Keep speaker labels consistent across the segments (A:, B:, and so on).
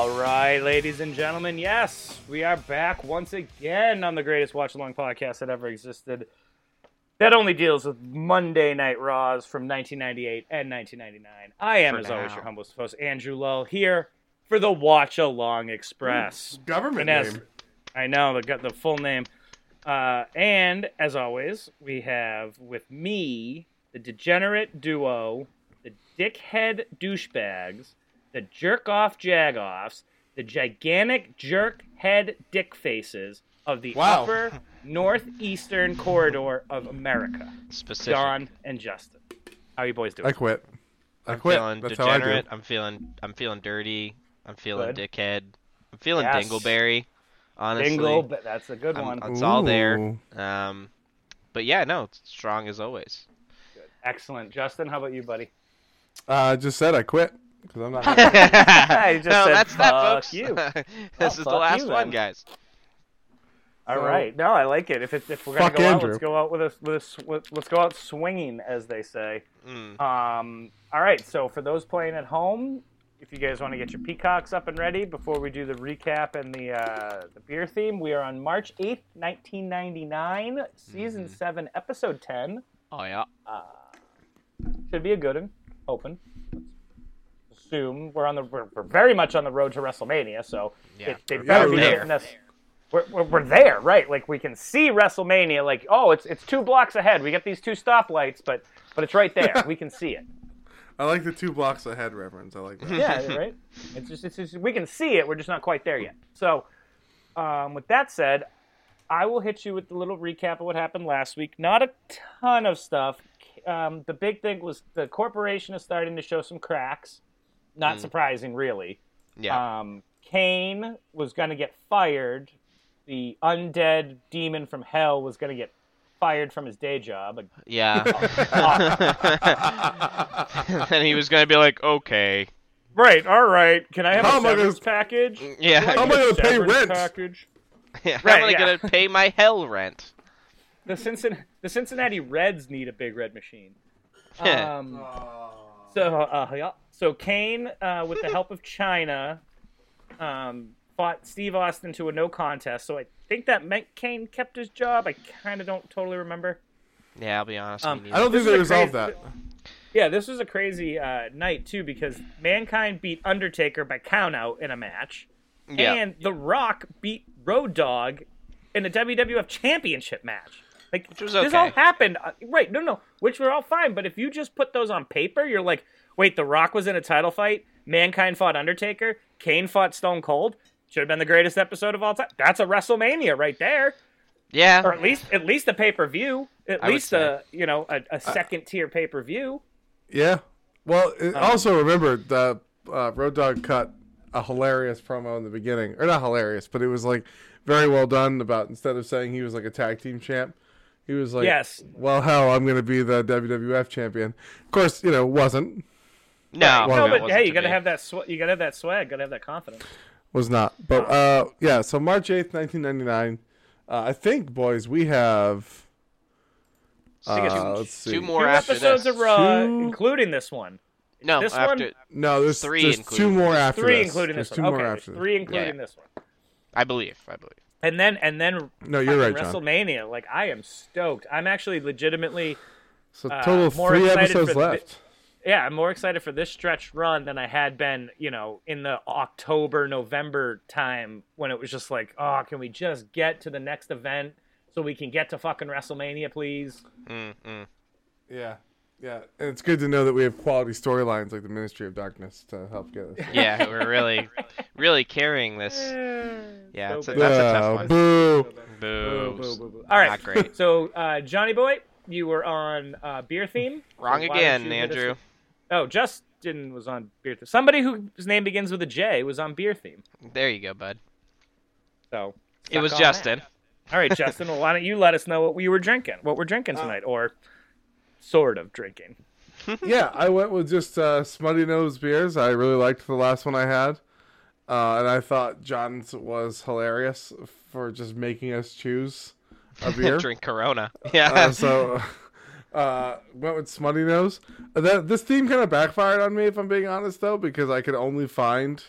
A: right, ladies and gentlemen. Yes, we are back once again on the greatest watch along podcast that ever existed. That only deals with Monday Night Raws from 1998 and 1999. I am,
B: For
A: as always,
B: now.
A: your humblest host, Andrew Lull, here for the Watch Along Express. And
C: Government
A: as-
C: name.
A: I know the got the full name. Uh, and as always, we have with me the degenerate duo, the dickhead douchebags, the jerk off jagoffs, the gigantic jerk head dick faces of the
C: Wow.
A: upper northeastern corridor of America.
B: Specific.
A: Don and Justin, how are you boys doing?
C: I quit. I
B: I'm
C: quit.
B: feeling
C: That's how I do.
B: degenerate.
C: it.
B: I'm feeling. I'm feeling dirty. I'm feeling
A: Good.
B: dickhead. I'm feeling
A: Yes.
B: dingleberry. Honestly,
A: Dingle, but that's a good
B: I'm-
A: one.
B: it's all there.
C: Ooh.
B: Um, but yeah, no, it's strong as always.
A: Excellent, Justin. How about you, buddy?
C: Uh, just said I quit because I'm not.
B: no,
A: just said,
B: that's that,
A: "Fuck
B: folks.
A: you."
B: this
A: Well,
B: is the
A: fuck
B: last
A: you,
B: one,
A: then.
B: guys.
A: All
C: So-
A: right. No, I like it. If it, if we're gonna
C: Fuck
A: go out,
C: Andrew.
A: let's go out with a with a s- with- let's go out swinging, as they say.
B: Mm.
A: Um. All right. So for those playing at home, if you guys want to get your peacocks up and ready before we do the recap and the uh, the beer theme, we are on March eighth, nineteen ninety nine, season seven, episode ten.
B: Oh yeah.
A: Should be a good one. Open. Let's assume we're on the we're, we're very much on the road to WrestleMania, so
B: Yeah.
A: it, they
C: We're
A: better be
C: there.
A: getting us. We're, we're, we're there, right? Like we can see WrestleMania. Like oh, it's it's two blocks ahead. We get these two stoplights, but but it's right there. we can see it.
C: I like the two blocks ahead reference. I like that.
A: Yeah, right. It's just, it's just we can see it. We're just not quite there yet. So, um, with that said, I will hit you with a little recap of what happened last week. Not a ton of stuff. Um, the big thing was the corporation is starting to show some cracks. Not surprising, really.
B: Yeah.
A: Um, Kane was going to get fired. The undead demon from hell was going to get fired from his day job. Oh,
B: yeah. and he was gonna be like, okay,
A: Right. All right. Can I have
C: a How am I gonna- severance
A: package?
B: yeah,
C: How am I gonna pay rent?
A: Package.
B: yeah,
A: Right,
B: I'm only
A: yeah.
B: gonna pay my hell rent.
A: The Cincinnati, the Cincinnati Reds need a big red machine. Um, so, uh, yeah. so Kane, uh, with the help of China, um, fought Steve Austin to a no contest. So I think that meant Kane kept his job. I kind of don't totally remember.
B: yeah, I'll be honest.
A: um,
B: with you.
C: I don't
A: This
C: think
A: is
C: they
A: a
C: resolved
A: crazy-
C: that.
A: Yeah, this was a crazy uh, night too because Mankind beat Undertaker by countout in a match,
B: yeah.
A: and The Rock beat Road Dog in a WWF Championship match. Like
B: Which was
A: this all
B: okay.
A: happened, uh, right? No, no, which were all fine. But if you just put those on paper, you're like, wait, The Rock was in a title fight. Mankind fought Undertaker. Kane fought Stone Cold. Should have been the greatest episode of all time. That's a WrestleMania right there,
B: yeah.
A: or at least at least a pay per view. At
B: I would Uh,
A: least a you know a, a second tier pay per view.
C: Yeah. Well,
B: Oh.
C: it, also remember the uh, Road Dog cut a hilarious promo in the beginning, or not hilarious, but it was like very well done. About instead of saying he was like a tag team champ, he was like,
A: Yes.
C: well, hell, I'm going to be the WWF champion." Of course, you know, wasn't
B: No,
C: Well,
A: No,
C: Okay,
A: but hey, you
B: got
A: gotta have that. Sw- you gotta have that swag. Gotta have that confidence.
C: was not, but uh, yeah. So March eighth, nineteen ninety nine. Uh, I think, boys, we have. Uh, let's see.
B: two more
A: Two
B: after
A: episodes
B: this.
A: of Raw,
C: Two-
A: including this one.
B: no,
A: this
B: after
A: one-
C: No, there's
B: Three
C: there's
B: including
C: two more after
A: Three,
C: this.
A: including
C: There's
A: this
C: two
A: one.
C: more
A: Okay,
C: after
A: there's
C: this.
A: three, including
B: Yeah.
A: this one.
B: I believe. I believe.
A: And then, and then
C: No, you're right, John.
A: WrestleMania. Like, I am stoked. I'm actually legitimately,
C: So total of
A: uh, more
C: three
A: excited
C: episodes
A: for the-
C: left.
A: yeah, I'm more excited for this stretch run than I had been, you know, in the October, November time when it was just like, oh, can we just get to the next event so we can get to fucking WrestleMania, please?
C: Yeah. Yeah. And it's good to know that we have quality storylines like the Ministry of Darkness to help get us.
B: Yeah, we're really, really carrying this. Yeah, it's a, that's a
C: Yeah,
B: tough one.
C: Uh, boo.
B: Boo.
A: All right.
B: Not great.
A: So, uh, Johnny Boy, you were on uh, Beer Theme.
B: Wrong
A: So why don't
B: again,
A: you hit us
B: Andrew.
A: with- Oh, Justin was on Beer Theme. Somebody whose name begins with a J was on Beer Theme.
B: There you go, bud.
A: So
B: It was
A: on
B: Justin.
A: All right, Justin. well, why don't you let us know what we were drinking, what we're drinking tonight, or sort of drinking.
C: Yeah, I went with just uh, smutty nose beers. I really liked the last one I had. Uh, and I thought John's was hilarious for just making us choose a beer.
B: Drink Corona. Yeah.
C: Uh, so uh, went with Smutty Nose. Uh, That this theme kind of backfired on me, if I'm being honest, though, because I could only find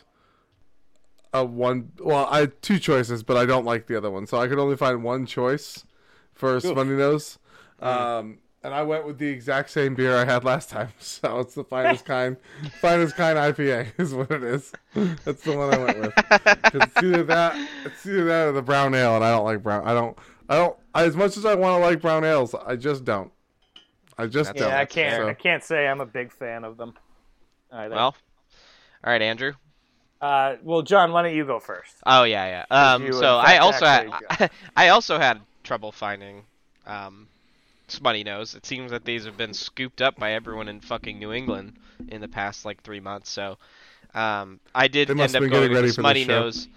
C: a one. Well, I had two choices, but I don't like the other one, so I could only find one choice for Smutty Nose. Um, and I went with the exact same beer I had last time, so it's the finest kind, finest kind IPA is what it is. That's the one I went with. 'Cause It's either that, it's either that or the brown ale, and I don't like brown. I don't, I don't. I, as much as I want to like brown ales, I just don't. I just
B: That's-
A: Yeah,
C: don't.
A: I can't.
C: So-
A: I can't say I'm a big fan of them. Either.
B: Well, all right, Andrew.
A: uh, well, John, why don't you go first?
B: Oh yeah, yeah. Um,
A: you,
B: so
A: in
B: I
A: fact,
B: also had,
A: actually-
B: I also had trouble finding um, Smutty Nose. It seems that these have been scooped up by everyone in fucking New England in the past like three months. So um, I did
C: They
B: end
C: must
B: up
C: have been
B: going
C: getting
B: with
C: ready for this
B: Smutty
C: show.
B: Nose.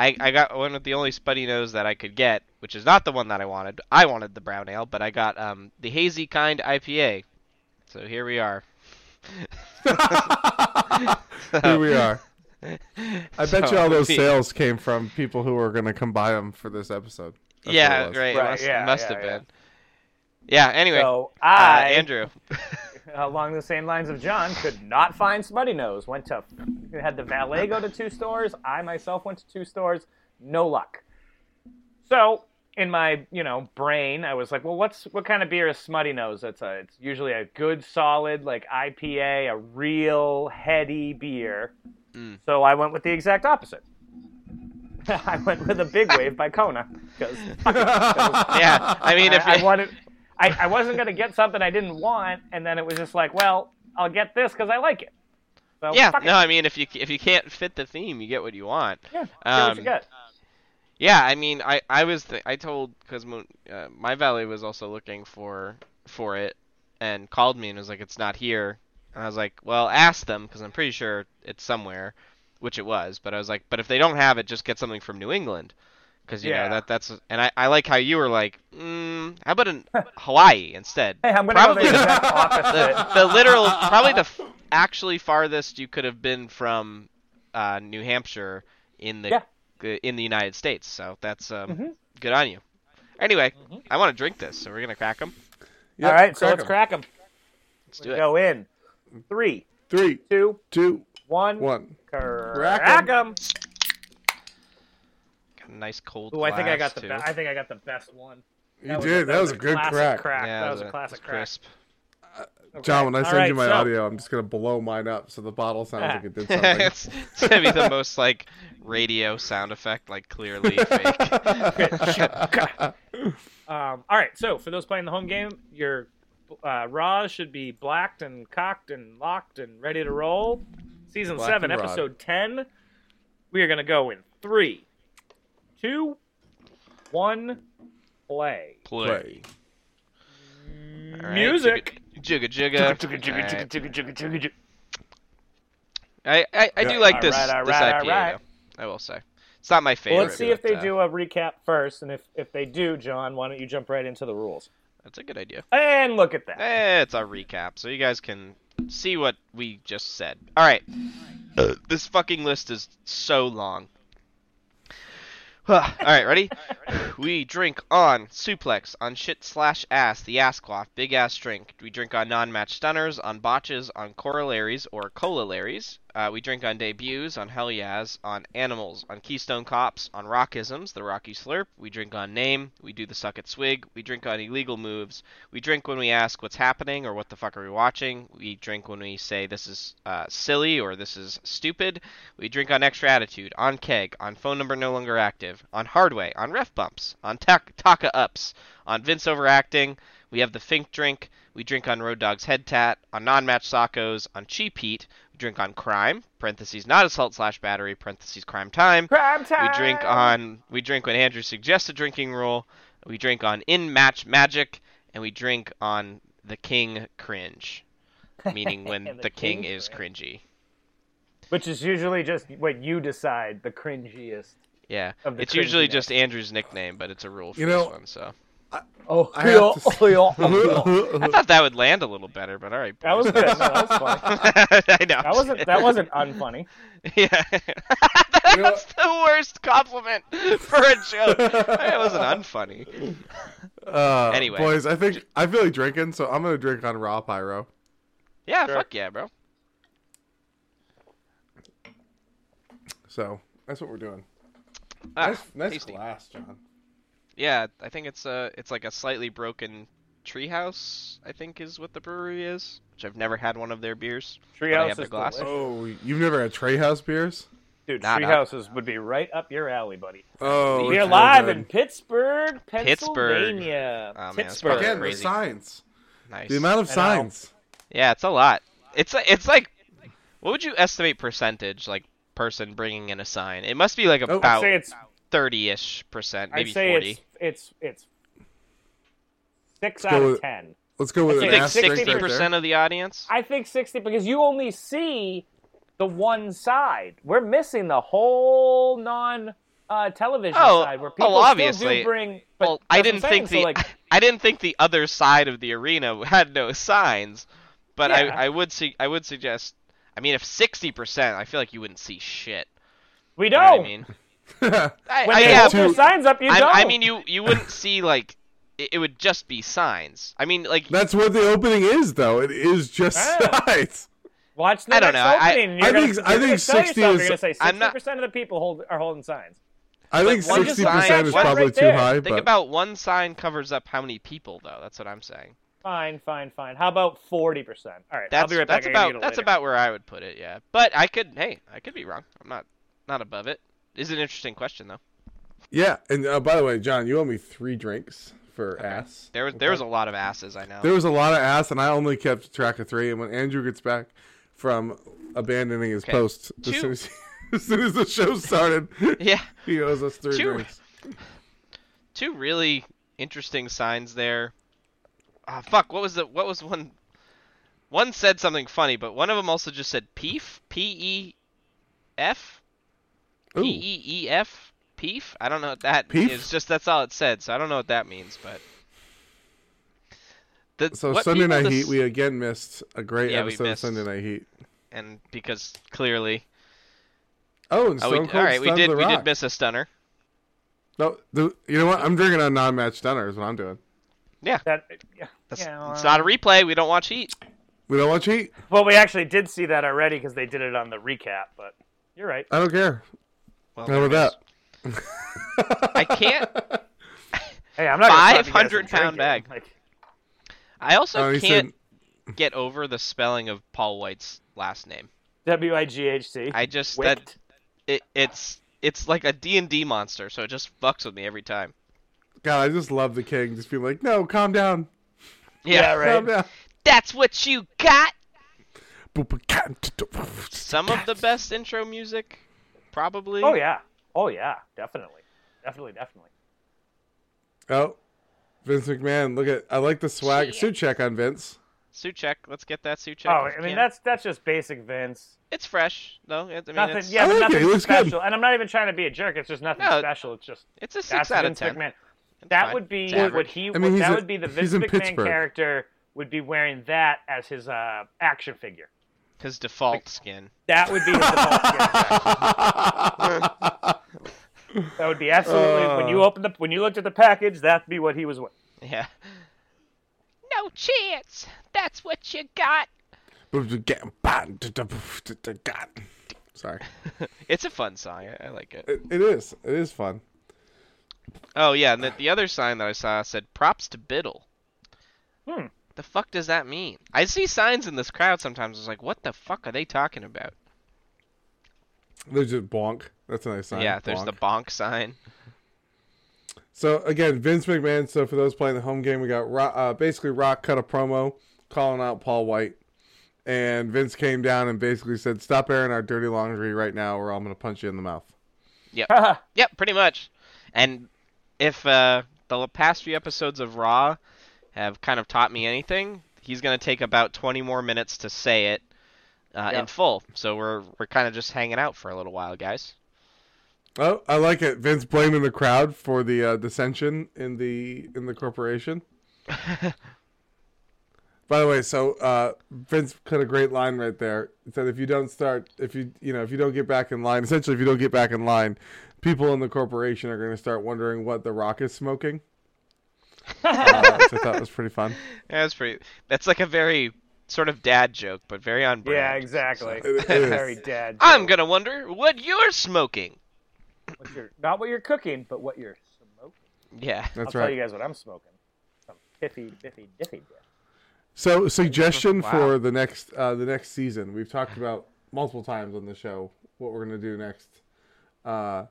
B: I, I got one of the only Smutty Nose that I could get, which is not the one that I wanted. I wanted the brown ale, but I got um, the hazy kind IPA. So here we are.
C: Here we are. I bet
B: So
C: you all
B: it would
C: those
B: be-
C: sales came from people who were going to come buy them for this episode. That's what it
B: yeah,
C: was.
B: right.
A: Right,
B: must,
A: yeah,
B: must
A: yeah,
B: have
A: yeah.
B: been. Yeah. Anyway,
A: So
B: uh,
A: I,
B: Andrew.
A: along the same lines of John, could not find Smutty Nose. Went to had the valet go to two stores. I myself went to two stores. No luck. So in my you know brain, I was like, well, what's what kind of beer is Smutty Nose? That's a it's usually a good solid like IPA, a real heady beer.
B: Mm.
A: So I went with the exact opposite. I went with a big wave by Kona because
B: yeah, I mean, if
A: I, I
B: you-
A: wanted, I, I wasn't gonna get something I didn't want, and then it was just like, well, I'll get this because I like it. So,
B: yeah,
A: fuck it.
B: no, I mean, if you if you can't fit the theme, you get what you want.
A: yeah, see what you
B: um,
A: get.
B: Yeah, I mean, I I was th- I told because uh, my valet was also looking for for it and called me and was like, it's not here. And I was like, well, ask them because I'm pretty sure it's somewhere, which it was. But I was like, but if they don't have it, just get something from New England, because you
A: Yeah.
B: know that that's and I I like how you were like, mm, how about in Hawaii instead?
A: Hey, I'm gonna
B: probably
A: go the exact opposite.
B: the, the literal, probably the f- actually farthest you could have been from uh, New Hampshire in the
A: Yeah. Mm-hmm.
B: g- in the United States. So that's um, good on you. Anyway, I want to drink this, so we're gonna crack them.
C: Yep,
A: All right, so let's
C: 'em.
A: crack them.
B: Let's do it.
A: Go in. Three,
C: Three,
A: two,
C: two,
A: one.
C: one.
A: Crack, them.
C: 'em.
B: Got a nice cold.
A: Ooh, I think I got the.
B: glass,
A: Be-
B: too.
A: I think I got the best one.
C: You did. that was a good
A: classic
C: crack.
B: Yeah,
A: that
B: it
A: was a
B: it
A: classic crack.
B: crisp.
A: Okay.
C: John, when I
A: All
C: send you
A: right,
C: my
A: so-
C: audio, I'm just going to blow mine up so the bottle sounds like it did something.
B: it's, it's gonna be the most like radio sound effect, like clearly fake.
A: Um, all right, so for those playing the home game, your uh, Raws should be blacked and cocked and locked and ready to roll. Season
C: Black
A: 7,
C: and Rod.
A: episode 10. We are going to go in three, two, one, play.
C: Play.
B: All right,
A: Music.
B: Jugga jugga. jugga, jugga, jugga,
A: Jigga-jigga-jigga-jigga-jigga-jigga.
B: I, I, I
C: Yeah.
B: do like
A: All
B: this,
A: right, all
B: this
A: right, all
B: IPA,
A: right.
B: though. I will say. It's not my favorite.
A: Well, let's see if
B: but,
A: they
B: uh,
A: do a recap first, and if, if they do, John, why don't you jump right into the rules?
B: That's a good idea.
A: And look at that.
B: Eh, it's a recap, so you guys can see what we just said. All right.
A: Uh.
B: this fucking list is so long. All right, ready? we drink on suplex, on shit slash ass, the ass quaff, big ass drink. We drink on non-match stunners, on botches, on corollaries or corollaries. Uh, we drink on debuts, on hell yeahs, on animals, on keystone cops, on rockisms, the rocky slurp. We drink on name. We do the suck at swig. We drink on illegal moves. We drink when we ask what's happening or what the fuck are we watching. We drink when we say this is uh, silly or this is stupid. We drink on extra attitude, on keg, on phone number no longer active, on hardway, on ref bumps, on tak- taka ups, on Vince overacting. We have the Fink drink. We drink on Road Dog's head tat, on non-match sockos, on cheap heat. We drink on crime (parentheses not assault slash battery parentheses crime time).
A: Prime time!
B: We drink on we drink when Andrew suggests a drinking rule. We drink on in match magic, and we drink on the king cringe, meaning when
A: The
B: the, king,
A: king
B: is cringy.
A: Which is usually just what you decide the cringiest.
B: Yeah,
A: Of the
B: it's usually
A: cringiness.
B: just Andrew's nickname, but it's a rule for
C: You
B: this
C: know-
B: one. So
A: Oh,
C: I have to s-
B: I thought that would land a little better, but all right.
A: That was
B: boys.
A: good. No, that was funny.
B: I know.
A: That wasn't that wasn't unfunny.
B: Yeah.
C: You know-
B: That's the worst compliment for a joke. That wasn't unfunny.
C: Uh,
B: Anyway.
C: boys, I think I feel like drinking, so I'm going to drink on raw pyro.
B: Yeah,
A: Sure.
B: fuck yeah, bro.
C: So That's what we're doing.
B: Ah,
C: nice nice
B: tasty.
C: glass, John.
B: Yeah, I think it's a it's like a slightly broken treehouse. I think is what the brewery is, which I've never had one of their beers. but I
A: Treehouse
B: have their
A: is
B: glass.
A: delicious.
C: Oh, you've never had Trey House beers?
A: Dude,
B: Nah,
A: tree
B: nah.
A: houses would be right up your alley, buddy.
C: Oh,
A: we are
C: okay,
A: live
C: good.
A: in Pittsburgh, Pennsylvania.
B: Oh, man, that's
A: Pittsburgh.
C: again the
B: Crazy.
C: science.
B: Nice.
C: The amount of
A: I know.
C: science.
B: Yeah, it's a lot. It's a- it's like, what would you estimate percentage like person bringing in a sign? It must be like
C: I'd
A: Oh, I'd
B: about
A: say it's.
B: thirty-ish percent,
A: I'd
B: maybe
A: say
B: forty.
A: it's it's it's six
C: Let's
A: out
C: go
A: of
C: with-
A: ten.
C: Let's go with
A: I'd say
B: You
C: an
B: think
A: it's
C: asterisk
B: sixty
C: right there.
B: percent of the audience?
A: I think sixty because you only see the one side. We're missing the whole non uh, television
B: Oh,
A: side where
B: oh,
A: people still
B: obviously.
A: do bring. But
B: Well, I
A: that's
B: didn't
A: what I'm saying,
B: think the
A: so, like
B: I didn't think the other side of the arena had no signs, but
A: Yeah.
B: I I would su- I would suggest. I mean, if sixty percent, I feel like you wouldn't see shit.
A: we
B: You know what
A: don't.
B: I mean,
C: That's
B: I,
A: When
B: I
A: they
B: yeah,
A: hold their
C: Two-
A: signs up, you
B: I,
A: don't.
B: I mean, you you wouldn't see like it, it would just be signs. I mean, like
C: what the opening is, though. It is just
A: Ah.
C: science.
A: Watch the
B: I don't
A: next
B: know. I-
A: opening. and
C: I
A: you're
C: think-
A: gonna,
C: I
A: you're
C: think
A: gonna tell
C: 60
A: yourself,
C: is-
A: You're gonna say
B: I'm
A: sixty
B: not-
A: percent of the people hold are holding signs.
C: I think
B: one
C: sixty
B: sign-
C: percent is
B: one
C: probably
A: right
C: too
A: there.
C: high,
B: think
C: but
B: about one sign covers up how many people though. That's what I'm saying.
A: Fine, fine, fine. How about forty percent? All right,
B: That's
A: I'll be right
B: that's
A: back. I gotta
B: about
A: get a
B: that's
A: later.
B: about where I would put it. Yeah, but I could hey I could be wrong. I'm not not above it. It's an interesting question though.
C: yeah. And uh, by the way, John, you owe me three drinks for ass.
B: There was there was a lot of asses I know.
C: There was a lot of ass, and I only kept track of three. And when Andrew gets back from abandoning his
B: Okay.
C: post, as
B: Two-
C: soon as, as soon as the show started,
B: yeah.
C: he owes us three
B: Two-
C: drinks.
B: two really interesting signs there. Ah, fuck. What was the what was one? One said something funny, but one of them also just said peef, p e f,
C: Ooh. E
B: p e e f, peef. I don't know what that
C: Peef?
B: It's just that's all it said, so I don't know what that means. But the,
C: So
B: what
C: Sunday
B: people
C: Night
B: dis-
C: Heat, we again missed a great
B: Yeah, we
C: episode of
B: missed.
C: Sunday Night Heat.
B: and because clearly,
C: Oh, and
B: oh,
C: Stone
B: we,
C: Cold
B: all right, we
C: stunned
B: did
C: The
B: we
C: Rock.
B: did miss a stunner.
C: No, the, you know what? I'm drinking on non-match stunner is what I'm doing.
A: That, yeah,
B: That's,
A: yeah, well,
B: it's not a replay. We don't watch Heat.
C: We don't watch Heat.
A: Well, we actually did see that already because they did it on the recap. But you're right.
C: I don't care.
B: Well,
C: How about
B: that? I can't.
A: Hey, I'm not gonna stop you guys from
B: 500
A: drinking.
B: pound bag.
A: Like,
B: I also
C: Oh, he
B: can't
C: said-
B: get over the spelling of Paul White's last name.
A: W i g h t.
B: I just that
A: Wicked.
B: it, it's it's like a D and D monster, so it just fucks with me every time.
C: God, I just love the king. Just being like, no, calm down,
B: Yeah,
A: Yeah, right.
C: calm down.
B: That's what you got.
C: Boop-a-cat-a-doo-poof.
B: Some of the best intro music, probably.
A: Oh yeah. Oh yeah. Definitely. Definitely. Definitely.
C: Oh, Vince McMahon. Look at. I like the swag
B: Shit.
C: suit check on Vince.
B: Suchek, let's get that Suchek.
A: Oh,
B: if
A: I
B: we
A: mean
B: can.
A: that's that's just basic Vince.
B: it's fresh. No, it, I mean
A: Nothing.
B: it's,
A: yeah,
C: I
A: but
C: like it. It
A: nothing
C: looks good.
A: special. And I'm not even trying to be a jerk. It's just nothing
B: No.
A: special. It's just
B: it's a six
A: that's
B: out of
A: Vince
B: ten.
A: McMahon.
B: It's
A: That
B: fine.
A: would be
B: It's average.
A: what he.
C: I mean, he's
A: that
C: a-
A: would be the
C: he's
A: Vince
C: in
A: McMahon
C: Pittsburgh.
A: character would be wearing that as his uh, action figure.
B: his default skin.
A: That would be his default skin. That would be absolutely when
C: Uh.
A: you opened the when you looked at the package. That'd be what he was wearing.
B: Yeah. No chance. That's what you got.
C: Sorry.
B: It's a fun song. I, I like it.
C: It, it is. It is fun.
B: Oh yeah, and the, the other sign that I saw said "Props to Biddle."
A: Hmm.
B: The fuck does that mean? I see signs in this crowd sometimes. I was like, what the fuck are they talking about?
C: There's just bonk. That's a nice sign.
B: yeah, there's the
C: Bonk.
B: bonk sign.
C: So again, Vince McMahon. So for those playing the home game, we got Ro uh, basically Rock cut a promo calling out Paul White, and Vince came down and basically said, "Stop airing our dirty laundry right now, or I'm going to punch you in the mouth."
B: Yep, pretty much. And if uh, the l- past few episodes of Raw have kind of taught me anything, he's gonna take about 20 more minutes to say it uh,
A: Yeah.
B: in full. So we're we're kind of just hanging out for a little while, guys.
C: Oh, I like it. Vince blaming the crowd for the uh, dissension in the in the corporation. By the way, so uh, Vince cut a great line right there. He said, "If you don't start, if you you know, if you don't get back in line, essentially, if you don't get back in line, people in the corporation are going to start wondering what the Rock is smoking." uh, which I thought was pretty fun.
B: Yeah, that's pretty. That's like a very sort of dad joke, but very on brand.
A: Yeah, exactly.
C: It is.
A: Very dad.
B: I'm gonna wonder what you're smoking.
A: What you're, not what you're cooking, but what you're smoking.
B: Yeah.
C: That's
A: I'll tell
C: right.
A: you guys what I'm smoking. Some piffy, piffy, diffy dip.
C: So suggestion
B: Wow.
C: for the next uh, the next season. We've talked about multiple times on the show what we're gonna do next. Uh,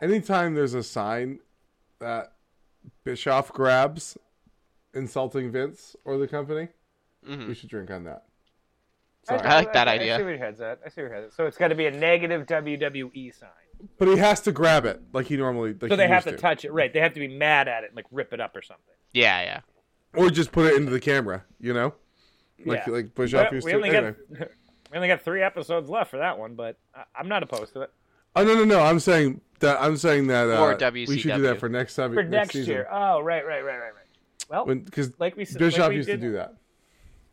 C: anytime there's a sign that Bischoff grabs insulting Vince or the company,
B: Mm-hmm.
C: we should drink on that. Sorry.
B: I like that
A: I
B: idea.
A: see where your head's at. I see where your head's at. So it's got to be a negative WWE sign.
C: But he has to grab it like he normally. Like
A: So
C: he
A: they have
C: used
A: to touch it, right? They have to be mad at it and like rip it up or something.
B: Yeah, yeah.
C: or just put it into the camera. You know, like
A: yeah.
C: like Bischoff
A: But
C: used
A: we
C: to.
A: only
C: Anyway.
A: got we only got three episodes left for that one, but I, I'm not opposed to it
C: Oh no no no! I'm saying that I'm saying that uh,
B: Or
C: we should do
B: WCW.
C: that for next time
A: for next,
C: season.
A: year. Oh, right, right, right, right, right. Well,
C: When because
A: like we s- like
C: Bischoff
A: we
C: used
A: did-
C: to do that.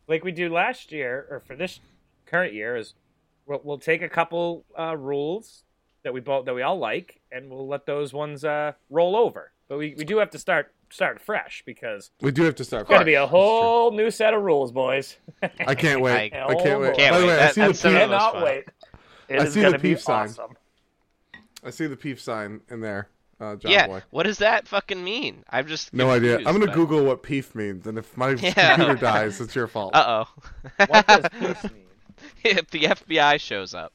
A: like we do last year or for this current year is we'll, we'll take a couple uh, rules that we both that we all like and we'll let those ones uh, roll over but we, we do have to start start fresh because
C: We do have to start.
A: it's gonna be a whole new set of rules boys
C: I can't wait.
B: I
C: I, can't wait.
A: can't
C: By the
B: wait. That-
C: way, I
B: that's
C: see the
B: so-
C: peep,
B: That
A: cannot
B: was
A: wait It
C: I
A: is
C: see the
A: gonna be
C: peace sign.
A: awesome
C: I see the peep sign in there, uh, John
B: yeah.
C: Boy.
B: What does that fucking mean? I'm just
C: No idea. I'm gonna
B: confused, but...
C: Google what peef means, and if my
B: Yeah.
C: computer dies, it's your fault.
B: Uh
A: what does
B: oh.
A: peace mean
B: if the FBI shows up,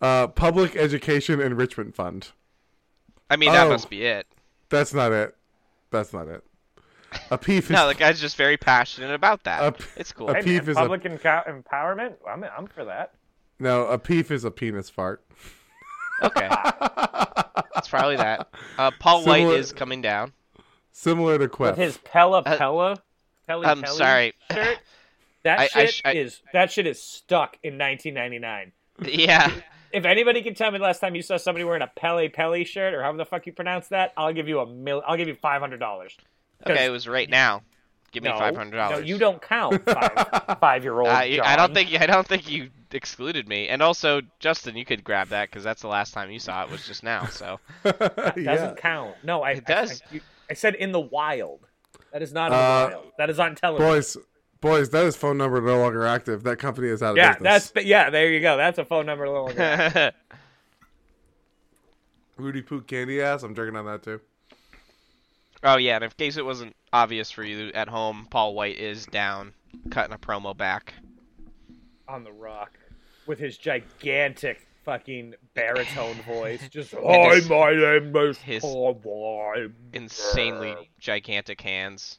C: Uh, Public Education Enrichment Fund.
B: I mean that
C: Oh.
B: must be it.
C: That's not it. That's not it. A peef is
B: No, the guy's just very passionate about that.
C: Up-
B: it's cool.
C: up-
A: hey, man,
C: peeve is a-
A: public enco- empowerment I'm, I'm for that
C: no. A peef is a penis fart.
B: Okay, that's probably that. Uh, Paul White
C: Similar-
B: is coming down.
C: Similar to Quest.
A: with his Pella
B: Uh,
A: Pella Pelly
B: I'm
A: Pelly
B: sorry.
A: shirt. That
B: I- I
A: shit
B: sh- I-
A: is that shit is stuck in 1999.
B: Yeah,
A: If anybody can tell me the last time you saw somebody wearing a Pele Pele shirt or however the fuck you pronounce that, I'll give you a mil. I'll give you five hundred dollars.
B: okay, it was right now. Give me
A: No,
B: five hundred dollars.
A: No, you don't count five five year old.
B: Uh, you- I don't think I don't think you excluded me. And also, Justin, you could grab that because that's the last time you saw it was just now. So
A: doesn't
C: yeah.
A: count. No, I
B: It does.
A: I, I, you- I said in the wild. That is not in the
C: Uh,
A: wild. That is on television.
C: Boys, boys, that is phone number no longer active. That company is out of
A: yeah,
C: business.
A: that's yeah. There you go. That's a phone number a little. longer.
C: Rudy Poot Candy Ass. I'm drinking on that too.
B: Oh yeah, and in case it wasn't obvious for you at home, Paul White is down, cutting a promo back.
A: on the rock with his gigantic fucking baritone voice. Just
B: And his-
A: hi, my name is
B: his-
A: Cowboy."
B: Insanely gigantic hands.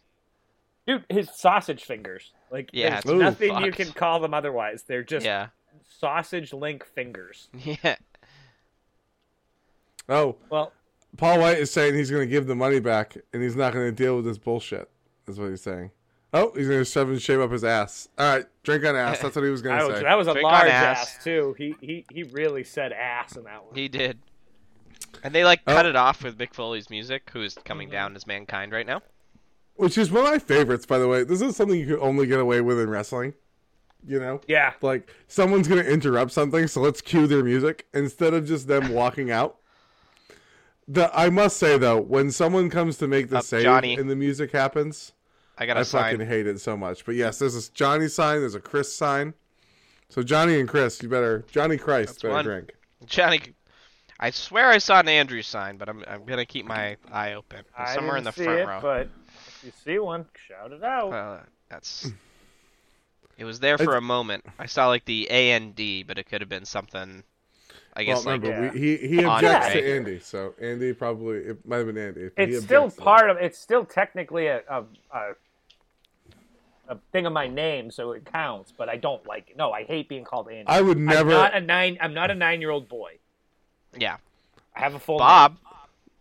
A: Dude, his sausage fingers. Like
B: Yeah,
A: there's
B: it's- Ooh,
A: nothing
B: fuck.
A: you can call them otherwise. They're just
B: Yeah,
A: sausage link fingers.
B: yeah.
C: Oh,
A: Well,
C: Paul White is saying he's going to give the money back and he's not going to deal with this bullshit. That's what he's saying. Oh, he's going to shove and shave up his ass. All right, drink on ass. That's what he was going
A: I
C: to
A: was,
C: say.
A: that was a
B: Drink on
A: large
B: ass.
A: ass. too. He he he really said ass in that one.
B: He did. And they like cut
C: Oh.
B: it off with Mick Foley's music, who is coming down as mankind right now.
C: Which is one of my favorites, by the way. This is something you can only get away with in wrestling. You know?
A: yeah.
C: Like, someone's going to interrupt something, so let's cue their music instead of just them walking out. The I must say, though, when someone comes to make the
A: Uh,
B: Up,
C: save
B: Johnny.
C: and the music happens,
B: I got
C: I
B: a sign.
C: fucking hate it so much. But yes, there's a Johnny sign. There's a Chris sign. So Johnny and Chris, you better Johnny Christ better
B: one.
C: drink.
B: Johnny, I swear I saw an Andrew sign, but I'm I'm gonna keep my eye open.
A: I
B: Somewhere in
A: didn't
B: the
A: see
B: front
A: it,
B: row.
A: but if you see one, shout it out.
B: Well, Uh, that's. It was there for a moment. I saw like the A and D, but it could have been something. I
C: Well,
B: guess like
C: remember
A: yeah.
C: we, he he
B: On
C: objects
B: it.
C: to Andy, so Andy probably it might have been Andy. but he
A: it's still
C: objects to
A: part of it's still technically a, a, a a thing of my name so it counts but i don't like it no i hate being called andy
C: that. I would
A: i'm not
C: never.
A: a nine i'm not a nine year old boy
B: yeah,
A: i have a full
B: Bob.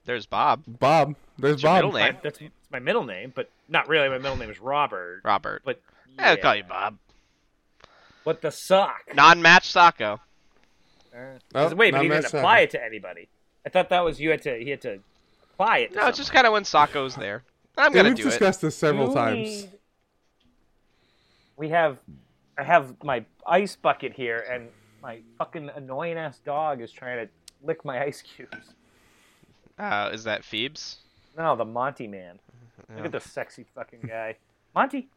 B: There's Bob.
C: Bob, there's
B: your
C: Bob.
B: middle
A: name.
B: name?
A: My- that's it's my middle name but not really my middle name is robert
B: Robert.
A: but
B: I'll call you Bob.
A: but the sock
B: Non-match Sacco.
C: Oh,
A: wait but
C: not
A: he
C: Matt
A: didn't
C: Sacco.
A: apply it to anybody i thought that was you had to he had to apply it to
B: No,
A: someone.
B: it's just kind of when Sacco's there. I'm
C: Yeah,
B: gonna
C: we've
B: do it.
C: discussed this several
A: You
C: times.
A: need- We have, I have my ice bucket here, and my fucking annoying ass dog is trying to lick my ice cubes.
B: Uh, is that Phoebes?
A: No, the Monty man. Look at this sexy fucking guy, Monty.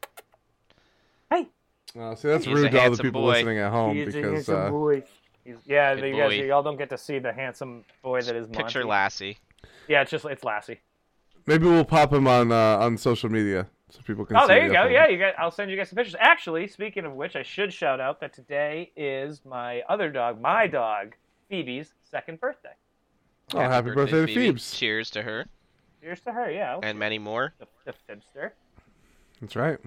A: Hey,
C: Oh, see, that's
B: He's a
C: Uh, rude to all the
B: handsome
C: people
B: boy.
C: listening at home
A: he's a
C: because
A: handsome
C: uh,
A: boy. He's, yeah,
B: Good
A: you guys,
B: boy.
A: y'all don't get to see the handsome boy that is Monty.
B: Picture Lassie.
A: Yeah, it's just it's Lassie.
C: Maybe we'll pop him on uh, on social media so people can.
A: Oh,
C: see
A: there you
C: the
A: go.
C: upload.
A: Yeah, you guys, I'll send you guys some pictures. Actually, speaking of which, I should shout out that today is my other dog, my dog Phoebe's second birthday.
C: Oh, happy birthday to
B: Phoebe.
C: Phoebes.
B: Cheers to her
A: Cheers to her. Yeah,
B: and many more.
A: the, the fibster,
C: That's right.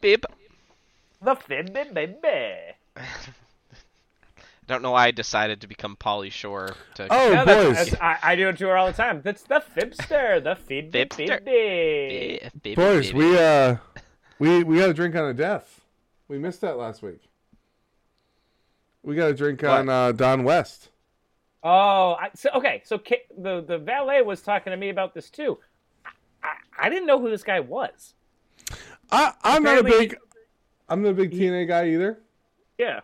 B: Bib.
A: the fib baby.
B: Don't know why I decided to become Polly Shore. To...
C: Oh,
A: No, that's,
C: boys.
A: that's, I, I do it to her all the time. That's the fibster, the Phoebe
B: Fibster.
A: Phoebe.
B: Yeah, baby,
C: boys,
B: baby.
C: we uh, we we got a drink on a death. We missed that last week. We got a drink on uh, Don West.
A: Oh, I, so okay. So K, the the valet was talking to me about this too. I, I, I didn't know who this guy was.
C: I I'm not a
A: Apparently-
C: big, I'm not a big TNA guy either.
A: Yeah,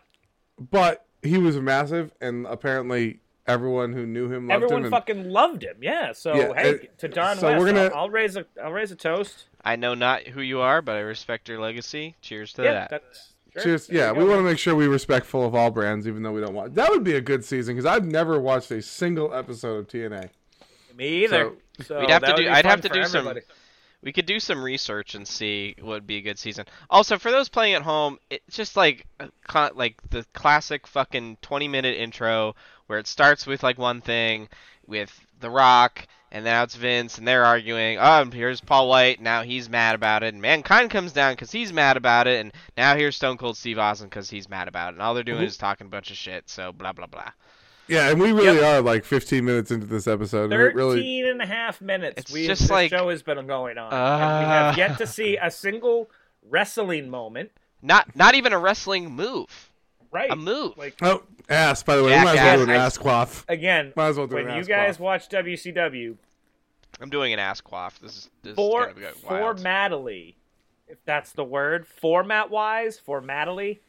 C: But he was massive, and apparently everyone who knew him loved
A: everyone
C: him. and-
A: fucking loved him. Yeah. So
C: Yeah,
A: hey,
C: it-
A: to Don
C: so
A: West,
C: we're gonna-
A: I'll, I'll raise a I'll raise a toast.
B: I know not who you are, but I respect your legacy. Cheers to
A: yeah,
B: that.
A: that's sure.
C: Cheers.
A: There
C: Yeah,
A: you
C: we
A: go.
C: want to make sure we respectful of all brands, even though we don't want. That would be a good season because I've never watched a single episode of TNA.
A: me either. So
B: We'd have
A: that
B: to
A: would
B: do-
A: be
B: I'd
A: fun
B: have to
A: for
B: do some-
A: everybody.
B: We could do some research and see what would be a good season. Also, for those playing at home, it's just like a cla- like the classic fucking 20-minute intro where it starts with like one thing with The Rock and now it's Vince and they're arguing. Oh, and here's Paul White. Now he's mad about it. And Mankind comes down because he's mad about it. And now here's Stone Cold Steve Austin because he's mad about it. And all they're doing
C: Mhm.
B: is talking a bunch of shit. So blah blah blah.
C: Yeah, and we really are like 15 minutes into this episode. and it really,
A: 13 and a half minutes.
B: It's
A: we,
B: just
A: this
B: like-
A: show has been going on. and we have
B: Ah.
A: yet to see a single wrestling moment.
B: Not not even a wrestling move.
A: Right.
B: A move.
A: Like
C: oh, ass. By the way, we might as well
B: Jackass.
C: do an
B: I-
C: ass quaff.
A: again,
C: Might as well do
A: when
C: an
A: you
C: ass
A: guys
C: quaff.
A: watch WCW,
B: I'm doing an ass quaff. This is this
A: for
B: is gonna be wild.
A: formatally, if that's the word, format wise, formatally,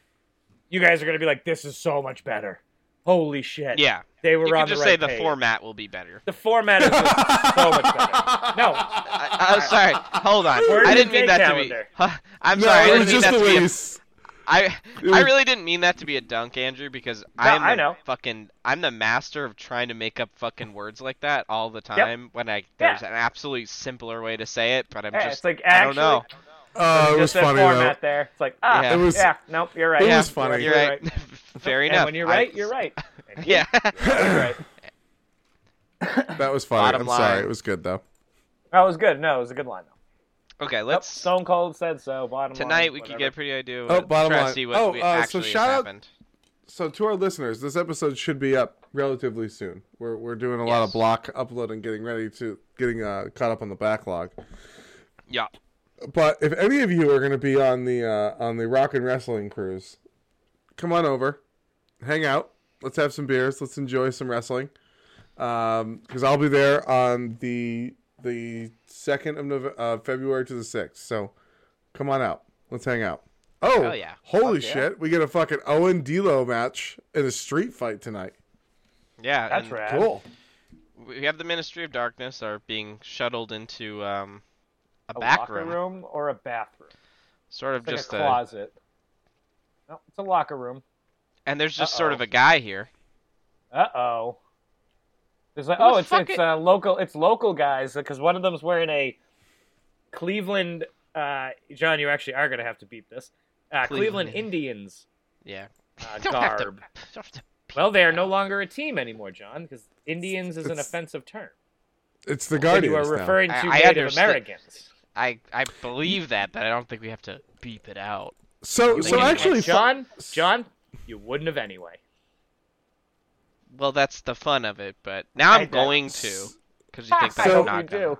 A: you guys are gonna be like, this is so much better. Holy shit!
B: Yeah.
A: they were
B: you
A: on
B: could just
A: the right
B: say the
A: page.
B: format will be better.
A: The format is just so much better. No,
B: I, I'm sorry. Hold on.
A: Where's
B: I didn't
A: the
B: mean that
A: calendar?
B: to be. I'm
C: No,
B: sorry. I
C: it
B: didn't
C: was
B: mean
C: just
B: that
C: the
B: to be.
C: way.
B: A,
C: you s-
B: I
C: it
B: I
C: was-
B: really didn't mean that to be a dunk, Andrew, because I am
A: I
B: the
A: know.
B: fucking I'm the master of trying to make up fucking words like that all the time. When I there's an absolutely simpler way to say it, but I'm
A: Hey,
B: just
A: it's like
B: I don't
A: actually-
B: know.
C: Oh, it
A: just
C: was
A: that
C: funny though.
A: format there. It's like ah,
B: Yeah.
A: yeah,
B: It
C: was-
A: nope, you're right.
C: it
A: yeah,
C: was funny.
B: You're
A: you're
B: right. Fair
A: And
B: enough.
A: when you're
B: I-
A: right, you're right. And
B: Yeah.
A: you're right.
C: That was funny.
B: Bottom
C: I'm
B: line.
C: sorry. It was good though.
A: That was good. No, it was a good line though.
B: okay,
A: Nope,
B: let's
A: Stone Cold said so. Bottom
B: tonight
A: line,
B: we could
A: whatever.
B: get a pretty idea.
C: Oh,
B: what-
C: bottom
B: try to
C: line.
B: see what
C: Oh,
B: we
C: uh, so
B: actually has
C: shout out-
B: happened.
C: So to our listeners, this episode should be up relatively soon. We're we're doing a lot
B: Yes.
C: of block upload and getting ready to getting uh, caught up on the backlog.
B: Yeah.
C: But if any of you are going to be on the uh, on the rock and wrestling cruise, come on over, hang out. Let's have some beers. Let's enjoy some wrestling. Because I'll be there on the the second of Nov uh, February to the sixth. So come on out. Let's hang out. Oh
B: Hell yeah.
C: Holy
A: Fuck yeah.
C: shit! We get a fucking Owen D'Lo match in a street fight tonight.
B: Yeah.
A: That's
B: and-
A: rad.
C: Cool.
B: we have the Ministry of Darkness are being shuttled into um, a,
A: A
B: back
A: locker
B: room,
A: room. or a bathroom.
B: sort of
A: It's like
B: just
A: a closet. No, it's a locker room.
B: and there's just sort of
A: Uh-oh.
B: a guy here.
A: Uh oh. There's like
B: Who the
A: oh, it's
B: fuck
A: it's
B: it-
A: uh, local. It's local guys because one of them's wearing a Cleveland. Uh, John, you actually are gonna have to beat this. Uh, Cleveland
B: Cleveland.
A: Indians
B: Yeah.
A: uh,
B: Don't have to-
A: garb.
B: don't have to-
A: Well, they are no longer a team anymore, John, because Indians is an
C: It's-
A: offensive term.
C: It's the
A: And
C: Guardians.
A: you are
C: now.
A: referring to
B: I- I
A: Native
B: understand.
A: Americans.
B: I I believe that, but I don't think we have to beep it out.
C: So,
B: You
C: so
B: win.
C: actually,
A: John, John, you wouldn't have anyway.
B: Well, that's the fun of it, but now
A: I
B: I'm
A: bet.
B: going to because you think
A: I
B: I'm
C: So-
A: hope
B: not
A: you
B: gonna.
A: do.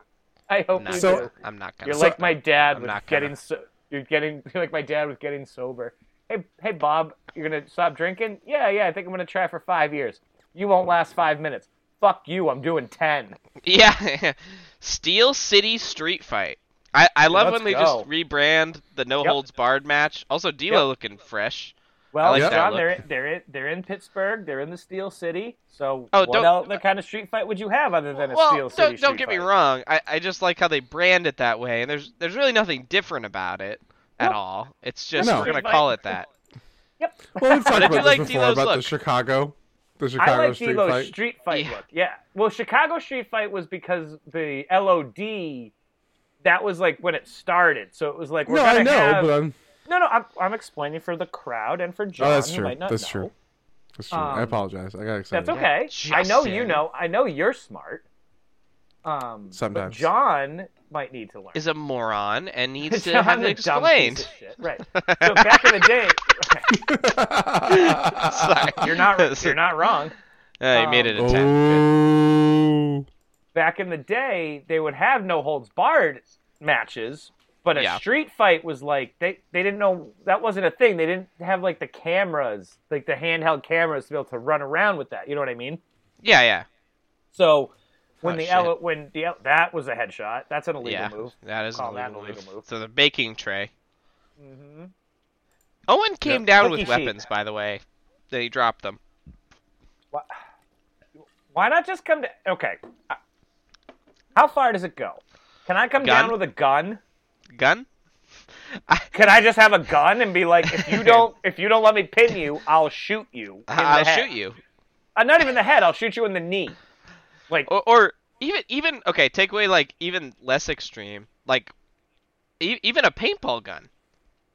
A: I hope
B: I'm not
A: you
C: So-
A: do.
B: gonna. I'm not gonna.
A: You're like
B: So-
A: my dad
B: I'm
A: with
B: not gonna.
A: getting so you're getting you're like my dad with getting sober. Hey hey Bob, you're gonna stop drinking? Yeah, yeah, I think I'm gonna try for five years. You won't last five minutes. Fuck you, I'm doing ten.
B: Yeah. Steel City Street Fight. I, I love
A: let's
B: when they
A: go.
B: just rebrand the no
A: Yep.
B: holds barred match. Also, D'Lo
A: Yep.
B: looking fresh. I
A: Well,
B: like
C: that
A: John,
B: look.
A: they're in, they're in, they're in Pittsburgh. They're in the Steel City. So
B: Oh,
A: what
B: don't-
A: other kind of street fight would you have other than a
B: well,
A: Steel City?
B: don't, don't
A: street
B: get
A: fight?
B: me wrong. I, I just like how they brand it that way, and there's there's really nothing different about it at
A: No.
B: all. It's just
C: No.
B: we're gonna
A: Street
B: call
A: fight.
B: it that.
A: Yep.
C: Well, we've talked
B: I do
C: about
B: like
C: this before
B: Delo's
C: about the
B: look.
C: Chicago, the Chicago
A: I like
C: street
A: Devo's
C: fight.
A: street fight
B: Yeah.
A: look. Yeah. Well, Chicago street fight was because the LOD. That was like when it started, so it was like we're
C: no,
A: gonna
C: I know,
A: have.
C: but I'm.
A: No, no, I'm, I'm explaining for the crowd and for John.
C: Oh, that's
A: who
C: true.
A: Might not
C: That's
A: know.
C: true. That's true.
A: Um,
C: I apologize. I got excited.
A: That's okay. I
B: just
A: know you
B: saying.
A: know. I know you're smart. Um, but
C: Sometimes.
A: John might need to learn.
B: Is a moron and needs to
A: John's
B: have it
A: a dumb piece
B: explained.
A: of shit. Right. So back in the day, okay,
B: Sorry.
A: you're not you're not um, wrong.
B: Uh, he made it a ten. Good.
C: Oh.
A: Back in the day, they would have no holds barred matches, but a
B: Yeah.
A: street fight was like they they didn't know that wasn't a thing. They didn't have like the cameras, like the handheld cameras, to be able to run around with that. You know what I mean?
B: Yeah, yeah,
A: So when
B: Oh,
A: the
B: shit.
A: ele- when the ele- that was a headshot. That's an illegal
B: yeah.
A: move.
B: That is an
A: Call that
B: illegal
A: an
B: move.
A: illegal move.
B: So the baking tray.
A: hmm
B: Owen came down
A: Cookie
B: with
A: sheet.
B: weapons, by the way. They dropped them.
A: Why not just come to? Okay, I- how far does it go? Can I come
B: Gun?
A: down with a gun?
B: Gun?
A: Can I just have a gun and be like, if you don't, if you don't let me pin you, I'll shoot you. in the
B: I'll
A: head.
B: shoot you.
A: Uh, not even the head. I'll shoot you in the knee. Like,
B: Or, or even even okay, take away like even less extreme, like e- even a paintball gun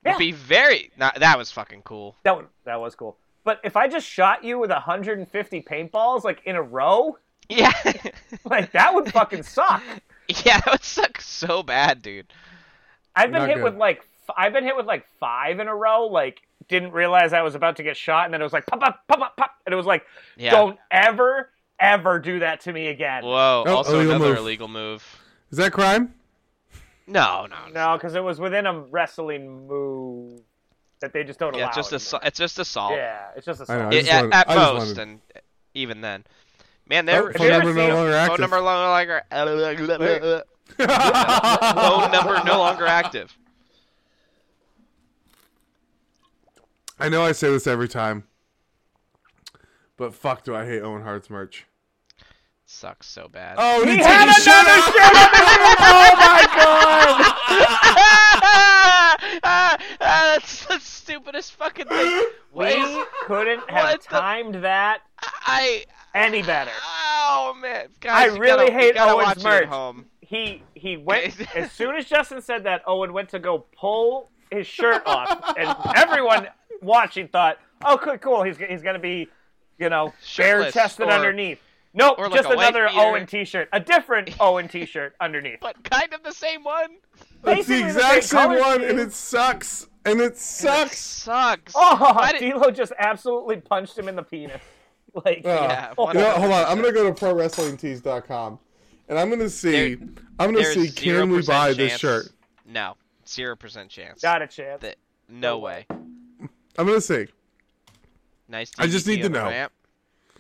B: would
A: Yeah.
B: be very. Not, that was fucking cool.
A: that one, that was cool. But if I just shot you with 150 paintballs like in a row,
B: Yeah,
A: like that would fucking suck.
B: yeah, that would suck so bad, dude.
A: I've been
C: Not
A: hit
C: good.
A: with like f- I've been hit with like five in a row. Like didn't realize I was about to get shot, and then it was like pop pop pop pop pop, and it was like
B: Yeah.
A: don't ever ever do that to me again.
B: Whoa.
C: Oh,
B: also
C: illegal
B: another
C: move.
B: illegal move.
C: Is that crime?
B: No, no, no.
A: No, because it was within a wrestling move that they just don't
B: Yeah,
A: allow.
B: it's just assault.
A: anymore.
B: It's just assault.
A: Yeah, it's just
C: I know.
A: assault.
C: I
B: It-
C: just
B: at,
C: wanted-
B: at
C: I just
B: most,
C: wanted-
B: and even then. Man,
C: Oh,
B: there.
C: phone
A: ever
C: number no
A: seen-
C: longer
B: phone
C: active.
B: number no longer. phone number no longer active.
C: I know I say this every time, but fuck, do I hate Owen Hart's merch?
B: Sucks so bad.
C: Oh,
A: He had another
C: shut up!
A: shit on the Oh my god!
B: ah, ah, that's the stupidest fucking thing. Wait,
A: We couldn't
B: What
A: have
B: the-
A: timed that
B: I.
A: any better.
B: Oh man, guys,
A: I
B: you
A: really
B: gotta, you
A: hate
B: gotta
A: Owen's
B: watch it at
A: merch.
B: home.
A: He he went as soon as Justin said that. Owen went to go pull his shirt off, and everyone watching thought, "Oh, cool, cool. He's he's gonna be, you know, bare
B: Shirtless,
A: chested
B: or-
A: underneath." Nope,
B: or like
A: just
B: a white
A: another
B: beard.
A: Owen t-shirt, a different Owen t-shirt underneath.
B: But kind of the same one.
C: It's
A: Basically
C: the
A: the
C: exact
A: same
C: same
A: color
C: one,
A: scheme.
C: and it sucks. And it sucks.
B: Sucks.
A: Oh,
B: Why did-
A: D'Lo just absolutely punched him in the penis. Like,
B: Yeah,
C: Oh.
B: one
C: You know what, hold on.
B: hundred
C: I'm gonna go to prowrestlingtees.com, and I'm gonna see.
B: There-
C: I'm gonna
B: There's
C: see. Can we
B: 0%
C: buy this
B: chance.
C: shirt?
B: No, zero percent chance.
A: got a chance.
B: That- no way.
C: I'm gonna see.
B: Nice.
C: I just
B: DVD
C: need to
B: on the
C: know.
B: ramp.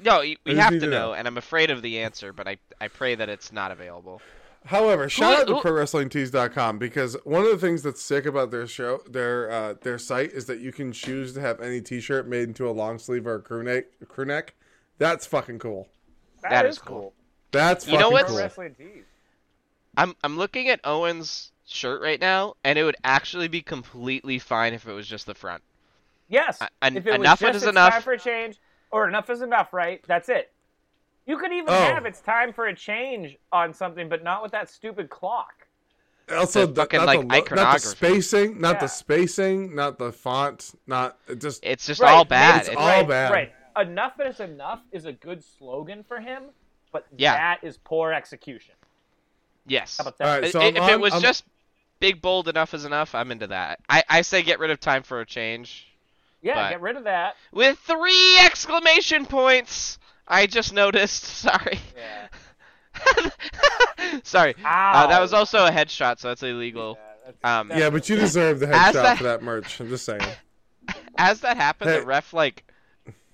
B: No, you,
C: I
B: we
C: just
B: have
C: need
B: to,
C: to know.
B: know, and I'm afraid of the answer, but I, I pray that it's not available.
C: However, shout out to
B: who-
C: ProWrestlingTees.com because one of the things that's sick about their show, their uh, their site is that you can choose to have any T-shirt made into a long sleeve or a crew neck. Crew neck. That's fucking cool.
B: that is cool.
C: That's
B: You
C: fucking
B: know what's-
A: Pro
C: cool.
A: wrestling tees.
B: I'm I'm looking at Owen's shirt right now, and it would actually be completely fine if it was just the front.
A: Yes.
B: Uh, en-
A: if it
B: enough
A: was
B: is
A: just it's
B: enough.
A: time for a change, or enough is enough, right? That's it. You could even
C: Oh.
A: have it's time for a change on something, but not with that stupid clock.
C: Also,
B: The
C: the,
B: fucking,
C: not,
B: like,
C: the, lo- not the
B: iconography.
C: spacing, not
A: Yeah.
C: the spacing, not the font, not it just.
B: It's just
A: Right,
B: all
A: maybe
B: bad.
C: it's
B: It's-
C: all-
A: right,
C: bad.
A: Right. Enough is enough is a good slogan for him, but
B: Yeah.
A: that is poor execution.
B: yes.
A: How about
C: all
A: that?
C: right,
B: I-
C: so
B: i-
C: I'm
B: if
C: on-
B: it was
C: I'm-
B: just big bold enough is enough, I'm into that. I, I say get rid of time for a change
A: yeah,
B: but-
A: get rid of that.
B: with three exclamation points. I just noticed. Sorry.
A: Yeah.
B: Sorry. Uh, that
A: Ow.
B: was also a headshot, so that's illegal. Um,
C: yeah, but you deserve the
B: As
C: headshot
B: that-
C: for that merch. I'm just saying.
B: as that happened,
C: Hey.
B: the ref like,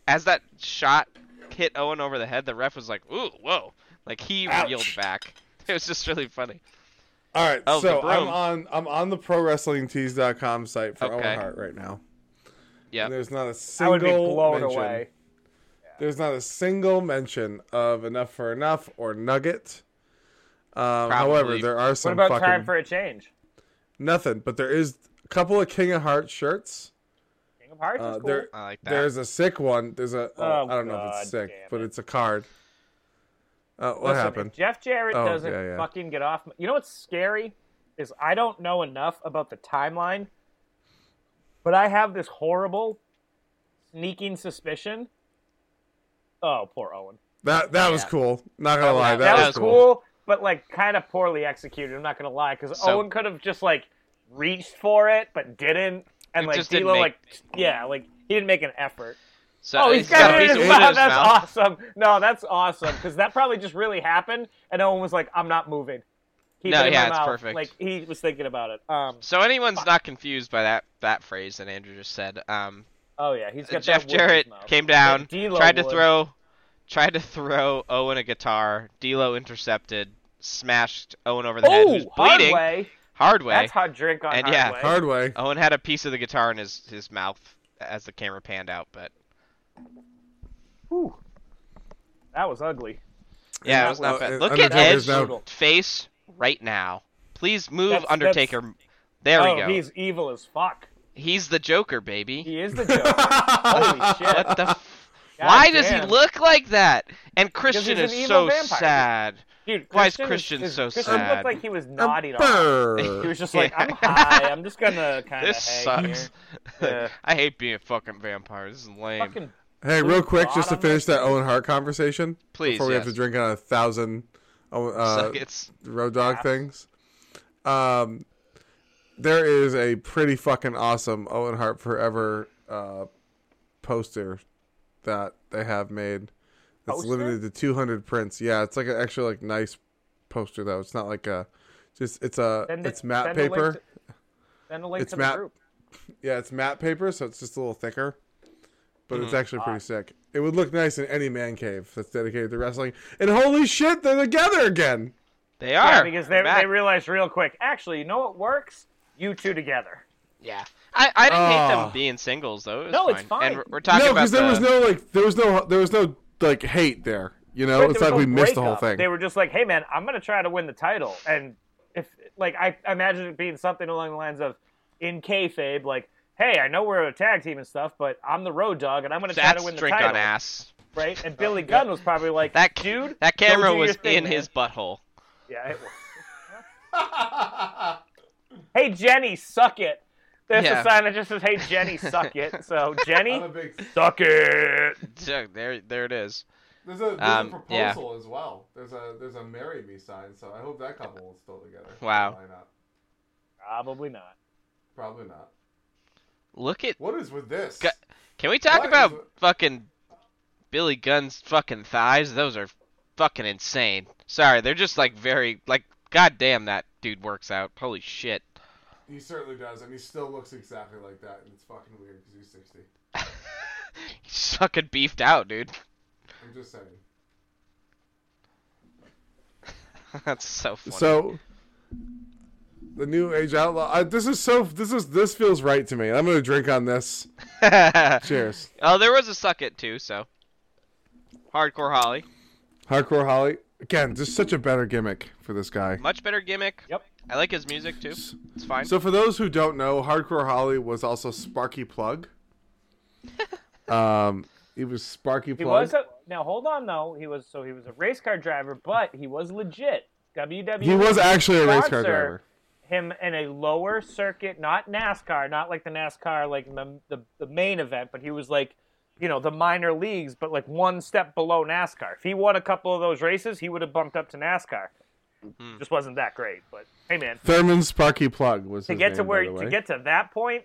B: as that shot hit Owen over the head, the ref was like, "Ooh, whoa!" Like he reeled
C: Ouch.
B: back. It was just really funny.
C: All right,
B: Oh, the
C: so I'm
B: broom.
C: on I'm on the ProWrestlingTees.com site for
B: Okay.
C: Owen Hart right now.
B: Yeah.
C: And there's not a
A: I
C: single
A: would be blown
C: mention-
A: away.
C: There's not a single mention of enough for enough or nugget. Um,
B: Probably.
C: however, there are some
A: What about
C: fucking
A: time for a change?
C: nothing, but there is a couple of King of Hearts shirts.
A: King of Hearts
C: Uh,
A: is cool.
C: there,
B: I like that.
C: there's a sick one. There's a.
A: Oh,
C: I don't know if it's
A: God
C: sick,
A: damn
C: but
A: it.
C: it's a card. Uh, what
A: Listen, if
C: happened?
A: Jeff Jarrett
C: Oh,
A: doesn't
C: yeah, yeah.
A: fucking get off. You know what's scary is I don't know enough about the timeline, but I have this horrible, sneaking suspicion. Oh, poor Owen.
C: That that was
B: Yeah.
C: cool. Not gonna lie, that,
A: that
C: was,
A: was
C: cool.
A: cool, but like kind of poorly executed. I'm not gonna lie, because
B: So-
A: Owen could have just like reached for it but didn't, and
B: It
A: like
B: just didn't
A: D'Lo
B: make-
A: like yeah, like he didn't make an effort.
B: So
A: Oh, he's got, it in his
B: piece of
A: mouth.
B: wood in his
A: That's
B: mouth.
A: awesome. No, that's awesome because that probably just really happened, and Owen was like, "I'm not moving." Keep
B: No,
A: it in
B: yeah,
A: my
B: it's
A: mouth.
B: perfect.
A: Like he was thinking about it. Um.
B: So anyone's not confused by that that phrase that Andrew just said. Um,
A: Oh yeah, he's got
B: Jeff
A: that wood in
B: Jarrett
A: his mouth.
B: came down,
A: Like, D'Lo
B: tried to
A: would.
B: throw, tried to throw Owen a guitar. D'Lo intercepted, smashed Owen over the head,
A: Oh,
B: who's
A: hard
B: bleeding
A: way.
B: hard way.
A: That's hard drink on
B: And
A: hard
B: yeah.
A: way.
C: Hard way.
B: Owen had a piece of the guitar in his his mouth as the camera panned out, but
A: Whew. That was ugly.
B: yeah,
A: that
B: it was not
C: was-
B: bad.
C: and
B: Look at
C: Undertaker's
B: Edge's
C: now-
A: Brutal.
B: face right now. Please move
A: That's- that's-
B: Undertaker. There
A: oh,
B: we go. He's...
A: he's evil as fuck.
B: the Joker, baby.
A: He is the Joker. Oh, Holy shit!
B: What the? F- Why does he
A: Goddamn.
B: look like that? And Christian
A: he's
B: is
A: an evil
B: so
A: vampire.
B: sad.
A: Dude,
B: Why is
A: Christian
B: Christian so
A: Christian
B: sad?
A: looked like he was
C: A
A: nodding. off. He
C: bird.
A: was just like,
B: Yeah.
A: "I'm high. I'm just gonna kind of
B: This sucks.
A: Yeah.
B: I hate being a fucking vampire. This is lame.
A: Fucking
C: hey, real quick, just to
A: bottom
C: finish that
A: of-
C: Owen Hart conversation
B: Please,
C: before we have
B: yes.
C: to drink on a thousand Owen-
B: so
C: uh,
B: it's
C: road dog
A: Yeah.
C: things. Um, there is a pretty fucking awesome Owen Hart Forever uh, poster that they have made. It's
A: Poster?
C: limited to 200 prints. Yeah, it's like an actually like nice poster though. It's not like a just it's a
A: Send it-
C: it's matte
A: send a link
C: paper.
A: to- send a link
C: It's
A: to
C: matte-
A: the group.
C: Yeah, it's matte paper, so it's just a little thicker. But
A: Mm-hmm.
C: it's actually pretty sick. It would look nice in any man cave that's dedicated to wrestling. And holy shit, they're together again.
B: they
A: Yeah,
B: are
A: because
B: They're
A: they,
B: back.
A: they realized real quick. Actually, you know what works? You two together.
B: yeah. Ah. I, I didn't hate
C: Oh.
B: them being singles though. It was
A: No, it's fine.
B: And we're, we're talking
C: no,
B: about
C: because there
B: the-
C: was no like there was no there was no like hate there. You know,
A: But
C: Oh, it's
A: there
C: like
A: was
C: we
A: no
C: missed the whole
A: breakup.
C: thing.
A: They were just like, "Hey, man, I'm gonna try to win the title." And if like I I imagine it being something along the lines of, in kayfabe, like, "Hey, I know we're a tag team and stuff, but I'm the road dog, and I'm gonna try
B: that's
A: to win the
B: drink
A: title."
B: on ass.
A: Right? And Billy Gunn was probably like,
B: That
A: dude,
B: That
A: go
B: camera
A: do your
B: was
A: thing,
B: in
A: man."
B: his butthole.
A: Yeah. It was. hey Jenny, suck it. There's
B: Yeah.
A: a sign that just says, "Hey Jenny, suck it." So Jenny,
C: big.
A: suck it.
B: So, there there it is.
C: There's a, there's
B: Um, yeah. proposal
C: as well. There's a there's a marry me sign. So I hope that couple is still together.
B: Wow.
C: Why not?
A: Probably not.
C: Probably not.
B: Look at.
C: What is with this?
B: Gu- Can we talk
C: What
B: about
C: is it?
B: fucking Billy Gunn's fucking thighs? Those are fucking insane. Sorry, they're just like very like. Goddamn, that dude works out. Holy shit.
C: He certainly does, and he still looks exactly like that, and it's fucking weird because he's sixty.
B: He's fucking beefed out, dude.
C: I'm just saying.
B: That's so funny.
C: So, the new age outlaw. I, this is so. This is this feels right to me. I'm gonna drink on this. Cheers.
B: oh, there was a suck it too, so. Hardcore Holly.
C: Hardcore Holly. Again, just such a better gimmick for this guy.
B: Much better gimmick.
A: Yep.
B: I like his music too. It's fine.
C: So for those who don't know, Hardcore Holly was also Sparky Plug. um, he was Sparky
A: He
C: Plug.
A: was a, now hold on though. He was so he was a race car driver, but he was legit. WWE
C: he was actually a race car
A: Sponsor.
C: driver.
A: him in a lower circuit, not NASCAR, not like the NASCAR like the, the the main event, but he was like you know the minor leagues, but like one step below NASCAR. If he won a couple of those races, he would have bumped up to NASCAR. Just wasn't that great, but hey man,
C: Thurman Sparky Plug was
A: to
C: his
A: get to
C: name, by
A: where
C: the way.
A: to get to that point,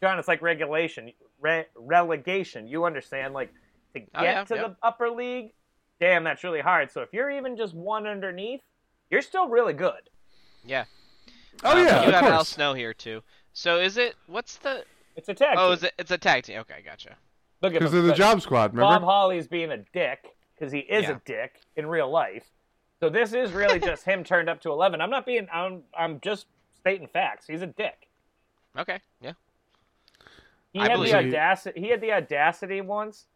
A: John, it's like regulation, re- relegation. You understand? Like to get
B: Oh, yeah,
A: to
B: yeah.
A: the upper league, damn, that's really hard. So if you're even just one underneath, you're still really good.
B: yeah.
C: Oh
B: Um,
C: yeah,
B: You
C: of
B: have Al
C: course.
B: Snow here too. So is it? What's the?
A: It's a tag.
B: Oh,
A: team.
B: is it? It's a tag team. Okay, gotcha.
A: Look at
C: Because
A: him.
C: of the
A: But
C: Job Squad.
A: Bob
C: Remember?
A: Holly's being a dick because he is
B: Yeah.
A: a dick in real life. So this is really just him turned up to eleven. I'm not being. I'm. I'm just stating facts. He's a dick.
B: Okay. Yeah.
A: He
B: I
A: had
B: believe
A: the
B: it.
A: audacity. He had the audacity once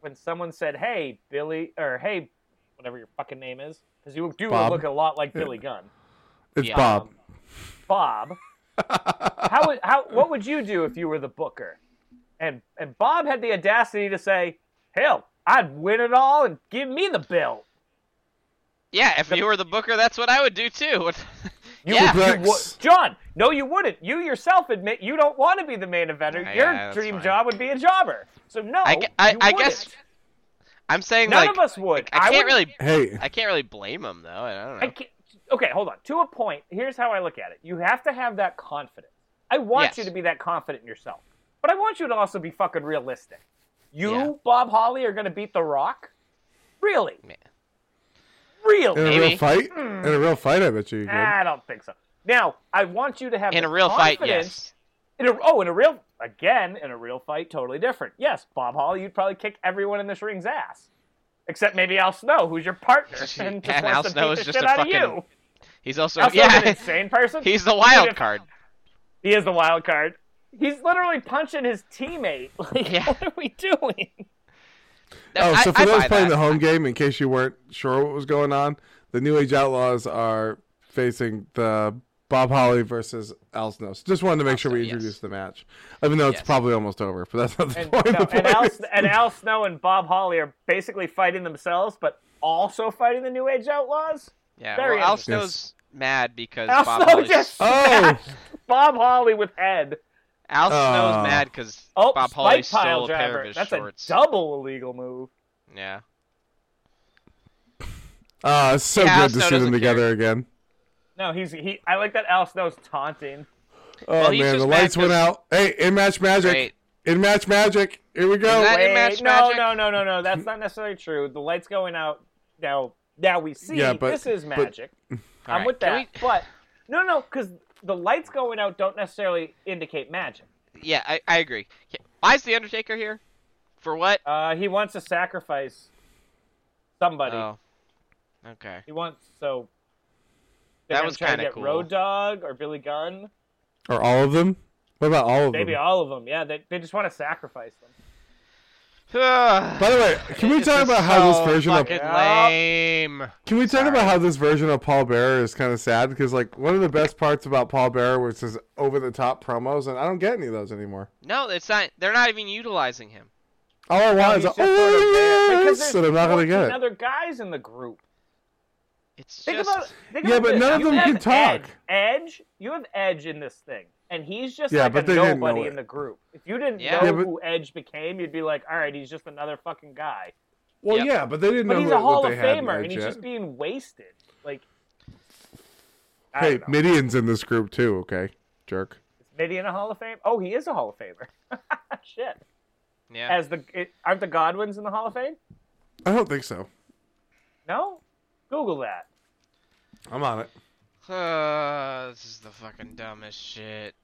A: when someone said, "Hey, Billy," or "Hey, whatever your fucking name is," because you do
C: Bob.
A: look a lot like Billy Gunn.
C: it's
B: Yeah.
C: Bob.
A: Bob How would how what would you do if you were the booker? And and Bob had the audacity to say, "Hell, I'd win it all and give me the bill."
B: Yeah, if you were the booker, that's what I would do too.
A: You
B: yeah.
A: would, you
C: Rex.
A: would, John. No, you wouldn't. You yourself admit you don't want to be the main eventer.
B: Yeah,
A: Your
B: yeah, that's
A: dream
B: fine.
A: job would be a jobber. So no,
B: I, gu- I,
A: you
B: I
A: wouldn't.
B: guess I'm saying
A: none
B: like
A: of us would.
B: I
A: wouldn't-
B: can't really
C: Hey,
B: I can't really blame him though. I don't know.
A: I can't, okay, hold on. To a point, here's how I look at it. You have to have that confidence. I want
B: Yes.
A: you to be that confident in yourself, but I want you to also be fucking realistic. You,
B: Yeah.
A: Bob Holly, are going to beat The Rock? Really?
B: Yeah.
A: Really?
C: in a
B: Maybe.
C: real fight, in a real fight, I bet you. you could.
A: I don't think so. Now, I want you to have
B: In
A: the
B: a real fight,
A: confidence-
B: yes.
A: In a, oh, in a real again, in a real fight, totally different. Yes, Bob Holly, you'd probably kick everyone in this ring's ass, except maybe Al Snow, who's your partner, and just
B: And
A: wants
B: Al
A: to
B: Snow
A: beat
B: is
A: the
B: just
A: shit
B: a
A: out
B: fucking-
A: of you.
B: He's also
A: Al Snow's an
B: yeah.
A: insane person.
B: He's the wild
A: if-
B: card.
A: He is the wild card. He's literally punching his teammate. Like,
B: Yeah.
A: what are we doing?
B: No,
C: Oh,
B: I-
C: so for
B: I
C: those
B: buy
C: playing
B: that.
C: the home game, in case you weren't sure what was going on, the New Age Outlaws are facing the Bob Holly versus Al Snow. So just wanted to make sure we
B: Snow, yes.
C: introduced the match, even though it's
B: Yes.
C: probably almost over. But that's not the
A: And,
C: point.
A: no,
C: The
A: and,
C: point
A: Al,
C: is-
A: and Al Snow and Bob Holly are basically fighting themselves, but also fighting the New Age Outlaws.
B: Yeah,
A: Very
B: well, Al
A: interesting.
B: Snow's mad because
A: Al
B: Bob
A: Snow
B: Holly's-
A: just
C: oh,
A: Bob Holly with head.
B: Al Snow's
C: Oh.
B: mad because
A: Oh,
B: Bob
A: spike pile
B: Holly stole a
A: driver.
B: pair of his
A: That's
B: shorts.
A: a double illegal move.
B: yeah,
C: Ah, it's so
B: Yeah, Al
C: good to
B: Snow
C: see them
B: doesn't care.
C: together again.
A: No, he's he. I like that Al Snow's taunting.
C: Oh
B: Well, he's
C: man,
B: just
C: the
B: mad
C: lights went
B: 'cause-
C: out. Hey, in match magic,
B: great.
C: in match magic. Here we go.
B: Is that-
A: Wait,
B: match
A: no,
B: magic?
A: no, no, no, no. That's not necessarily true. The lights going out now. Now we see.
C: Yeah, but-
A: this is
C: but-
A: magic. I'm
B: Alright,
A: with
B: can
A: that. But no, no, because the lights going out don't necessarily indicate magic.
B: we- yeah, I, I agree. Yeah. Why is the Undertaker here? For what?
A: Uh, he wants to sacrifice somebody.
B: Oh, okay.
A: He wants so.
B: That
A: they're gonna
B: was
A: try to
B: kinda
A: get
B: cool.
A: Road Dog or Billy Gunn,
C: Or all of them? What about all of
A: maybe
C: them?
A: all of them. Yeah, they, they just want to sacrifice them.
C: By the way, can we talk about how
A: Oh,
C: this version of
B: fucking
A: Yep.
B: lame?
C: Can we talk
B: Sorry.
C: about how this version of Paul Bearer is kind of sad? Because like one of the best parts about Paul Bearer was his over the top promos, and I don't get any of those anymore.
B: No, it's not. They're not even utilizing him.
C: All I want
A: He's
C: is a,
A: just sort of there
C: oh
A: because
C: yes,
A: there's
C: and I'm not
A: 14
C: gonna get it.
A: Other guys in the group.
B: It's
A: Think
B: just
A: about think
C: Yeah,
A: about
C: but
A: this.
C: none of
A: You
C: them
A: have
C: can talk.
A: Edge, Edge, you have Edge in this thing, and he's just
C: Yeah,
A: like
C: but
A: a
C: they didn't
A: nobody
C: know it.
A: in the group. If you didn't
B: Yeah.
A: know
C: Yeah, but-
A: who Edge became, you'd be like, all right, he's just another fucking guy.
C: Well,
B: Yep.
C: yeah, but they didn't
A: But
C: know
A: he's
C: what,
A: a Hall
C: what
A: of
C: they had in
A: Famer, and
C: Edge
A: he's
C: yet.
A: just being wasted. Like, I
C: Hey,
A: don't know.
C: Midian's in this group too. Okay, jerk.
A: Is Midian a Hall of Fame? Oh, he is a Hall of Famer. Shit.
B: yeah.
A: As the it, aren't the Godwins in the Hall of Fame?
C: I don't think so.
A: No. Google that.
C: I'm on it.
B: Uh, this is the fucking dumbest shit.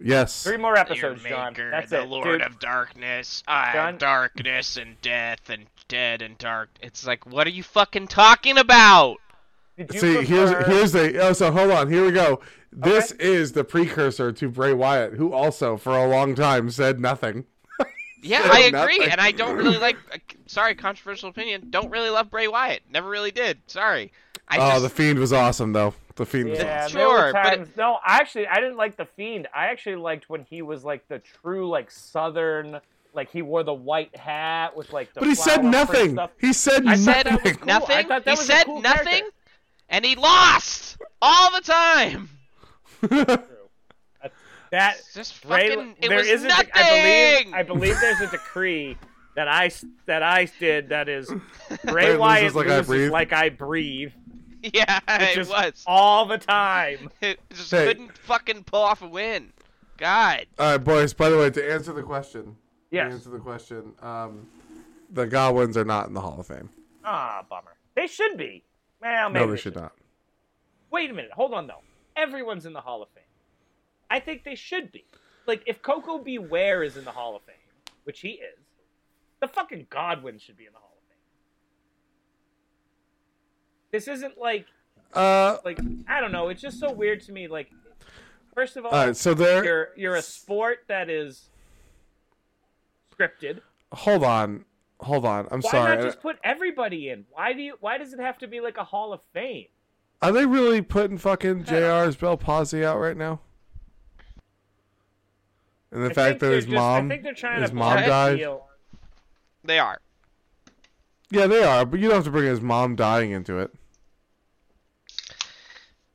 C: Yes.
A: Three more
B: Your
A: episodes, John.
B: maker,
A: That's
B: the
A: it,
B: Lord
A: dude.
B: of Darkness. I am
A: John-
B: darkness and death and dead and dark. It's like, what are you fucking talking about?
A: Did you
C: See,
A: prefer-
C: here's here's the oh, so hold on, here we go. This is the precursor to Bray Wyatt, who also for a long time said nothing.
B: Yeah,
C: Said
B: I agree,
C: nothing.
B: and I don't really like. uh, Sorry, controversial opinion. Don't really love Bray Wyatt. Never really did. Sorry. I
C: oh,
B: just,
C: the fiend was awesome though. The fiend was
A: Yeah,
C: awesome.
A: there were
B: Sure, but it-
A: times- no, actually, I didn't like the fiend. I actually liked when he was like the true like Southern, like he wore the white hat with like. The
C: But he
A: flower
C: said
A: print
C: nothing.
A: Stuff.
C: He said
B: I
C: nothing.
B: said
A: cool. I
B: nothing.
A: thought that
B: he
A: was a
B: said
A: cool
B: nothing,
A: character.
B: and he lost all the time.
A: That
B: Just fucking.
A: Ray,
B: it
A: there
B: was
A: isn't.
B: nothing.
A: I believe. I believe there's a decree that I s- that I did that is Ray
C: loses
A: Wyatt
C: like I
A: loses
C: breathe.
A: like I breathe.
B: yeah, it
A: just
B: was.
A: all the time.
B: It just
C: Hey.
B: couldn't fucking pull off a win. God.
C: All right, boys. By the way, to answer the question, to
A: Yes.
C: answer the question, um, the Godwins are not in the Hall of Fame.
A: Ah, bummer. They should be. Well, maybe
C: No, they
A: should
C: should not.
A: Wait a minute. Hold on, though. Everyone's in the Hall of Fame. I think they should be. Like, if Coco Beware is in the Hall of Fame, which he is, the fucking Godwin should be in the Hall of Fame. This isn't like,
C: Uh,
A: like I don't know. It's just so weird to me. Like, first of all,
C: all right. So there.
A: you're you're a sport that is scripted.
C: Hold on. Hold on. I'm
A: Why
C: sorry.
A: not just put everybody in? Why do you? Why does it have to be like a Hall of Fame?
C: Are they really putting fucking JR's Bell Palsy out right now? And the
A: I
C: fact
A: think
C: that
A: they're
C: his
A: just-
C: mom,
A: I think they're trying
C: his
A: to
C: mom
A: block
C: died.
A: Neil.
B: They are.
C: Yeah, they are, but you don't have to bring his mom dying into it.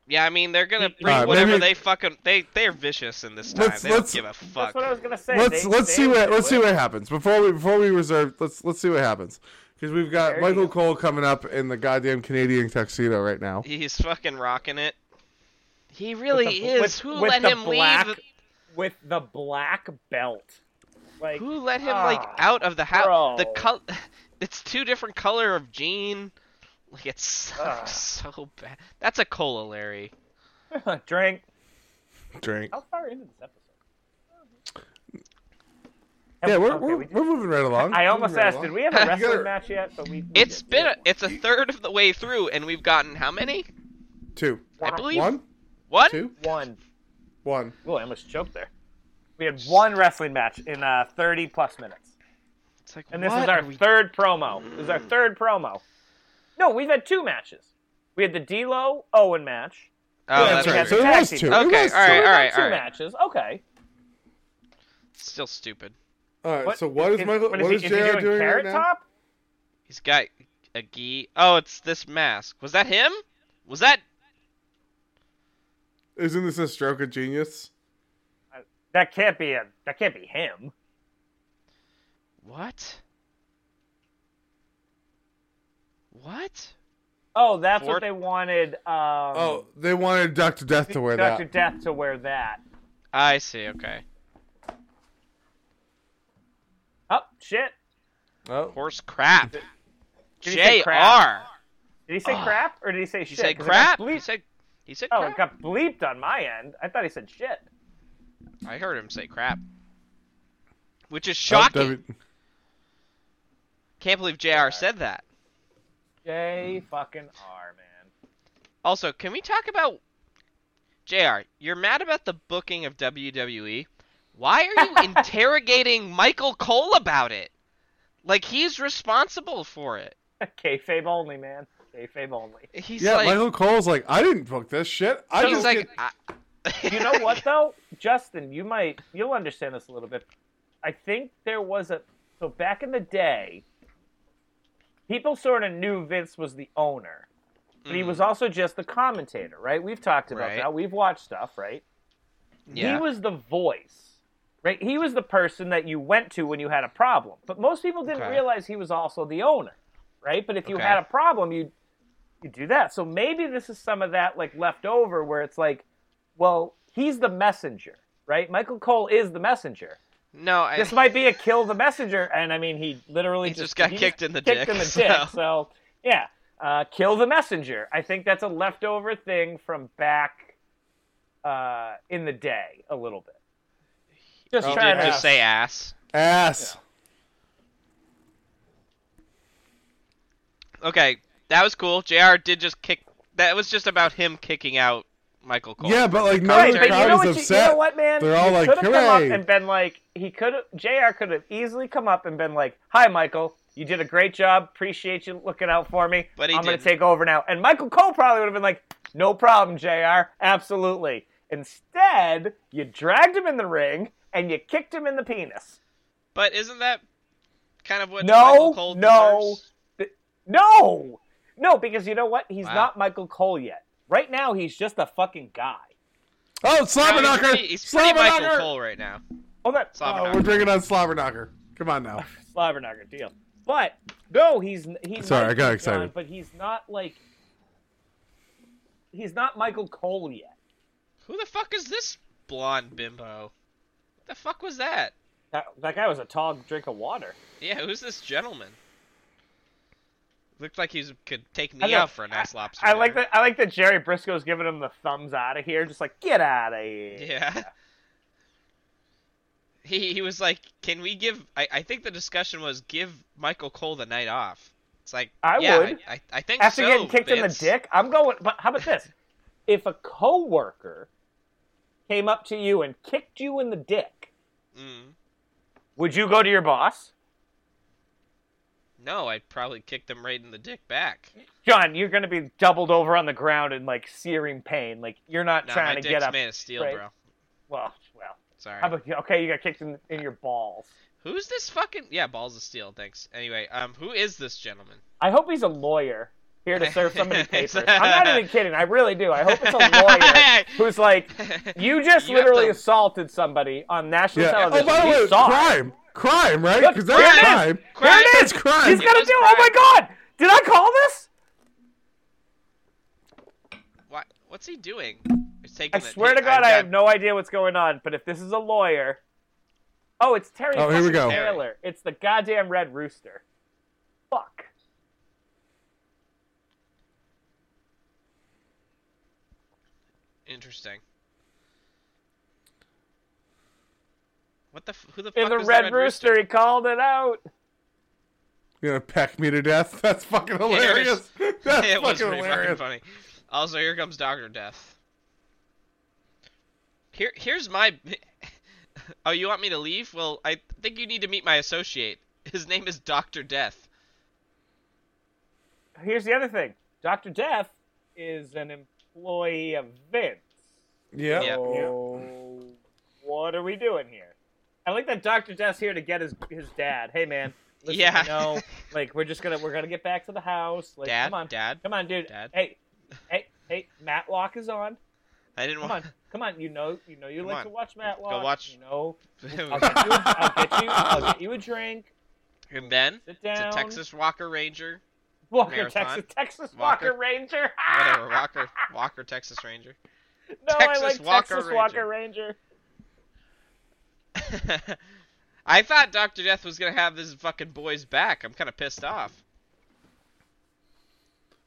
B: Yeah, I mean they're gonna
A: Alright,
B: bring
C: maybe-
B: whatever they fucking they they're vicious in this time.
C: Let's-
B: they don't
C: let's-
B: give a
A: That's
B: fuck.
A: what I was gonna say.
C: Let's
A: They-
C: let's
A: they
C: see what
A: do
C: let's
A: it.
C: see what happens before we before we reserve. Let's let's see what happens because we've got
A: There
C: Michael
A: you go.
C: Cole coming up in the goddamn Canadian tuxedo right now.
B: He's fucking rocking it. He really
A: With the-
B: is.
A: with-
B: who
A: with
B: let
A: the
B: him
A: black-
B: leave?
A: with the black belt. Like
B: Who let him like
A: Ah,
B: out of the house?
A: bro.
B: The col- it's two different color of jean. Like it's so,
A: Ah.
B: so bad. That's a cola, Larry.
A: drink.
C: Drink.
A: How far into this episode?
C: Yeah, we're,
A: Okay,
C: we're,
A: we-
C: we're moving right along.
A: I
C: We're
A: almost
C: moving right
A: asked,
C: along.
A: did we have a wrestling
C: gotta-
A: match yet? But we, we
B: It's
A: did.
B: been a, it's a third of the way through, and we've gotten how many?
C: two,
B: I believe
C: one,
B: one.
C: two,
A: one.
C: one.
A: Whoa, I almost choked there. We had one wrestling match in uh, 30 plus minutes.
B: It's like,
A: And this
B: what
A: is
B: are
A: our
B: we...
A: third promo. This is our third promo. No, we've had two matches. We had the D'Lo Owen match.
B: Oh,
A: Yeah,
B: that's
A: sorry.
B: right.
C: So there
A: Tag
C: was
A: team.
C: two. There
B: Okay,
C: was
B: all right,
C: two.
B: all
A: We've had
B: right,
A: two
B: all right.
A: matches. Okay.
B: Still stupid.
C: All right. So what is Michael?
A: What
C: What
A: is,
C: is,
A: he,
C: JR
A: is he doing?
C: doing right
A: Carrot
C: now?
A: Top?
B: He's got a gi. Oh, it's this mask. Was that him? Was that?
C: Isn't this a stroke of genius?
A: That can't be a. That can't be him.
B: What? What?
A: Oh, that's
B: Fort-
A: what they wanted. Um,
C: Oh, they wanted Doctor Death to wear
A: Doctor
C: that.
A: Death to wear that.
B: I see. Okay.
A: Oh shit!
C: Oh,
B: Horse crap.
A: Did he say crap?
B: J.R.
A: Did he say
B: Ah.
A: crap or did he say
B: He
A: shit?
B: said
A: 'Cause it got
B: crap.
A: bleeped-
B: He said. He said
A: oh,
B: crap.
A: it got bleeped on my end. I thought he said shit.
B: I heard him say crap, which is shocking.
C: W-
B: Can't believe Jr. said that.
A: J fucking R, man.
B: Also, can we talk about Jr. You're mad about the booking of WWE. Why are you interrogating Michael Cole about it? Like he's responsible for it.
A: Kayfabe only, man. Kayfabe only.
B: He's
C: yeah,
B: like,
C: Michael Cole's like, I didn't book this shit. I
B: he's
C: just
B: like,
C: get-
B: I-
A: You know what though, Justin? You might you'll understand this a little bit. I think there was a so back in the day, people sort of knew Vince was the owner, but he
B: Mhm.
A: was also just the commentator, right? We've talked about
B: Right.
A: that. We've watched stuff, right?
B: Yeah.
A: He was the voice, right? He was the person that you went to when you had a problem. But most people didn't
B: Okay.
A: realize he was also the owner, right? But if you
B: Okay.
A: had a problem, you you do that. So maybe this is some of that like left over where it's like, well, he's the messenger, right? Michael Cole is the messenger.
B: no, I,
A: This might be a kill the messenger, and I mean he literally
B: He just got
A: he
B: kicked in the
A: kicked
B: dick,
A: in the
B: so-
A: dick. So yeah, uh, kill the messenger. I think that's a leftover thing from back uh, in the day a little bit. Just
C: He
A: trying
B: did
A: to
B: just say ass.
C: ass.
B: Okay, that was cool. Jr. did just kick. That was just about him kicking out Michael Cole.
C: Yeah, but like none
A: Right, but
C: of the
A: you know,
C: crowd
A: what
C: is
A: you, you
C: upset.
A: know what, man?
C: They're all
A: He
C: like,
A: could've come
C: "Hooray."
A: up and been like, he could have, JR could have easily come up and been like, hi, Michael, you did a great job. Appreciate you looking out for me.
B: But he
A: I'm going to
B: didn't.
A: take over now. And Michael Cole probably would have been like, no problem, JR. Absolutely. Instead, you dragged him in the ring and you kicked him in the penis.
B: But isn't that kind of what
A: No,
B: Michael Cole
A: no.
B: deserves?
A: No! No, because you know what? He's
B: Wow.
A: not Michael Cole yet. Right now, he's just a fucking guy.
C: Oh,
B: No, he's
C: Slobberknocker!
B: pretty, he's pretty Michael
C: Slobberknocker!
B: Cole right now.
A: Hold on. Uh,
C: Oh, we're drinking on Slobberknocker. Come on now.
A: Slobberknocker deal. But no, he's he's
C: Sorry, I got excited.
A: but he's not like he's not Michael Cole yet.
B: Who the fuck is this blonde bimbo? The fuck was that?
A: That, that guy was a tall drink of water.
B: Yeah, who's this gentleman? Looked like he was, could take
A: I
B: me
A: know.
B: out for a nice lobster.
A: I like
B: dinner.
A: that. I like that Jerry Briscoe's giving him the thumbs out of here, just like get out of here.
B: Yeah. He he was like, can we give? I, I think the discussion was give Michael Cole the night off. It's like
A: I
B: yeah,
A: would.
B: I, I, I think
A: After
B: so,
A: getting kicked in the
B: Vince.
A: dick, I'm going. But how about this? if a coworker came up to you and kicked you in the dick,
B: Mm,
A: would you go to your boss?
B: No, I'd probably kick them right in the dick back.
A: John, you're gonna be doubled over on the ground in like searing pain. Like you're not
B: No,
A: trying
B: my
A: to
B: dick's
A: get up.
B: made of steel,
A: right?
B: bro.
A: Well, well.
B: Sorry.
A: How about you? Okay, you got kicked in, in your balls.
B: Who's this fucking? Yeah, balls of steel. Thanks. Anyway, um, who is this gentleman?
A: I hope he's a lawyer here to serve somebody papers. I'm not even kidding. I really do. I hope it's a lawyer who's like, you just
B: You have
A: literally
B: to-
A: assaulted somebody on national
C: Yeah. Oh,
A: television.
C: by the
A: You
C: way,
A: saw it.
C: crime, crime, right?
A: Look,
C: Because
A: here it
C: that's
A: is.
C: crime.
B: Crime.
A: Here it
C: That's
A: is.
C: crime.
A: He's gonna
B: It
A: do. Oh
B: was
A: my god! Did I call this?
B: What? What's he doing? He's taking
A: I
B: the-
A: swear to
B: I've
A: God, I
B: got-
A: have no idea what's going on. But if this is a lawyer, oh, it's Terry
C: Oh, here we
A: fucking
C: go.
A: Taylor. It's the goddamn Red Rooster. Fuck.
B: Interesting. What the? F- who the fuck
A: In the
B: is
A: Red,
B: the Red
A: Rooster, he called it out.
C: You're gonna peck me to death. That's fucking
B: it is.
C: hilarious. That's
B: it was
C: fucking
B: pretty fucking
C: hilarious.
B: funny. Also, here comes Doctor Death. Here, here's my. Oh, you want me to leave? Well, I think you need to meet my associate. His name is Doctor Death.
A: Here's the other thing. Doctor Death is an employee of Vince.
C: Yeah.
A: So what are we doing here? I like that Doctor Death's here to get his his dad. Hey man, listen,
B: Yeah.
A: you know, like we're just gonna we're gonna get back to the house. Like,
B: Dad,
A: come on,
B: Dad,
A: come on, dude.
B: Dad.
A: Hey, hey, hey, Matlock is on.
B: I didn't
A: Come
B: want.
A: on, come on. You know, you know, you
B: Come
A: like
B: on.
A: to watch Matlock.
B: watch-
A: You know, I'll
B: and
A: get you, a, I'll get you, I'll get you a drink.
B: then
A: Sit
B: it's
A: down.
B: a Texas Walker Ranger.
A: Walker,
B: Marathon.
A: Texas, Texas
B: Walker.
A: Walker, Ranger.
B: Whatever, Walker, Walker, Texas Ranger.
A: no,
B: Texas
A: I like
B: Walker
A: Texas
B: Ranger.
A: Walker Ranger.
B: I thought Doctor Death was gonna have his fucking boys back. I'm kind of pissed off.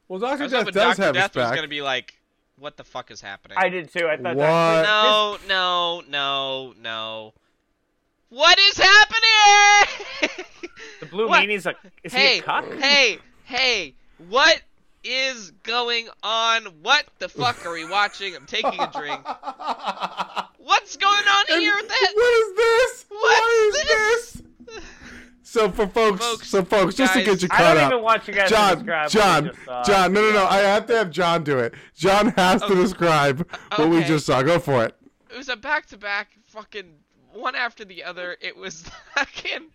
C: Well,
B: I
C: Doctor
B: was
C: Death
B: hoping
C: does
B: Dr.
C: have his
B: Death was
C: back.
B: gonna be like, "What the fuck is happening?"
A: I did too. I thought
C: What?
A: that.
B: No, no, no, no. What is happening?
A: The blue
B: What?
A: meanie's a is he
B: hey,
A: a cuck?
B: hey, hey! What is going on? What the fuck are we watching? I'm taking a drink. What's going on
C: And
B: here? with That
C: What is this?
B: What is
C: what is this? So for folks,
B: Folks,
C: so folks, just to
B: guys-
C: get you
A: I
C: caught
A: don't
C: up,
A: even want you guys to
C: John,
A: describe
C: John,
A: what we just uh, saw.
C: John, no, no, no, I have to have John do it. John has to
B: Okay.
C: describe what we
B: Oh. Okay.
C: just saw. Go for it.
B: it was a back-to-back, fucking one after the other. It was fucking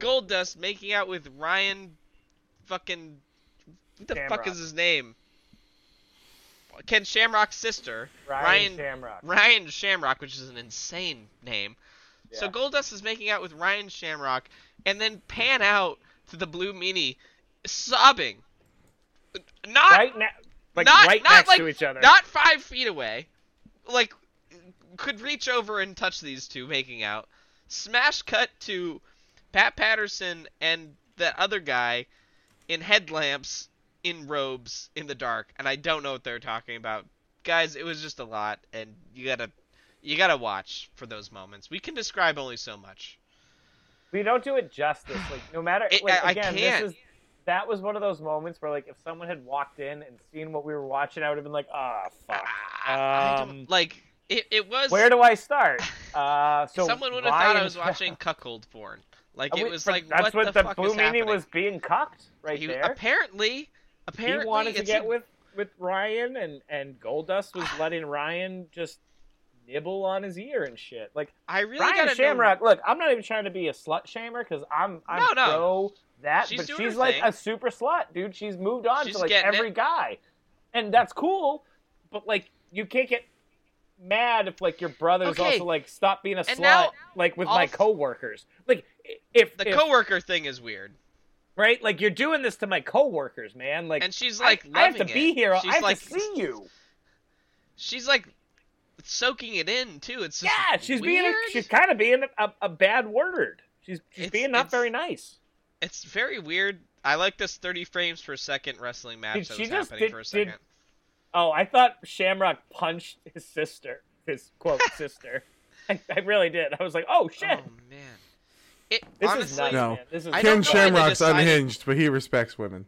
B: Gold Dust making out with Ryan, fucking. What the fuck
A: Shamrock.
B: is his name? Ken Shamrock's sister,
A: Ryan,
B: Ryan
A: Shamrock.
B: Ryan Shamrock, which is an insane name. So
A: Yeah.
B: Goldust is making out with Ryan Shamrock, and then pan out to the Blue Meanie, sobbing. Not
A: Right now, like
B: not,
A: right
B: not
A: next
B: like,
A: to each other.
B: Not five feet away. Like, could reach over and touch these two making out. Smash cut to Pat Patterson and that other guy in headlamps, in robes, in the dark, and I don't know what they're talking about. Guys, it was just a lot, and you gotta. You gotta watch for those moments. We can describe only so much.
A: we don't do it justice. Like no matter.
B: It-
A: like,
B: I- I
A: again,
B: can't.
A: This is, that was one of those moments where, like, if someone had walked in and seen what we were watching, I would have been like, "Ah, fuck.
B: I don't-
A: Um,
B: like it, it was.
A: Where do I start?" Uh, so
B: someone would have thought I
A: Ryan-
B: was watching cuckold porn. Like
A: Are
B: it
A: we-
B: was
A: but
B: like
A: that's
B: what
A: what
B: the,
A: the,
B: fuck
A: blue
B: is happening?
A: meanie was being cocked right
B: He-
A: there.
B: Apparently, apparently
A: he wanted to
B: it's
A: get
B: a-
A: with with Ryan, and and Goldust was letting Ryan just nibble on his ear and shit. Like
B: I really
A: Ryan
B: gotta
A: Shamrock. Look, I'm not even trying to be a slut shamer because I'm I'm
B: No, no.
A: pro that,
B: She's
A: but
B: doing
A: she's
B: her
A: like
B: thing.
A: a super slut, dude. She's moved on
B: She's
A: to like
B: getting
A: every
B: it.
A: guy, and that's cool. But like, you can't get mad if like your brother's
B: Okay.
A: also like stop being a slut,
B: And now-
A: like with
B: all
A: my
B: f-
A: coworkers. Like if
B: Know, the
A: if-
B: coworker thing is weird,
A: right, like you're doing this to my coworkers, man. Like
B: and she's like,
A: I, I have to
B: loving
A: be
B: it.
A: here.
B: She's
A: I have
B: like,
A: to see you.
B: She's like soaking it in too. It's just
A: Yeah, she's
B: weird.
A: being a, she's kind of being a, a, a bad word. She's she's
B: It's-
A: being not
B: it's-
A: very nice.
B: It's very weird. I like this 30 frames per second wrestling match
A: Did
B: that
A: she
B: was
A: just-
B: happening
A: did-
B: for a
A: did-
B: second.
A: Oh, I thought Shamrock punched his sister, his quote sister. I, I really did. I was like, oh shit,
B: oh man, it
A: this is
B: honestly.
A: nuts,
C: No.
A: man. This is
B: I don't
C: Ken
B: know why they
C: Shamrock's
B: decided-
C: unhinged, but he respects women.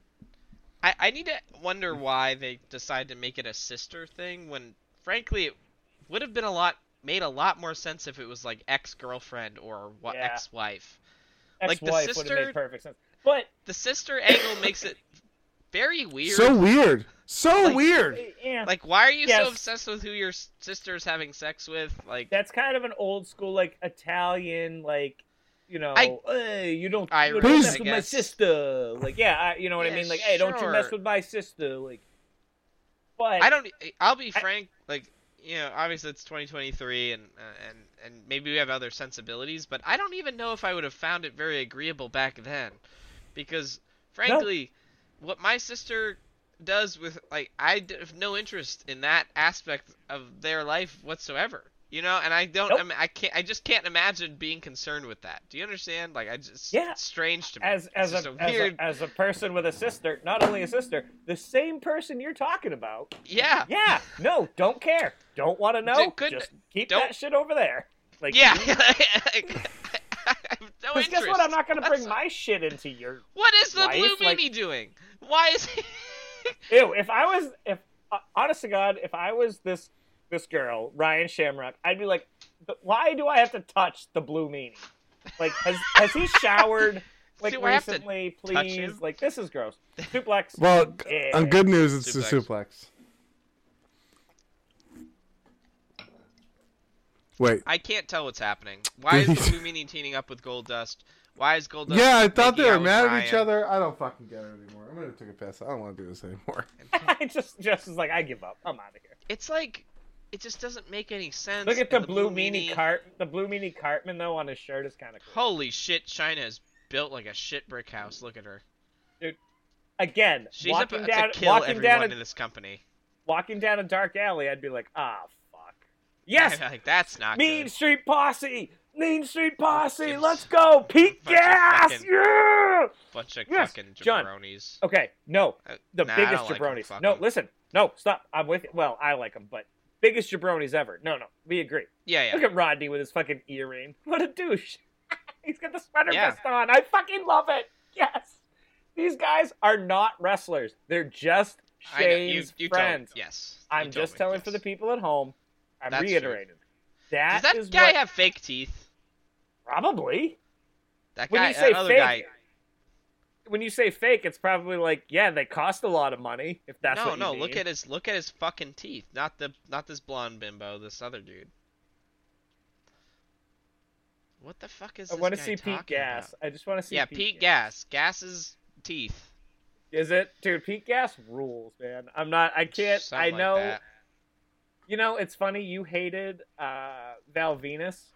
B: I, I need to wonder why they decided to make it a sister thing when frankly it would have been a lot made a lot more sense if it was like ex girlfriend or wa-
A: Yeah.
B: ex wife. Like, the
A: ex-wife would
B: sister-
A: have made perfect sense. But
B: The sister angle makes it very weird.
C: So weird. So
B: Like-
C: weird.
A: yeah,
B: like, why are you
A: Yes.
B: so obsessed with who your s- sister's having sex with? Like,
A: that's kind of an old school like Italian like. You know,
B: I-
A: hey, you don't,
B: I
A: you don't
C: Please-
A: mess
B: I
A: with my
B: guess.
A: sister. Like, yeah, I, you know what I
B: Yeah,
A: mean. Like, hey, don't you mess
B: sure.
A: with my sister. Like, but
B: I don't. e, eh, I'll be
A: I-
B: frank. Like, you know, obviously it's 2023, and uh, and and maybe we have other sensibilities, but I don't even know if I would have found it very agreeable back then, because frankly, what my sister does with like I d- have no interest in that aspect of their life whatsoever. You know, and I don't. I,
A: Nope.
B: mean, I can't. I just can't imagine being concerned with that. Do you understand? Like, I just.
A: Yeah.
B: It's strange to me.
A: as
B: It's
A: as
B: just
A: a,
B: a weird.
A: as a as a person with a sister, not only a sister, the same person you're talking about.
B: yeah.
A: Yeah, no, don't care, don't want to know.
B: Dude, couldn't-
A: Just keep
B: don't-
A: that shit over there. Like,
B: Yeah. Like, I have no
A: 'cause guess what?
B: interest.
A: I'm not gonna
B: That's-
A: bring my shit into your.
B: What is the
A: Why
B: blue
A: is, like-
B: meanie doing? Why is he?
A: Ew. If I was, if uh, honest to God, if I was this this girl, Ryan Shamrock, I'd be like, "But why do I have to touch the blue meanie? Like, has has he showered? Like
B: Do I have to
A: recently,
B: touch
A: please.
B: him?
A: Like, this is gross. Suplex.
C: Well,
A: Yeah.
C: on good news, it's the
B: Suplex.
C: suplex. Wait.
B: I can't tell what's happening. Why is the blue meanie teaming up with Gold Dust? Why is Gold Dust?
C: Yeah, I thought they
B: making
C: were
B: out with
C: mad at each
B: Ryan?
C: other. I don't fucking get it anymore. I'm gonna take a piss. I don't want to do this anymore.
A: I just just is like, I give up. I'm out of here.
B: It's like, it just doesn't make any sense.
A: Look at the,
B: and
A: blue, meanie cart. The blue meanie Cartman though on his shirt is kind of cool.
B: Holy shit! China is built like a shit brick house. Look at her.
A: Again,
B: She's
A: walking
B: about
A: down,
B: to kill
A: walking
B: everyone
A: down,
B: in
A: a,
B: this company.
A: walking down a dark alley, I'd be like, ah, fuck. Yes,
B: like that's not
A: Mean
B: good.
A: Street Posse, Mean Street Posse,
B: Fucking-
A: let's go, Pete
B: bunch of
A: Gas,
B: fucking-
A: yeah.
B: Bunch of
A: Yes,
B: fucking
A: John.
B: jabronis.
A: Okay, no,
B: Uh,
A: the
B: nah, I
A: biggest
B: don't like 'em.
A: jabronis.
B: Fuck
A: no,
B: 'em.
A: listen, no, stop. I'm with. You. Well, I like them, but biggest jabronis ever. No, no, we agree.
B: Yeah, yeah.
A: Look at Rodney with his fucking earring. What a douche. He's got the sweater
B: Yeah.
A: vest on. I fucking love it. Yes. These guys are not wrestlers. They're just
B: I know, you,
A: Shane's
B: you told-
A: friends.
B: yes. you
A: I'm
B: told
A: just
B: me,
A: telling
B: yes.
A: for the people at home. I'm
B: That's true.
A: reiterating.
B: Does
A: that is
B: that guy
A: what,
B: have fake teeth?
A: probably
B: That
A: When
B: guy,
A: you say
B: that other
A: fake,
B: guy.
A: when you say fake, it's probably like, yeah, they cost a lot of money. If that's
B: no,
A: what you
B: no. Look
A: mean.
B: at his look at his fucking teeth. Not the not this blonde bimbo. This other dude. What the fuck is?
A: I
B: this
A: want to
B: guy
A: see
B: talking
A: Pete Gas.
B: about?
A: I just want to see.
B: Yeah,
A: Pete,
B: Pete Gas. Gas's teeth.
A: Is it, dude? Pete Gas rules, man. I'm not. I can't. I
B: Something like
A: know.
B: that.
A: You know, it's funny. You hated uh, Val Venus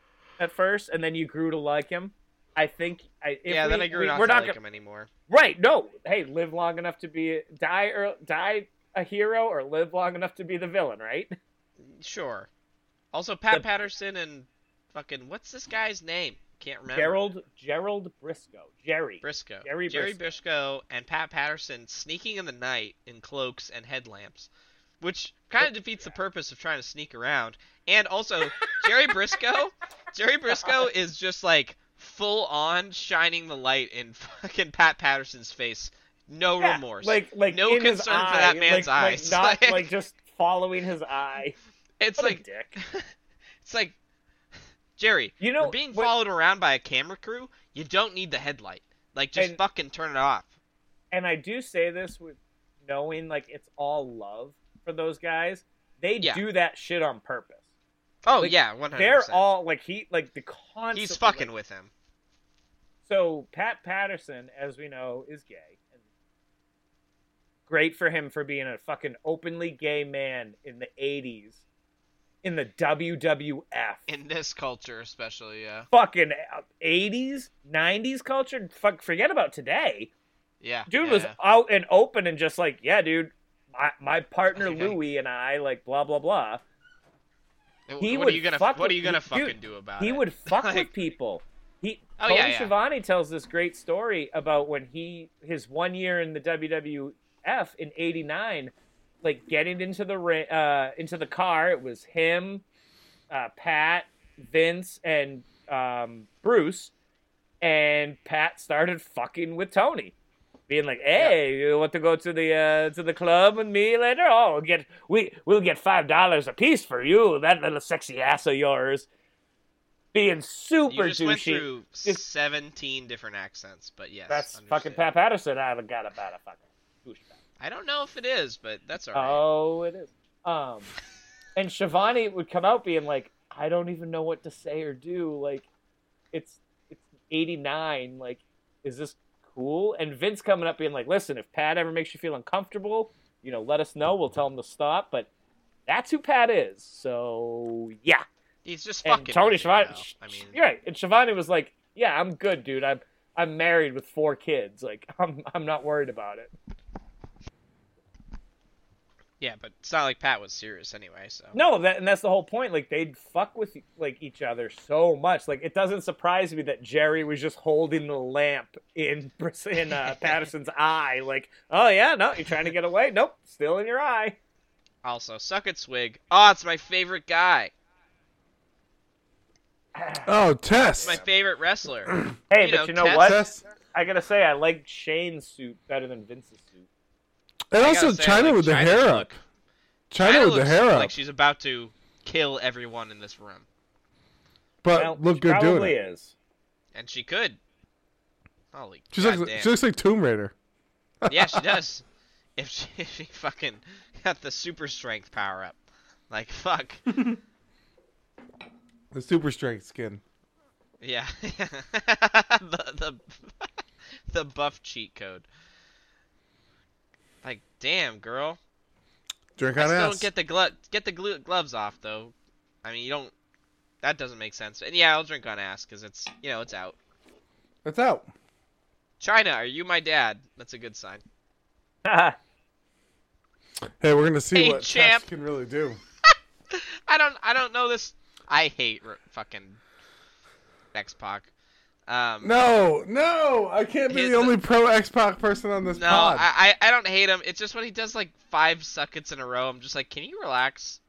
A: at first, and then you grew to like him. I think. I, if
B: Yeah,
A: we,
B: then I grew
A: we,
B: not
A: we're
B: to
A: not
B: like
A: gonna,
B: him anymore.
A: Right? No. Hey, live long enough to be die or die a hero, or live long enough to be the villain. Right?
B: Sure. Also, Pat
A: The-
B: Patterson and fucking what's this guy's name? Can't remember.
A: Gerald Gerald Briscoe Jerry.
B: Briscoe.
A: Jerry
B: Briscoe and Pat Patterson sneaking in the night in cloaks and headlamps, which kind of defeats the purpose of trying to sneak around. And also, Jerry Briscoe, Jerry Briscoe is just like full on shining the light in fucking Pat Patterson's face. No
A: Yeah,
B: remorse.
A: Like like
B: No
A: in his
B: concern for
A: eye,
B: that man's
A: like, like
B: eyes.
A: not
B: Like-
A: like just following his eye.
B: it's
A: What a
B: like
A: dick.
B: it's like Jerry,
A: You
B: you're
A: know,
B: being
A: what-
B: followed around by a camera crew. You don't need the headlight. Like just
A: And-
B: fucking turn it off.
A: and I do say this with knowing like it's all love for those guys. They
B: Yeah.
A: do that shit on purpose.
B: Oh
A: Like,
B: yeah, one hundred.
A: they are all like he like the constant.
B: He's fucking with him.
A: So Pat Patterson, as we know, is gay. And great for him for being a fucking openly gay man in the '80s, in the WWF.
B: in this culture especially yeah
A: fucking 80s 90s culture fuck forget about today
B: yeah
A: dude
B: yeah,
A: was
B: yeah.
A: out and open and just like yeah dude my, my partner
B: Okay.
A: louie and i like blah blah blah
B: And
A: he
B: what
A: would
B: are you gonna
A: fuck
B: what
A: with-
B: are you gonna
A: dude,
B: fucking do about
A: he
B: it
A: would fuck with
B: Like-
A: people he
B: Oh,
A: tony
B: yeah, yeah.
A: Schiavone tells this great story about when he his one year in the wwf in 89 like getting into the ri- uh into the car it was him uh, Pat, Vince, and um, Bruce, and Pat started fucking with Tony, being like, "Hey, you want to go to the uh, to the club with me later? Oh, we'll get we we'll get five dollars a piece for you, that little sexy ass of yours." being super
B: You just
A: douchey.
B: went through
A: Just-
B: 17 different accents, but yes.
A: That's
B: understood.
A: fucking Pat Patterson. I haven't got about a fucking douchebag.
B: I don't know if it is, but that's alright.
A: Oh, it is. Um, and Shivani would come out being like, I don't even know what to say or do. Like, it's it's 89. Like, is this cool? And Vince coming up being like, listen, if Pat ever makes you feel uncomfortable, you know, let us know. We'll tell him to stop. But that's who Pat is. So yeah.
B: He's just
A: And
B: fucking.
A: Tony
B: with you now.
A: Shivani,
B: I mean,
A: you're right. And Shivani was like, yeah, I'm good, dude. I'm I'm married with four kids. Like, I'm I'm not worried about it.
B: yeah, but it's not like Pat was serious anyway. So
A: No, that and that's the whole point. Like they'd fuck with like each other so much. Like it doesn't surprise me that Jerry was just holding the lamp in Bris- in uh, Patterson's eye. Like, oh yeah, no, you're trying to get away. Nope, still in your eye.
B: also, suck it, Swig. Oh, it's my favorite guy.
C: Oh,
B: It's
C: Tess.
B: my favorite wrestler.
A: Hey,
B: You
A: but
B: know,
A: you know
B: Tess-
A: what?
C: Tess.
A: I gotta say, I like Shane's suit better than Vince's suit.
C: And
B: I
C: also
B: gotta say, I
C: China
B: like
C: with the
B: China's
C: hair
B: look.
C: up. China, with the
B: looks
C: hair up,
B: Like she's about to kill everyone in this room,
C: but
A: Well,
C: Uh, look
A: she
C: good doing
A: probably
C: it.
A: is.
B: and she could. Holy.
C: She
B: goddamn.
C: looks, she looks like Tomb Raider.
B: yeah, she does. If she, if she fucking got the super strength power up, like fuck.
C: The super strength skin.
B: Yeah. the, the the buff cheat code. Like, damn, girl.
C: Drink
B: I
C: on
B: still
C: ass.
B: don't get the glo- get the glu- gloves off though. I mean, you don't. That doesn't make sense. And yeah, I'll drink on ass because it's you know it's out.
C: It's out.
B: China, are you my dad? That's a good sign.
C: Hey, we're gonna see
B: Hey,
C: what
B: champ.
C: Tess can really do.
B: I don't I don't know this. I hate r- fucking X Pac. Um,
C: No, no, I can't be
B: Hit
C: the only
B: the-
C: pro X Pac person on this
B: No,
C: pod.
B: I, I I don't hate him. It's just when he does like five suckets in a row, I'm just like, can you relax?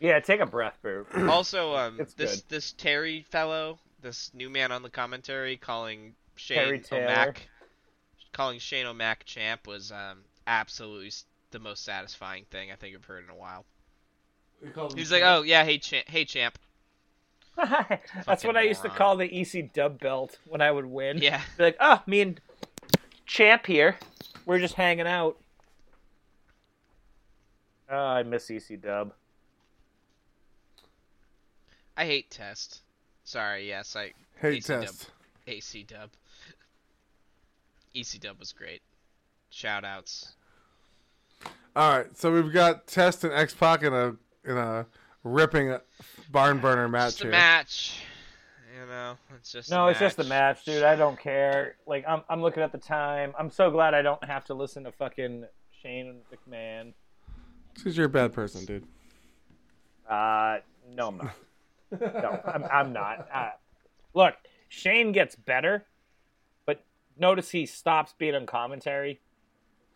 A: yeah, take a breath, boo.
B: Also, um,
A: It's
B: this
A: good.
B: this Terry fellow, this new man on the commentary, calling
A: Terry
B: Shane
A: Taylor.
B: O'Mac, calling Shane O'Mac champ was um, absolutely s- the most satisfying thing I think I've heard in a while. He's like, oh yeah, hey champ, hey champ,
A: that's what I used to
B: moron.
A: call the EC dub belt when I would win.
B: yeah,
A: Be like, oh, me and Champ here. We're just hanging out. Oh, I miss EC Dub.
B: I hate test. Sorry, yes, I
C: Hey,
B: AC dub.
C: test.
B: AC Dub. EC E Dub was great. Shout outs.
C: All right, so we've got Test and X Pac in a in a ripping uh, barn burner match
B: Just a
C: here.
B: match. You know, it's just
A: No,
B: a
A: it's just the match, dude. I don't care. Like, I'm, I'm looking at the time. I'm so glad I don't have to listen to fucking Shane McMahon.
C: Because you're a bad person, dude.
A: Uh, no, I'm not. no, I'm, I'm not. Uh, look, Shane gets better, but notice he stops being on commentary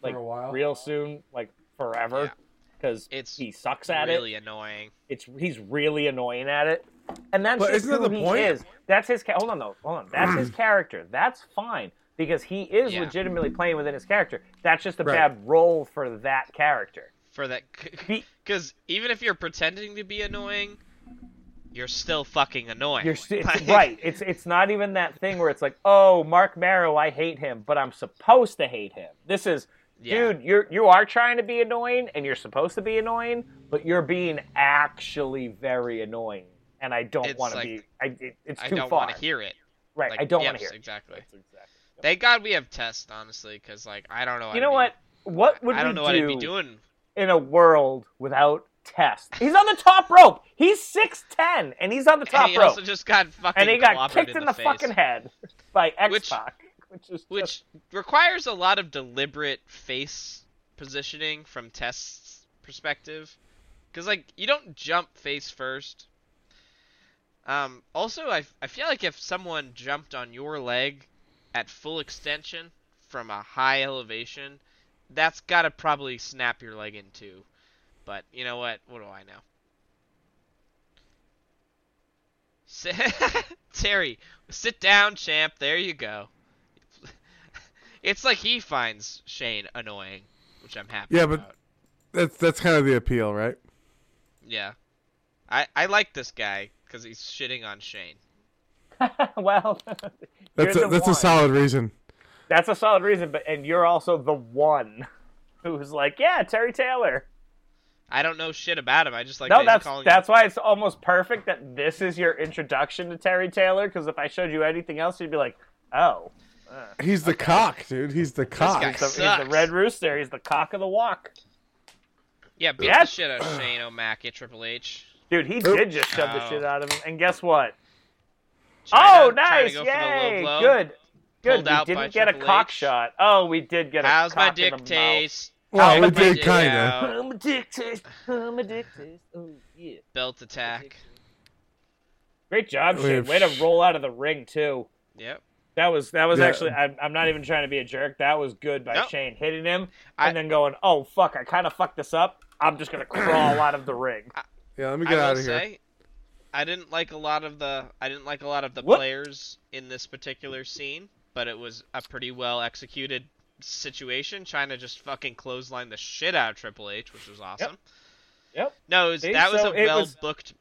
A: like
C: a while.
A: real soon, like forever, because
B: It's
A: he sucks at it.
B: really annoying.
A: It's he's really annoying at it, and that's
C: But
A: just
C: isn't that
A: who
C: the
A: he
C: point?
A: is. That's his. Ca- hold on though. Hold on. That's his character. That's fine because he is
B: Yeah.
A: legitimately playing within his character. That's just a
C: Right.
A: bad role for that character.
B: For that
A: Be-
B: because even if you're pretending to be annoying, you're still fucking annoying.
A: You're st- it's,
B: Like-
A: right. It's it's not even that thing where it's like, oh, Mark Marrow, I hate him, but I'm supposed to hate him. This is,
B: Yeah.
A: dude, you're you are trying to be annoying, and you're supposed to be annoying, but you're being actually very annoying, and I don't
B: It's
A: want to
B: like-
A: be. I, it, it's
B: I
A: too
B: don't
A: far.
B: want to hear it.
A: Right.
B: Like,
A: I don't
B: yes,
A: want to hear. it.
B: exactly.
A: That's exactly.
B: Thank God we have tests, honestly, because like I don't know.
A: You know what? What would
B: I
A: we
B: don't know what I'd be
A: do
B: doing.
A: in a world without Test? He's on the top rope. He's six ten, and he's on the top
B: and he
A: rope,
B: also just got fucking
A: and he got
B: clobbered
A: kicked
B: in
A: in the,
B: face.
A: fucking head by X
B: Which-
A: Pac, which is just-
B: which requires a lot of deliberate face positioning from Test's perspective, because like you don't jump face first. Um, also, I, I feel like if someone jumped on your leg at full extension from a high elevation, that's gotta probably snap your leg in two. But you know what? What do I know? Sit- Terry, sit down, champ. There you go. It's like he finds Shane annoying, which I'm happy.
C: Yeah, but-
B: about.
C: That's that's kind of the appeal, right?
B: yeah, I I like this guy because he's shitting on Shane.
A: well,
C: That's
A: you're the
C: a, that's
A: one.
C: a solid reason.
A: That's a solid reason, but and you're also the one who's like, yeah, Terry Taylor.
B: I don't know shit about him. I just like that
A: No,
B: he's
A: that's
B: calling him-
A: that's why it's almost perfect that this is your introduction to Terry Taylor. Because if I showed you anything else, you'd be like, oh,
C: He's the cock, dude. He's the cock.
B: guy-
A: he's the, he's the
B: Sucks.
A: Red Rooster. He's the cock of the walk,
B: yeah, beat
A: Yeah.
B: the shit out of Shane O'Mac at Triple H.
A: dude. He did just shove the
B: Ow.
A: shit out of him, and guess what?
B: China
A: oh,
B: trying
A: nice!
B: to go for the low
A: Yay!
B: blow.
A: Good. Good.
B: Pulled
A: We
B: out by
A: didn't get a
B: Triple
A: cock
B: H.
A: shot. Oh, we did get a
B: How's my
A: cock in
B: dick
A: the
B: taste?
C: well, we
B: How's my
C: did
B: dick
C: kinda.
B: out?
A: mouth. I'm addicted. I'm addicted. Oh yeah.
B: Belt attack.
A: Great job,
C: We
A: Shane.
C: have-
A: Way to roll out of the ring too.
B: Yep.
A: That was that was
C: Yeah.
A: actually. I'm, I'm not even trying to be a jerk. That was good by
B: No.
A: Shane hitting him
B: I-
A: and then going, "Oh fuck, I kind of fucked this up. I'm just gonna crawl out of the ring."
C: Yeah, let me
B: I
C: get
B: will
C: out of here.
B: say, I didn't like a lot of the I didn't like a lot of the
A: What?
B: players in this particular scene, but it was a pretty well executed situation. China just fucking clotheslined the shit out of Triple H, which was awesome.
A: Yep.
B: No, it was,
A: See,
B: that was
A: so
B: a
A: it
B: well
A: was-
B: booked.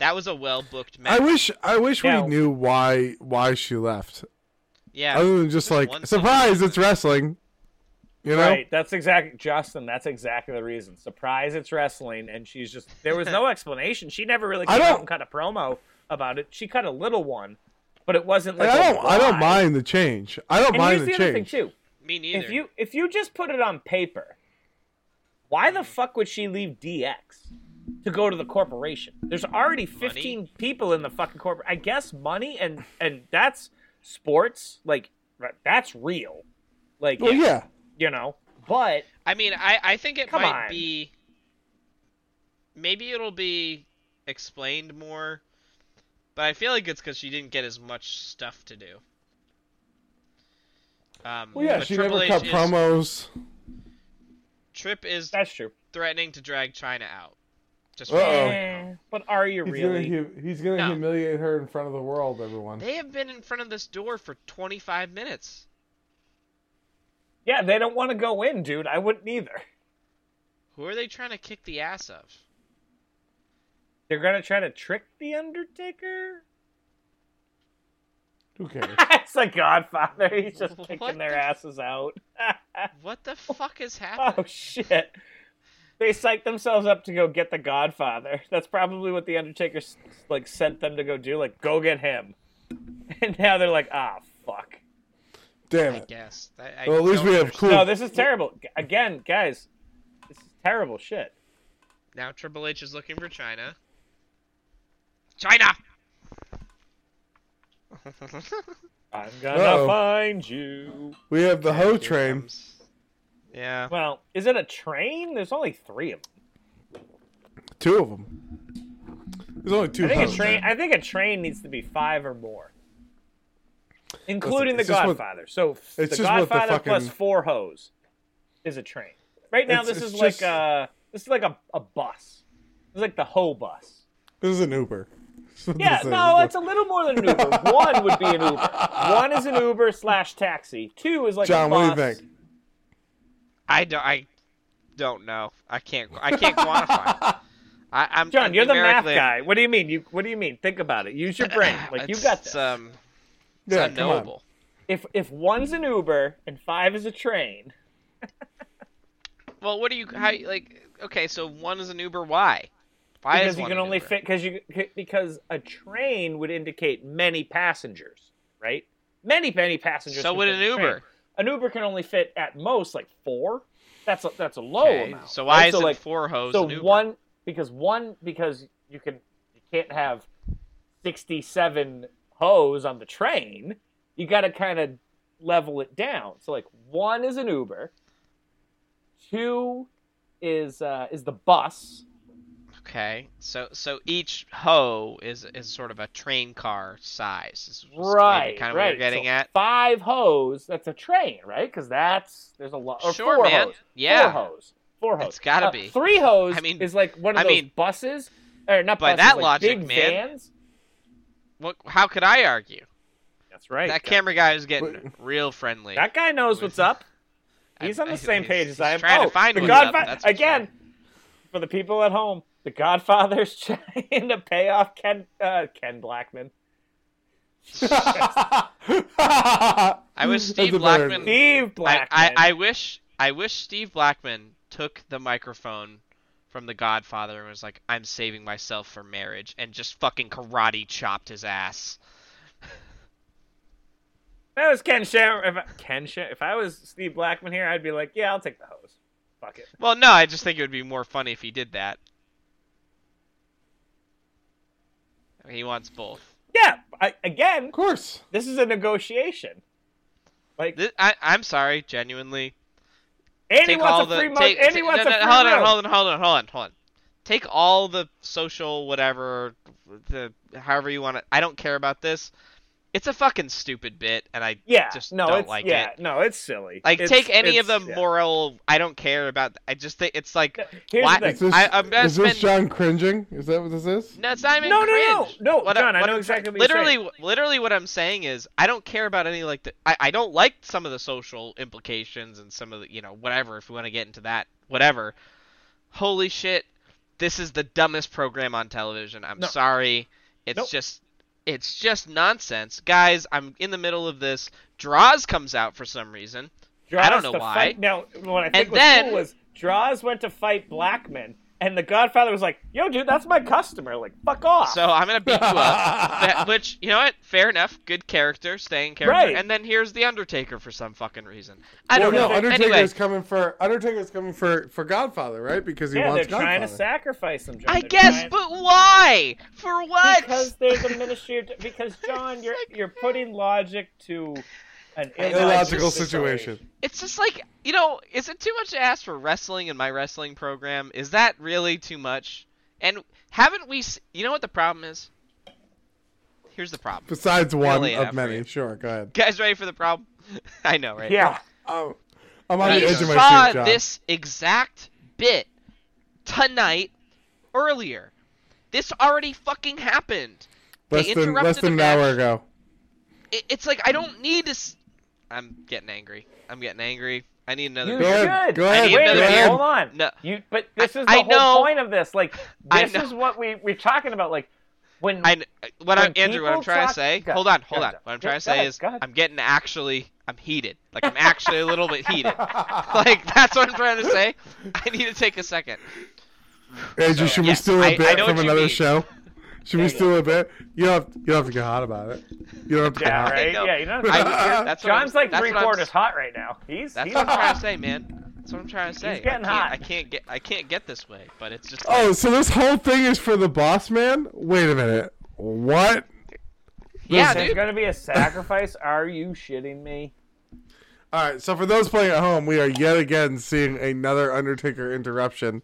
B: That was a well booked match.
C: I wish I wish
A: Now-
C: we knew why why she left.
B: Yeah.
C: Other than just
B: There's
C: like
B: one
C: surprise,
B: thing-
C: it's wrestling. You know?
A: Right. That's exactly Justin. That's exactly the reason. Surprise! It's wrestling, and she's just. There was no explanation. She never really
C: I
A: came out
C: don't-
A: and cut a promo about it. She cut a little one, but it wasn't
C: Like,
A: like.
C: I
A: a
C: don't I don't
A: why.
C: mind the change. I don't
A: And
C: mind
A: here's
C: the
A: the other thing too.
C: change.
B: Me neither.
A: If you if you just put it on paper, why
C: Mm-hmm.
A: the fuck would she leave DX to go to the corporation? There's already 15 people in the fucking corporate. I guess money and and that's sports. Like right, that's real. Like
C: Well, yeah.
A: you know. But
B: I mean, I, I think it
A: Come
B: might
A: on.
B: be. Maybe it'll be explained more, but I feel like it's because she didn't get as much stuff to do. Um,
C: Well, yeah,
B: but
C: she
B: Triple
C: never
B: H
C: cut
B: is-
C: promos.
B: Trip is
A: that's true.
B: threatening to drag China out. Just
C: Uh-oh.
A: Eh, but are you really?
C: he's gonna
B: No.
C: humiliate her in front of the world, everyone.
B: they have been in front of this door for 25 minutes.
A: Yeah, they don't want to go in, dude. I wouldn't either.
B: Who are they trying to kick the ass of?
A: They're gonna try to trick the Undertaker.
C: Who cares?
A: it's the Godfather. He's just
B: What
A: kicking their
B: the-
A: asses out.
B: What the fuck is happening?
A: Oh shit. They psyched themselves up to go get the Godfather. That's probably what the Undertaker s- like sent them to go do. Like, go get him. And now they're like, ah, fuck. Oh.
C: Damn
B: I
C: it.
B: guess. I, I
C: Well, at least
B: don't
C: we have
B: understand.
C: cool.
A: No, this is terrible. G- Again, guys, this is terrible shit.
B: Now Triple H is looking for China. China!
A: I'm gonna
C: Uh-oh.
A: find you.
C: We have the hoe
B: Here
C: train.
B: comes- Um, Yeah.
A: Well, is it a train? There's only three of them.
C: Two of them. There's only two.
A: I think a
C: hoes.
A: train. I think a train needs to be five or more, including
C: it's
A: the
C: just what-
A: Godfather. so
C: it's
A: the
C: just what the
A: Godfather plus
C: fucking-
A: four hoes is a train. Right now,
C: It's-
A: this
C: it's
A: is
C: just-
A: like a this is like a, a bus. It's like the hoe bus.
C: This is an Uber. This is-
A: Yeah,
C: this is-
A: no, it's a little more than an Uber. One would be an Uber. One is an Uber slash taxi. Two is like a
C: John,
A: bus.
C: what do you think?
B: I don't. I don't know. I can't. I can't quantify. I, I'm
A: John, you're the math
B: numerically-
A: guy. What do you mean? You what do you mean? Think about it. Use your brain. Like you
B: it's-
A: got
B: It's,
A: this.
B: um, it's
C: Yeah, come on.
B: unknowable.
A: if if one's an Uber and five is a train,
B: Well, what do you? How like? Okay, so one is an Uber. Why? Why
A: because
B: is
A: you
B: one
A: can
B: an
A: only
B: Uber?
A: fit because you c- because a train would indicate many passengers, right? Many many passengers.
B: So
A: can
B: would
A: fit
B: an
A: in a train.
B: Uber.
A: An Uber can only fit at most like four. That's a, that's a low
B: Okay,
A: amount.
B: so why
A: right?
B: is
A: so
B: it
A: like
B: four hoes
A: so
B: an Uber?
A: one because one because you can you can't have sixty seven hoes on the train. You got to kind of level it down. So like one is an Uber, two is uh, is the bus.
B: Okay, so so each hoe is is sort of a train car size. Is maybe
A: right
B: Kind of
A: right.
B: what you're getting
A: So
B: at.
A: five hoes that's a train right because that's there's a lot or
B: Sure,
A: four
B: man.
A: hoes
B: Yeah.
A: four hoes four hoes
B: It's gotta
A: Uh,
B: be.
A: three hoes
B: I mean-
A: is like one of
B: I
A: those
B: mean,
A: buses or not
B: by
A: buses,
B: that
A: like
B: logic,
A: big
B: man.
A: vans
B: What? How could I argue?
A: that's right
B: that
A: guy.
B: camera guy is getting real friendly.
A: uh, that guy knows what's up he's
B: I-
A: on the
B: I-
A: same
B: he's-
A: page as
B: he's
A: I am
B: trying to
A: oh,
B: find
A: the
B: what's up,
A: Godfather
B: that's what's
A: again for the people at home the Godfather's trying to pay off Ken uh, Ken Blackman
B: I was Steve Blackman.
A: Steve
B: I,
A: Blackman.
B: I, I wish I wish Steve Blackman took the microphone from The Godfather and was like, "I'm saving myself for marriage," and just fucking karate chopped his ass.
A: If I was Ken Sham, if I, Ken Sham, if I was Steve Blackman here, I'd be like, yeah, I'll take the hose. Fuck it.
B: Well, no, I just think it would be more funny if he did that. I mean, he wants both.
A: Yeah. I, again,
C: Of course.
A: this is a negotiation.
B: This, I, I'm sorry, genuinely.
A: And he
B: take all
A: wants a
B: the
A: free month.
B: take,
A: and he
B: take-
A: wants
B: no,
A: a
B: no,
A: free
B: hold
A: room.
B: on, hold on, hold on, hold on, hold on. Take all the social whatever, the however you want to. I don't care about this. It's a fucking stupid bit, and I
A: Yeah.
B: just
A: no,
B: don't
A: it's,
B: like
A: yeah,
B: it.
A: No, it's silly.
B: Like,
A: It's-
B: take any of the
A: it's- yeah.
B: moral. I don't care about. I just think it's like.
A: Here's the
B: why-
A: thing.
C: Is this,
B: I- I'm gonna
C: is
B: spend-
C: this John cringing? Is that what this is?
B: No, it's not even
A: No, no, no,
B: cringe.
A: no,
B: What I-
A: John. I
B: what
A: know
B: I'm-
A: exactly what
B: literally,
A: you're saying.
B: literally, what I'm saying is, I don't care about any like the. I, I don't like some of the social implications and some of the you know whatever. If we want to get into that, whatever. Holy shit, this is the dumbest program on television. I'm
A: No.
B: sorry, it's
A: Nope.
B: just. It's just nonsense, guys. I'm in the middle of this. Draws comes out for some reason.
A: Draws
B: don't know
A: to
B: why.
A: Fight. Now, what I think
B: And
A: was
B: then-
A: cool was Draws went to fight Blackman, and the Godfather was like, "Yo, dude, that's my customer. Like, fuck off."
B: So I'm gonna beat you up. That- which you know what? Fair enough. Good character, staying character.
A: Right.
B: And then here's the Undertaker for some fucking reason. I
C: Well,
B: don't
C: no,
B: know.
C: Undertaker's
B: anyway,
C: coming for Undertaker's coming for for Godfather, right? Because he
A: yeah, they're
C: wants
A: trying to
C: Godfather.
A: sacrifice him. John.
B: I
A: They're
B: guess,
A: trying-
B: but why? For what?
A: because there's a ministry of because John, you're you're putting logic to an
B: An
A: illogical,
C: Illogical situation.
B: it's just like you know, is it too much to ask for wrestling in my wrestling program? Is that really too much? And haven't we? s- You know what the problem is? Here's the problem.
C: Besides one
B: Really
C: of
B: effort.
C: many. Sure, go ahead.
B: Guys, ready for the problem? I know, right?
A: Yeah,
C: Oh, I'm on
B: We
C: the edge of my
B: saw
C: seat, John.
B: this exact bit tonight earlier. This already fucking happened. They
C: less than
B: interrupted
C: less
B: the
C: than an
B: match.
C: hour ago.
B: It- it's like I don't need to. S- I'm getting angry. I'm getting angry. I need another.
A: you
C: Go
B: beer.
C: ahead,
A: should.
C: go
A: Wait
B: ahead, go
A: a minute,
B: ahead.
A: hold on.
B: No.
A: You, but this is the
B: I- I
A: whole
B: know.
A: point of this. Like,
B: I
A: this
B: know.
A: is what we we're talking about. Like, when
B: I, kn- uh, what I,
A: When
B: Andrew, what I'm
A: people
B: trying to
A: talk-
B: say.
A: Go
B: hold
A: ahead,
B: on,
A: go
B: hold on.
A: ahead,
B: What I'm
A: go-
B: trying to
A: go
B: say
A: ahead,
B: is
A: go ahead.
B: I'm getting actually. I'm heated. Like I'm actually a little bit heated. like that's what I'm trying to say. I need to take a second.
C: Andrew, should we
B: yes,
C: steal
B: I-
C: a
B: I
C: bit
B: know
C: from
B: what you
C: another
B: mean.
C: show? Should we steal a bit? You don't have, you don't have to get hot about it. You don't have to get
A: yeah,
C: hot.
A: right?
B: know.
A: Yeah, you know.
B: I- that's what I'm-
A: John's like
B: that's
A: three
B: what I'm-
A: quarters hot right now. He's
B: That's
A: he's
B: what I'm trying
A: hot.
B: to say, man. That's what I'm trying to say. I
A: getting
B: can't,
A: hot.
B: I can't get. I can't get this way. But it's just.
C: Oh, so this whole thing is for the boss man? Wait a minute. What?
B: yeah,
A: There's
B: dude.
A: gonna be a sacrifice. Are you shitting me?
C: All right, so for those playing at home, we are yet again seeing another Undertaker interruption.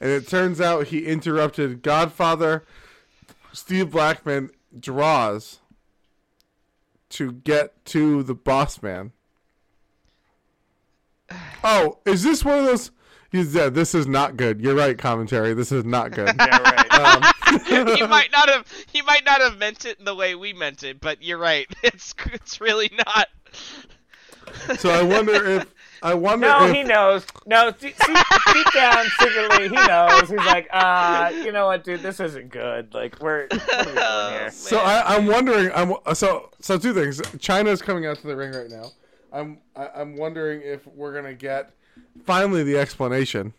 C: And it turns out he interrupted Godfather Steve Blackman draws to get to the boss man. Oh, is this one of those? He's yeah, this is not good. You're right, commentary. This is not good. Um,
A: Yeah, right.
C: Uh,
B: he might not have. He might not have meant it in the way we meant it. But you're right. It's. It's really not.
C: So I wonder if I wonder
A: No,
C: if
A: he knows. No, see, see, deep down, secretly, he knows. He's like, uh, you know what, dude, this isn't good. Like, we're, what are we doing here?
C: So I, I'm wondering. I'm so so two things. China's coming out to the ring right now. I'm I, I'm wondering if we're gonna get finally the explanation,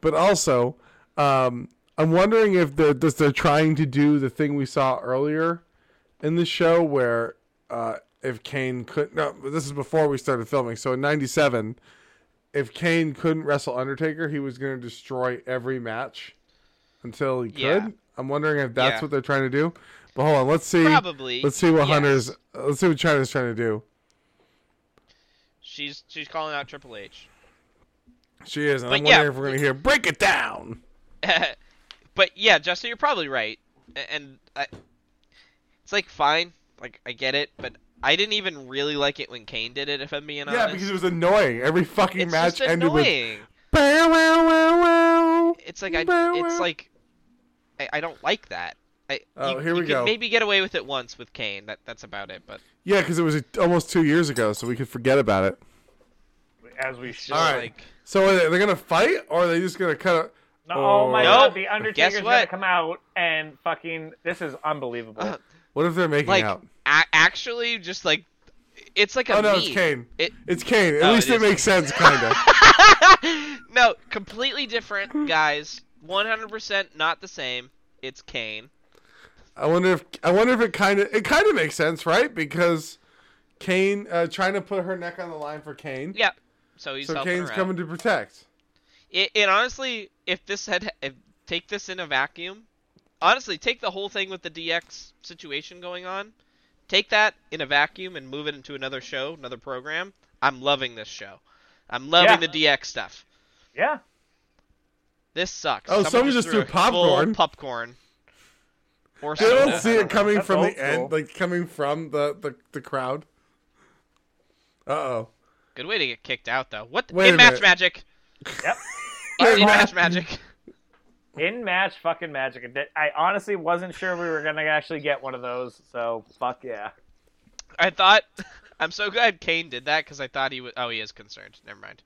C: but also um, I'm wondering if they're does they're trying to do the thing we saw earlier in the show where uh, if Kane couldn't. No, this is before we started filming. So in '97, if Kane couldn't wrestle Undertaker, he was gonna destroy every match until he could.
B: Yeah.
C: I'm wondering if that's
B: Yeah.
C: what they're trying to do. But hold on, let's see.
B: Probably,
C: Let's see what
B: yes.
C: Hunter's. uh, Let's see what China's trying to do.
B: She's. She's calling out Triple H.
C: She is. And I'm
B: But yeah.
C: wondering if we're gonna hear "Break It Down."
B: but yeah, Justin, you're probably right. A- And I, it's like fine, like I get it, but I didn't even really like it when Kane did it. If I'm being honest,
C: Yeah, because it was annoying. Every fucking
B: it's
C: match
B: just
C: ended with
B: annoying.
C: "Bow wow wow wow."
B: It's like I,
C: Bow, wow.
B: it's like I, I don't like that. I,
C: Oh,
B: you,
C: here
B: you
C: we
B: could
C: go.
B: Maybe get away with it once with Kane. That that's about it. But
C: Yeah, because it was uh, almost two years ago, so we could forget about it.
A: As we
B: it's
A: should.
B: just
C: All right.
B: like
C: So are they, are gonna fight, or are they just gonna cut? it?
A: No, oh my god,
B: Nope.
A: the
B: Guess
A: Undertaker's
B: what? Uh,
A: gonna come out and fucking, this is unbelievable.
C: What if they're making
B: Like
C: out?
B: a- actually, just like it's like a
C: Oh no,
B: meme.
C: it's Kane.
B: It-
C: It's Kane. At
B: Oh,
C: least
B: it is.
C: it, makes sense, kinda.
B: no, completely different guys. One hundred percent not the same. It's Kane.
C: I wonder if I wonder if it kind of it kind of makes sense, right? Because Kane uh, trying to put her neck on the line for Kane.
B: Yeah. So he's
C: so
B: helping
C: Kane's
B: her out.
C: coming to protect.
B: It, it honestly, if this had, if, take this in a vacuum. Honestly, take the whole thing with the DX situation going on. Take that in a vacuum and move it into another show, another program. I'm loving this show. I'm loving
A: Yeah.
B: the DX stuff.
A: Yeah.
B: This sucks.
C: Oh, someone just
B: threw
C: threw
B: a full
C: popcorn.
B: popcorn. Or
C: They
B: soda.
C: don't see it coming
A: That's
C: from the
A: old school.
C: end, like coming from the the, the crowd. Uh oh.
B: Good way to get kicked out, though. What?
C: Wait
B: in
C: a
B: match
C: minute.
B: magic.
A: Yep.
B: In
C: Yeah.
B: match magic.
A: In match, fucking magic. And that- I honestly wasn't sure we were gonna actually get one of those, so fuck yeah.
B: I thought. I'm so glad Kane did that because I thought he was. Oh, he is concerned. Never mind.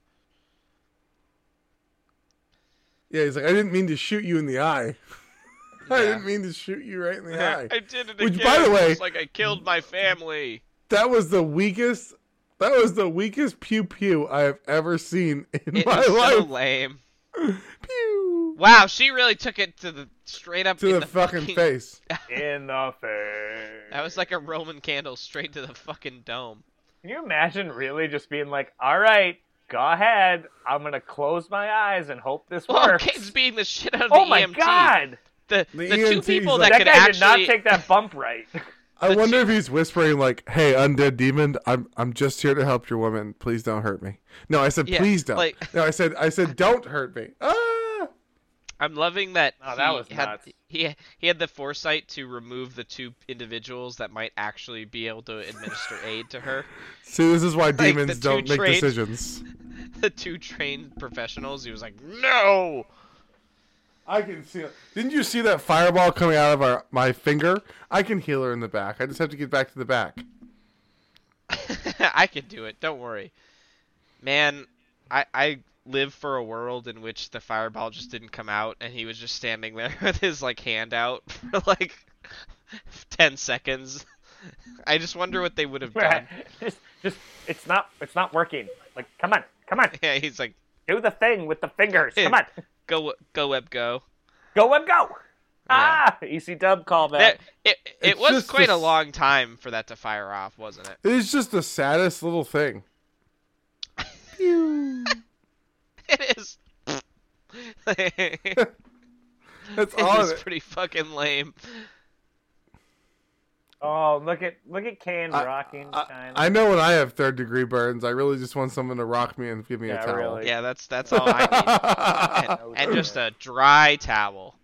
C: Yeah, he's like, I didn't mean to shoot you in the eye. I
B: Yeah.
C: didn't mean to shoot you right in the eye.
B: I did it
C: Which,
B: again.
C: by the way-
B: it's like I killed my family.
C: That was the weakest. That was the weakest pew pew I have ever seen in
B: It
C: my
B: was so
C: life.
B: lame.
C: Pew
B: Wow, she really took it to the straight up
C: to
B: in
C: the, fucking, face.
A: In the face.
B: That was like a Roman candle straight to the fucking dome.
A: Can you imagine really just being like, all right, go ahead. I'm gonna close my eyes and hope this
B: Well,
A: works.
B: Kane's beating the shit out of
A: oh
B: the
A: my
B: EMT.
A: god!
B: The,
C: The
B: the, two
C: 's
B: people that,
C: like-
A: That
B: could
A: guy
B: actually
A: did not take that bump right.
C: I
B: the
C: wonder
B: chi-
C: if he's whispering like, "Hey, undead demon, I'm I'm just here to help your woman. Please don't hurt me." No, I said
B: Yeah,
C: please don't.
B: like-
C: No, I said I said don't hurt me. Ah!
B: I'm loving that.
A: Oh, that was
B: he had,
A: nuts.
B: He he had the foresight to remove the two individuals that might actually be able to administer aid to her.
C: See, this is why
B: the
C: demons
B: two
C: don't make
B: trained-
C: decisions.
B: The two trained professionals. He was like, no.
C: I can see it. Didn't you see that fireball coming out of our, my finger? I can heal her in the back. I just have to get back to the back.
B: I can do it. Don't worry, man. I I live for a world in which the fireball just didn't come out, and he was just standing there with his like hand out for like ten seconds. I just wonder what they would have done.
A: just, just, it's not, it's not working. Like, come on, come on,
B: Yeah, he's like,
A: do the thing with the fingers. Come on,
B: go w- go web go.
A: go and go. Ah, EC Dub callback.
B: There, it it,
C: It's
B: was
C: just
B: quite
C: the
B: a
C: s-
B: long time for that to fire off, wasn't it?
C: It is just the saddest little thing. Pew.
B: It is. it
C: That's all.
B: is
C: It
B: pretty fucking lame.
A: Oh, look at, look at Kane
C: I-
A: rocking
C: I,
A: China.
C: I know when I have third degree burns, I really just want someone to rock me and give me
A: Yeah,
C: a towel.
A: really.
B: Yeah, that's that's all I need. and, and just a dry towel.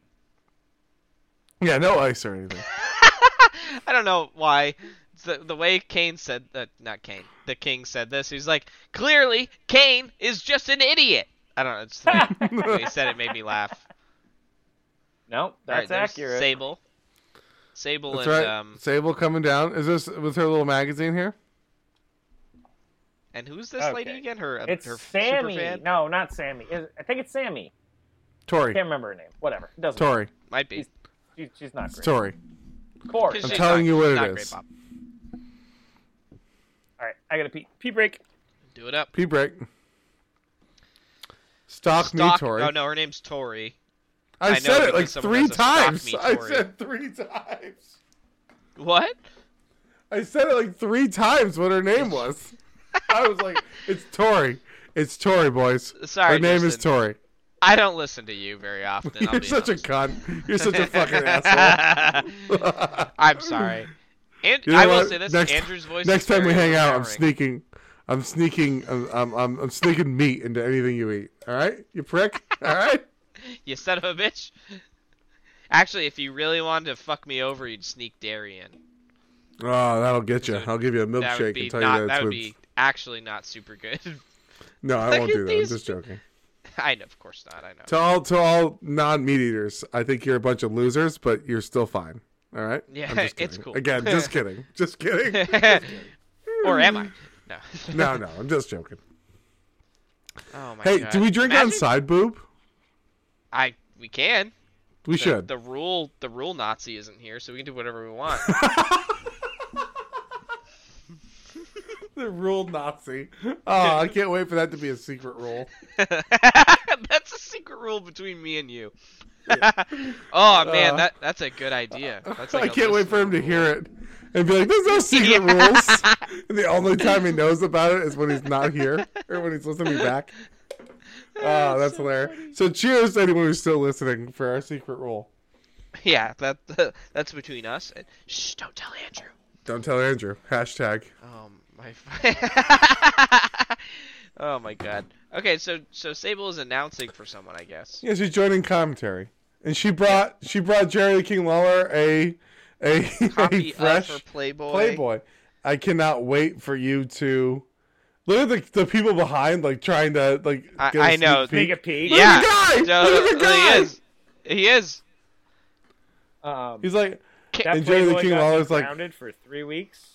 C: yeah, no ice or anything.
B: I don't know why. It's The, the way Kane said that, not Kane, the king said this, he's like, clearly Kane is just an idiot. I don't know. It's the way, the way he said it made me laugh.
A: Nope,
B: All
A: that's
B: right, there's
A: accurate.
B: Sable, Sable,
C: That's
B: and
C: right.
B: um,
C: Sable coming down. Is this with her little magazine here?
B: and who's this lady
A: Okay.
B: again? Her, uh,
A: It's
B: her
A: Sammy.
B: superfan?
A: No, not Sammy. Is- I think it's Sammy.
C: Tori.
A: Can't remember her name. Whatever. It doesn't.
C: Tori.
B: Might be.
A: He's- She, she's not
C: It's
A: great.
C: Tori.
A: Corey.
B: She's not-
C: telling you what
B: she's
C: it
B: not
C: is.
B: Great, Bob.
A: All right, I got a pee, pee break.
B: Do it up.
C: Pee break. Stalk, me,
B: Stock-
C: Tori.
B: Oh no, her name's Tori. I
C: I,
B: know
C: said it
B: because
C: like
B: someone
C: three
B: has a stalk
C: times.
B: me,
C: I
B: Tori.
C: said three times.
B: What?
C: I said it like three times what her name was. I was like, it's Tori. It's Tori, boys.
B: Sorry,
C: Her name is
B: Justin.
C: Tori.
B: I don't listen to you very often. I'll
C: You're
B: be
C: such a
B: honest.
C: cunt. You're such a fucking asshole.
B: I'm sorry. And
C: You know
B: I will
C: what?
B: say this:
C: Next-
B: Andrew's voice.
C: Next
B: is
C: time we
B: very
C: hang out, I'm
B: overpowering.
C: sneaking. I'm sneaking. I'm, I'm, I'm, I'm sneaking meat into anything you eat. All right, you prick. All right.
B: You son of a bitch. Actually, if you really wanted to fuck me over, you'd sneak dairy in.
C: Oh, that'll get you. I'll give you a
B: That would
C: milkshake
B: be
C: and tell
B: not.
C: you that
B: that
C: it's
B: would
C: with.
B: be actually not super good.
C: No, I
B: Look
C: won't
B: at
C: do that. I'm
B: these-
C: just joking.
B: I know, of course not. I know.
C: To all to all non meat eaters, I think you're a bunch of losers, but you're still fine. All right.
B: Yeah,
C: I'm just
B: it's
C: kidding.
B: cool.
C: Again, just kidding. Just kidding.
B: or am I? No.
C: No, no, I'm just joking.
B: Oh my
C: Hey,
B: Oh god.
C: do we drink
B: Imagine-
C: on side boob?
B: I we can.
C: We
B: The-
C: should.
B: The rule, the rule Nazi isn't here, so we can do whatever we want.
C: the rule Nazi. Oh, I can't wait for that to be a secret rule.
B: that's a secret rule between me and you. oh man,
C: Uh,
B: that that's a good idea. That's like
C: I
B: a
C: can't wait for him to
B: listener
C: hear it and be like, "There's no secret
B: Yeah.
C: rules." And the only time he knows about it is when he's not here or when he's listening back.
B: rule.
C: Oh, that's hilarious. So, cheers to anyone who's still listening for our secret rule.
B: Yeah, that that's between us. And, shh, don't tell Andrew.
C: Don't tell Andrew. Hashtag.
B: Um, my. oh my god. Okay, so so Sable is announcing for someone, I guess.
C: Yeah, she's joining commentary, and she brought she brought Jerry the King Lawler a a, a
B: Copy
C: fresh
B: of her Playboy.
C: Playboy. I cannot wait for you to look at the, the people behind, like trying to like.
B: I-
C: a
B: I
C: sneak
B: know.
C: peek.
A: Take a peek.
C: Look
B: Yeah.
C: at the guy!
B: No,
C: Look at the guy!
B: He is. He is.
A: Um,
C: He's like,
A: that
C: and Jerry the
A: Playboy
C: King
A: got me
C: Lawler's like-
A: grounded for three weeks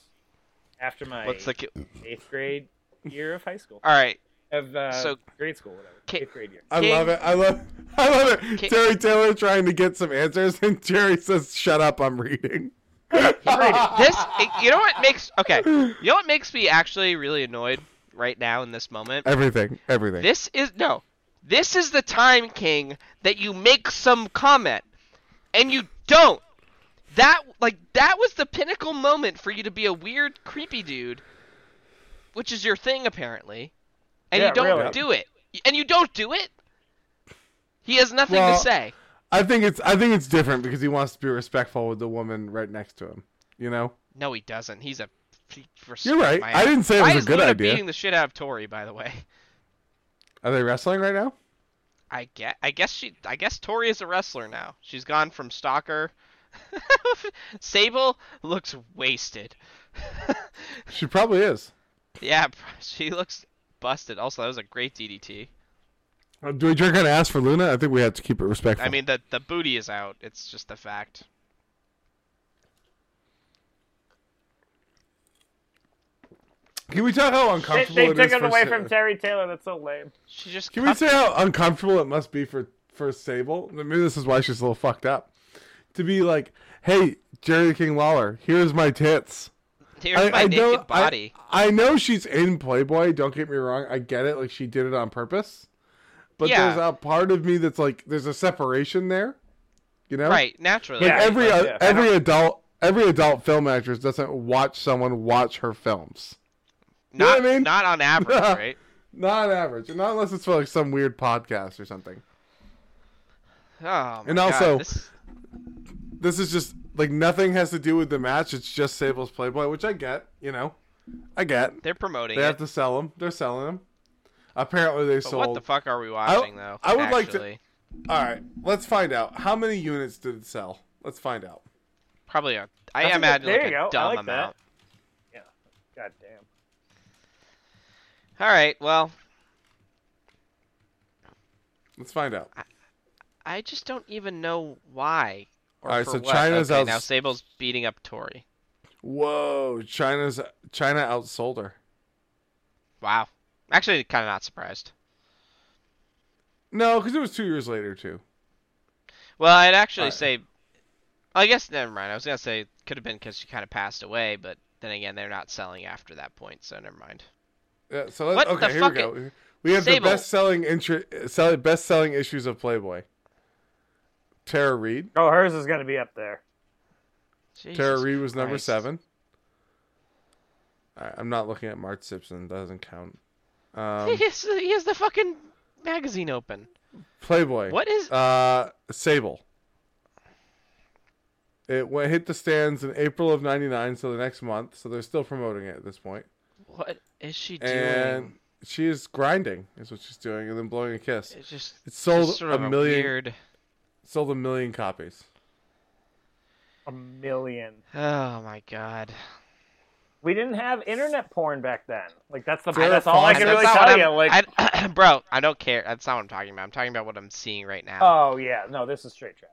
A: after my
B: What's the? ki-
A: eighth grade year of high school
B: All right.
A: of uh,
B: So-
A: grade school, whatever.
B: Ki-
A: eighth grade year.
C: I
B: King-
C: love it. I love. I love it.
B: King-
C: Terry Taylor trying to get some answers, and Jerry says, "Shut up, I'm reading."
B: this you know what makes okay you know what makes me actually really annoyed right now in this moment
C: everything, everything.
B: this is no this is the time king that you make some comment and you don't that like that was the pinnacle moment for you to be a weird creepy dude which is your thing apparently and
A: Yeah,
B: you don't
A: really.
B: do it and you don't do it he has nothing
C: Well,
B: to say
C: I think it's. I think it's different because he wants to be respectful with the woman right next to him. You know.
B: no he doesn't he's a
C: You're right.
B: my
C: I didn't say it
B: Why
C: was a
B: is
C: good
B: Luna
C: idea.
B: beating the shit out of Tori, by the way?
C: Are they wrestling right now?
B: I guess, I guess she I guess Tori is a wrestler now. She's gone from stalker. Sable looks wasted.
C: She probably is.
B: yeah, she looks busted. Also, that was a great DDT.
C: Uh, Do we drink on ass for Luna? I think we have to keep it respectful.
B: I mean, the the booty is out. It's just a fact.
C: can we talk how
A: They,
C: uncomfortable
A: they
C: it
A: took
C: is
A: it
C: for
A: away
C: Sa-
A: from Terry Taylor. That's so lame.
B: She just
C: Can we
B: cut-
C: say how uncomfortable it must be for for Sable? Maybe this is why she's a little fucked up. To be like, hey, Jerry the King Lawler, here's my tits.
B: here's my
C: don't-
B: naked body.
C: I, I know she's in Playboy. Don't get me wrong. I get it. Like she did it on purpose. But
B: Yeah.
C: there's a part of me that's like, there's a separation there. You know,
B: Right, naturally.
C: Like
A: Yeah,
C: every uh,
A: yeah.
C: every adult every adult film actress doesn't watch someone watch her films. know
B: not,
C: what I mean?
B: not on average, right?
C: Not on average, not unless it's for like some weird podcast or something.
B: Oh, my
C: And
B: God,
C: also-
B: this-
C: This is just like nothing has to do with the match. It's just Sable's Playboy, which I get. You know, I get.
B: they're promoting
C: They
B: it.
C: have to sell them. They're selling them. Apparently, they
B: But
C: sold.
B: what the fuck are we watching though?
C: I would like to-
B: actually?
C: All right, let's find out how many units did it sell. Let's find out.
B: probably a.
A: I
B: I
A: think
B: imagine
A: that- there
B: like
A: you
B: a
A: go. I
B: dumb
A: like that.
B: amount.
A: God damn.
B: All right, well,
C: Let's find out.
B: I just don't even know why. Or
C: All right,
B: for
C: so
B: what.
C: China's
B: okay,
C: out-
B: now. Sable's beating up Tori.
C: Whoa, China's China outsold her.
B: Wow. Actually, kind of not surprised.
C: No, because it was two years later too.
B: Well, I'd actually
C: Alright.
B: say. I guess never mind. I was gonna say could have been because she kind of passed away, but then again, they're not selling after that point, so never mind.
C: Yeah, so let's,
B: What
C: okay,
B: the
C: here
B: fuck
C: we go. We have
B: Sable.
C: the best selling intri- sell- best selling issues of Playboy. Tara Reid.
A: Oh, hers is gonna be up there.
C: Tara
B: Jesus
C: Reid was number
B: Christ.
C: seven. All right, I'm not looking at March Simpson. Doesn't count. Um,
B: he, has, he has the fucking magazine open.
C: Playboy.
B: What is?
C: Uh, Sable. It went, hit the stands in April of '99, so the next month. So they're still promoting it at this point.
B: What is she doing?
C: And she is grinding, is what she's doing, and then blowing a kiss.
B: It's just
C: It sold
B: just sort
C: a
B: of
C: million.
B: weird.
C: Sold a million copies.
A: A million.
B: Oh my god.
A: We didn't have internet porn back then. Like that's the
C: Sarah
A: that's all I
C: Fawn-
A: can
B: That's
A: really
B: not what
A: tell you.
B: I'm-
A: Like
B: I- bro, I don't care. That's not what I'm talking about. I'm talking about what I'm seeing right now.
A: oh yeah, no, this is straight trash.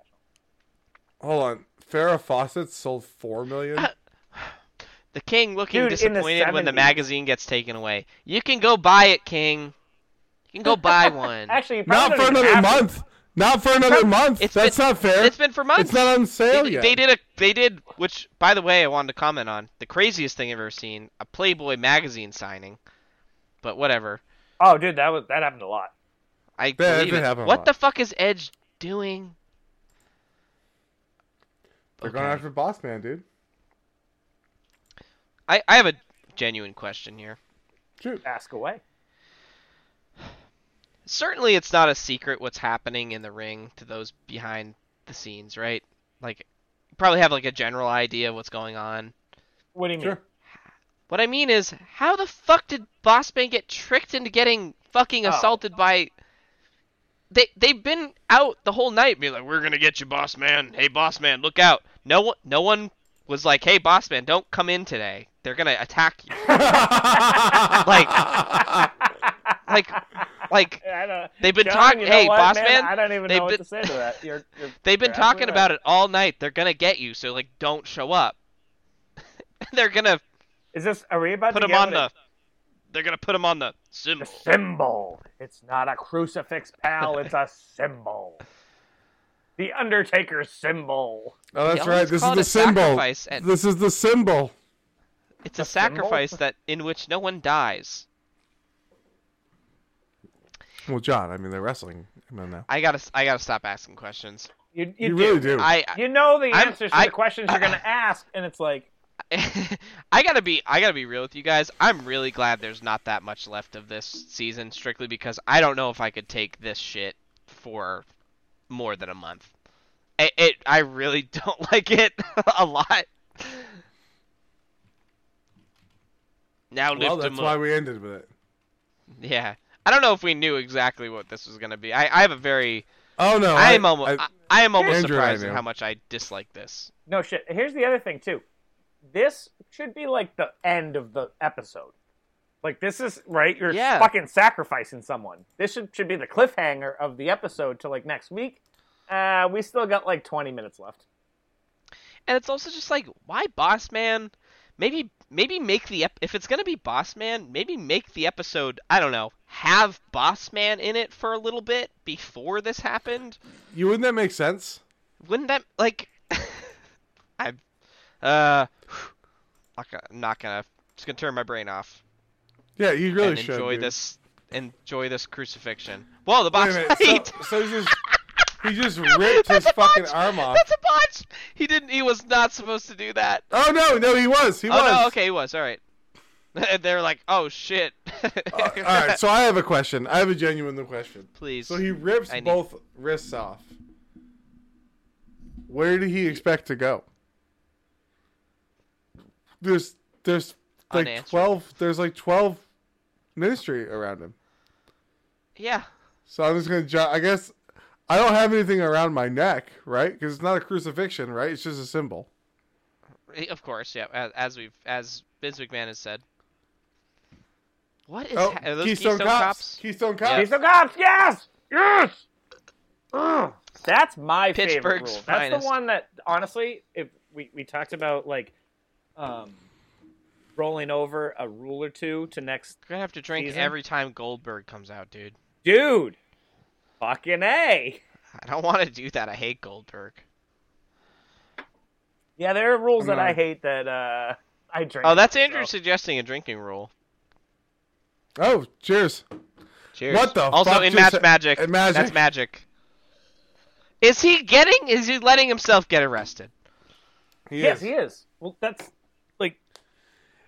C: Hold on. Farrah Fawcett sold four million.
B: Uh, the king looking
A: Dude, in the
B: disappointed when the
A: 70s.
B: magazine gets taken away. You can go buy it, king. You can go buy one.
A: Actually, you probably
C: Not for
A: don't even
C: another
A: have to.
C: month. Not for another month.
B: It's
C: That's
B: been-
C: not fair.
B: It's been for months.
C: It's not on
B: They-
C: sale
B: they,
C: yet.
B: did a they did which by the way I wanted to comment on the craziest thing I've ever seen a Playboy magazine signing, but whatever.
A: Oh, dude, that was that happened a lot.
B: I
C: that
B: believe
C: did
B: it.
C: happen a
B: What
C: lot.
B: the fuck is Edge doing?
C: They're going
B: Okay.
C: after Boss Man, dude.
B: I I have a genuine question here.
C: Shoot.
A: Ask away.
B: Certainly, it's not a secret what's happening in the ring to those behind the scenes, right? Like, you probably have like a general idea of what's going on.
A: What do you mean?
C: Sure.
B: What I mean is, how the fuck did Bossman get tricked into getting fucking
A: Oh.
B: assaulted by? They they've been out the whole night, being like, "We're gonna get you, boss man. Hey, boss man, look out!" No one, no one was like, "Hey, boss man, don't come in today. They're gonna attack you." like, like, like
A: I don't.
B: they've been
A: John,
B: talking.
A: you know
B: Hey,
A: what,
B: boss
A: man?
B: man,
A: I don't even
B: they've
A: know what
B: been-
A: to say to that. You're, you're,
B: they've been
A: you're
B: talking
A: absolutely right.
B: about it all night. They're gonna get you, so like, don't show up. They're gonna
A: Is this? Are we about
B: put
A: to
B: him
A: get
B: on
A: with
B: the. They're gonna put him on the symbol.
A: a symbol? It's not a crucifix, pal. It's a symbol. The Undertaker's symbol.
C: Oh, that's
B: They
C: right.
B: always
C: This
B: call it
C: is the
B: a
C: symbol.
B: sacrifice at-
C: This is the symbol.
B: It's a,
A: symbol?
B: sacrifice that in which no one dies.
C: Well, John, I mean, they're wrestling. Come on now.
B: I gotta, I gotta stop asking questions.
A: You, you,
C: You,
A: do.
C: really do.
B: I,
A: You know the
B: I'm-
A: answers to
B: I-
A: the questions you're gonna ask, and it's like,
B: I, gotta be, I gotta be real with you guys. I'm really glad there's not that much left of this season, strictly because I don't know if I could take this shit for more than a month. It, it I really don't like it a lot. Now lift
C: well,
B: 'em
C: that's
B: up.
C: why we ended with it.
B: Yeah, I don't know if we knew exactly what this was gonna be. I, I have a very
C: Oh no.
B: I am almost I, I am almost
C: Andrew and I
B: surprised at
C: knew.
B: how much I dislike this.
A: no shit. Here's the other thing too. This should be like the end of the episode. Like this is right. You're
B: Yeah.
A: fucking sacrificing someone. This should should be the cliffhanger of the episode to like next week. Uh, we still got like 20 minutes left.
B: And it's also just like why Boss Man? Maybe maybe make the ep- if it's going to be Boss Man, maybe make the episode, I don't know, have Boss Man in it for a little bit before this happened.
C: You wouldn't that make sense?
B: Wouldn't that like I uh I'm not gonna- not going to just going to turn my brain off
C: Yeah, you really
B: and
C: should
B: enjoy
C: dude.
B: this enjoy this crucifixion. Whoa, the
C: Wait a
B: boss
C: minute,
B: fight.
C: So, so he just he just ripped his
B: That's a
C: fucking
B: botch.
C: arm off.
B: That's a botch. He didn't. He was not supposed to do that.
C: Oh no, no, he was. He
B: oh
C: was.
B: no. Okay, he was. All right. And they're like, oh shit.
C: Uh, All right. So I have a question. I have a genuine question.
B: Please.
C: So he rips
B: I need-
C: both wrists off. Where did he expect to go? There's there's like
B: Unanswered.
C: twelve there's like twelve ministry around him.
B: Yeah.
C: So I'm just gonna jump. I guess I don't have anything around my neck, right? Because it's not a crucifixion, right? It's just a symbol.
B: eh, Of course. Yeah. As, as we've as Vince McMahon has said. What is
C: Oh,
B: ha- are those
C: Keystone, cops. Keystone cops.
A: Piece of cops, yes, yes. Ugh. That's my favorite
B: Pittsburgh's
A: rule. That's
B: finest.
A: the one that honestly, if we we talked about like, um, rolling over a rule or two to next
B: We're gonna have to drink
A: Season?
B: every time Goldberg comes out, dude.
A: dude. Fucking a.
B: I don't want to do that. I hate Goldberg.
A: Yeah, there are rules that
C: No.
A: I hate that uh, I drink.
B: Oh, that's Andrew
A: so-
B: suggesting a drinking rule.
C: Oh, cheers.
B: Cheers.
C: What the
B: Also
C: fuck
B: in
C: just
B: match
C: ha-
B: magic.
C: in Magic?
B: That's magic. Is he getting? Is he letting himself get arrested?
C: He
A: Yes,
C: is.
A: he is. Well, that's like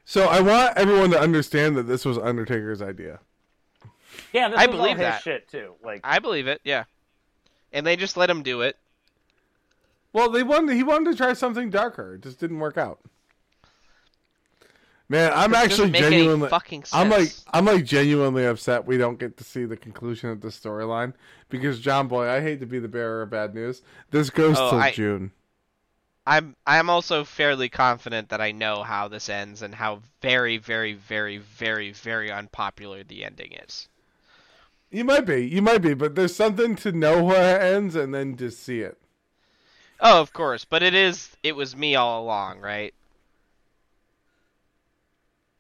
C: So I want everyone to understand that this was Undertaker's idea.
A: yeah. This
B: I
A: was all
B: believe
A: his
B: that.
A: shit too. Like
B: I believe it. Yeah. And they just let him do it.
C: Well, they wanted he wanted to try something darker. It just didn't work out. Man, I'm
B: This
C: actually
B: doesn't make any
C: genuinely
B: fucking
C: I'm like
B: sense.
C: I'm like genuinely upset we don't get to see the conclusion of the storyline because John Boy, I hate to be the bearer of bad news. This goes
B: Oh,
C: till
B: I-
C: June.
B: I'm I'm also fairly confident that I know how this ends and how very very very very very unpopular the ending is.
C: You might be, you might be, but there's something to know where it ends and then to see it.
B: Oh, of course, but it is it was me all along, right?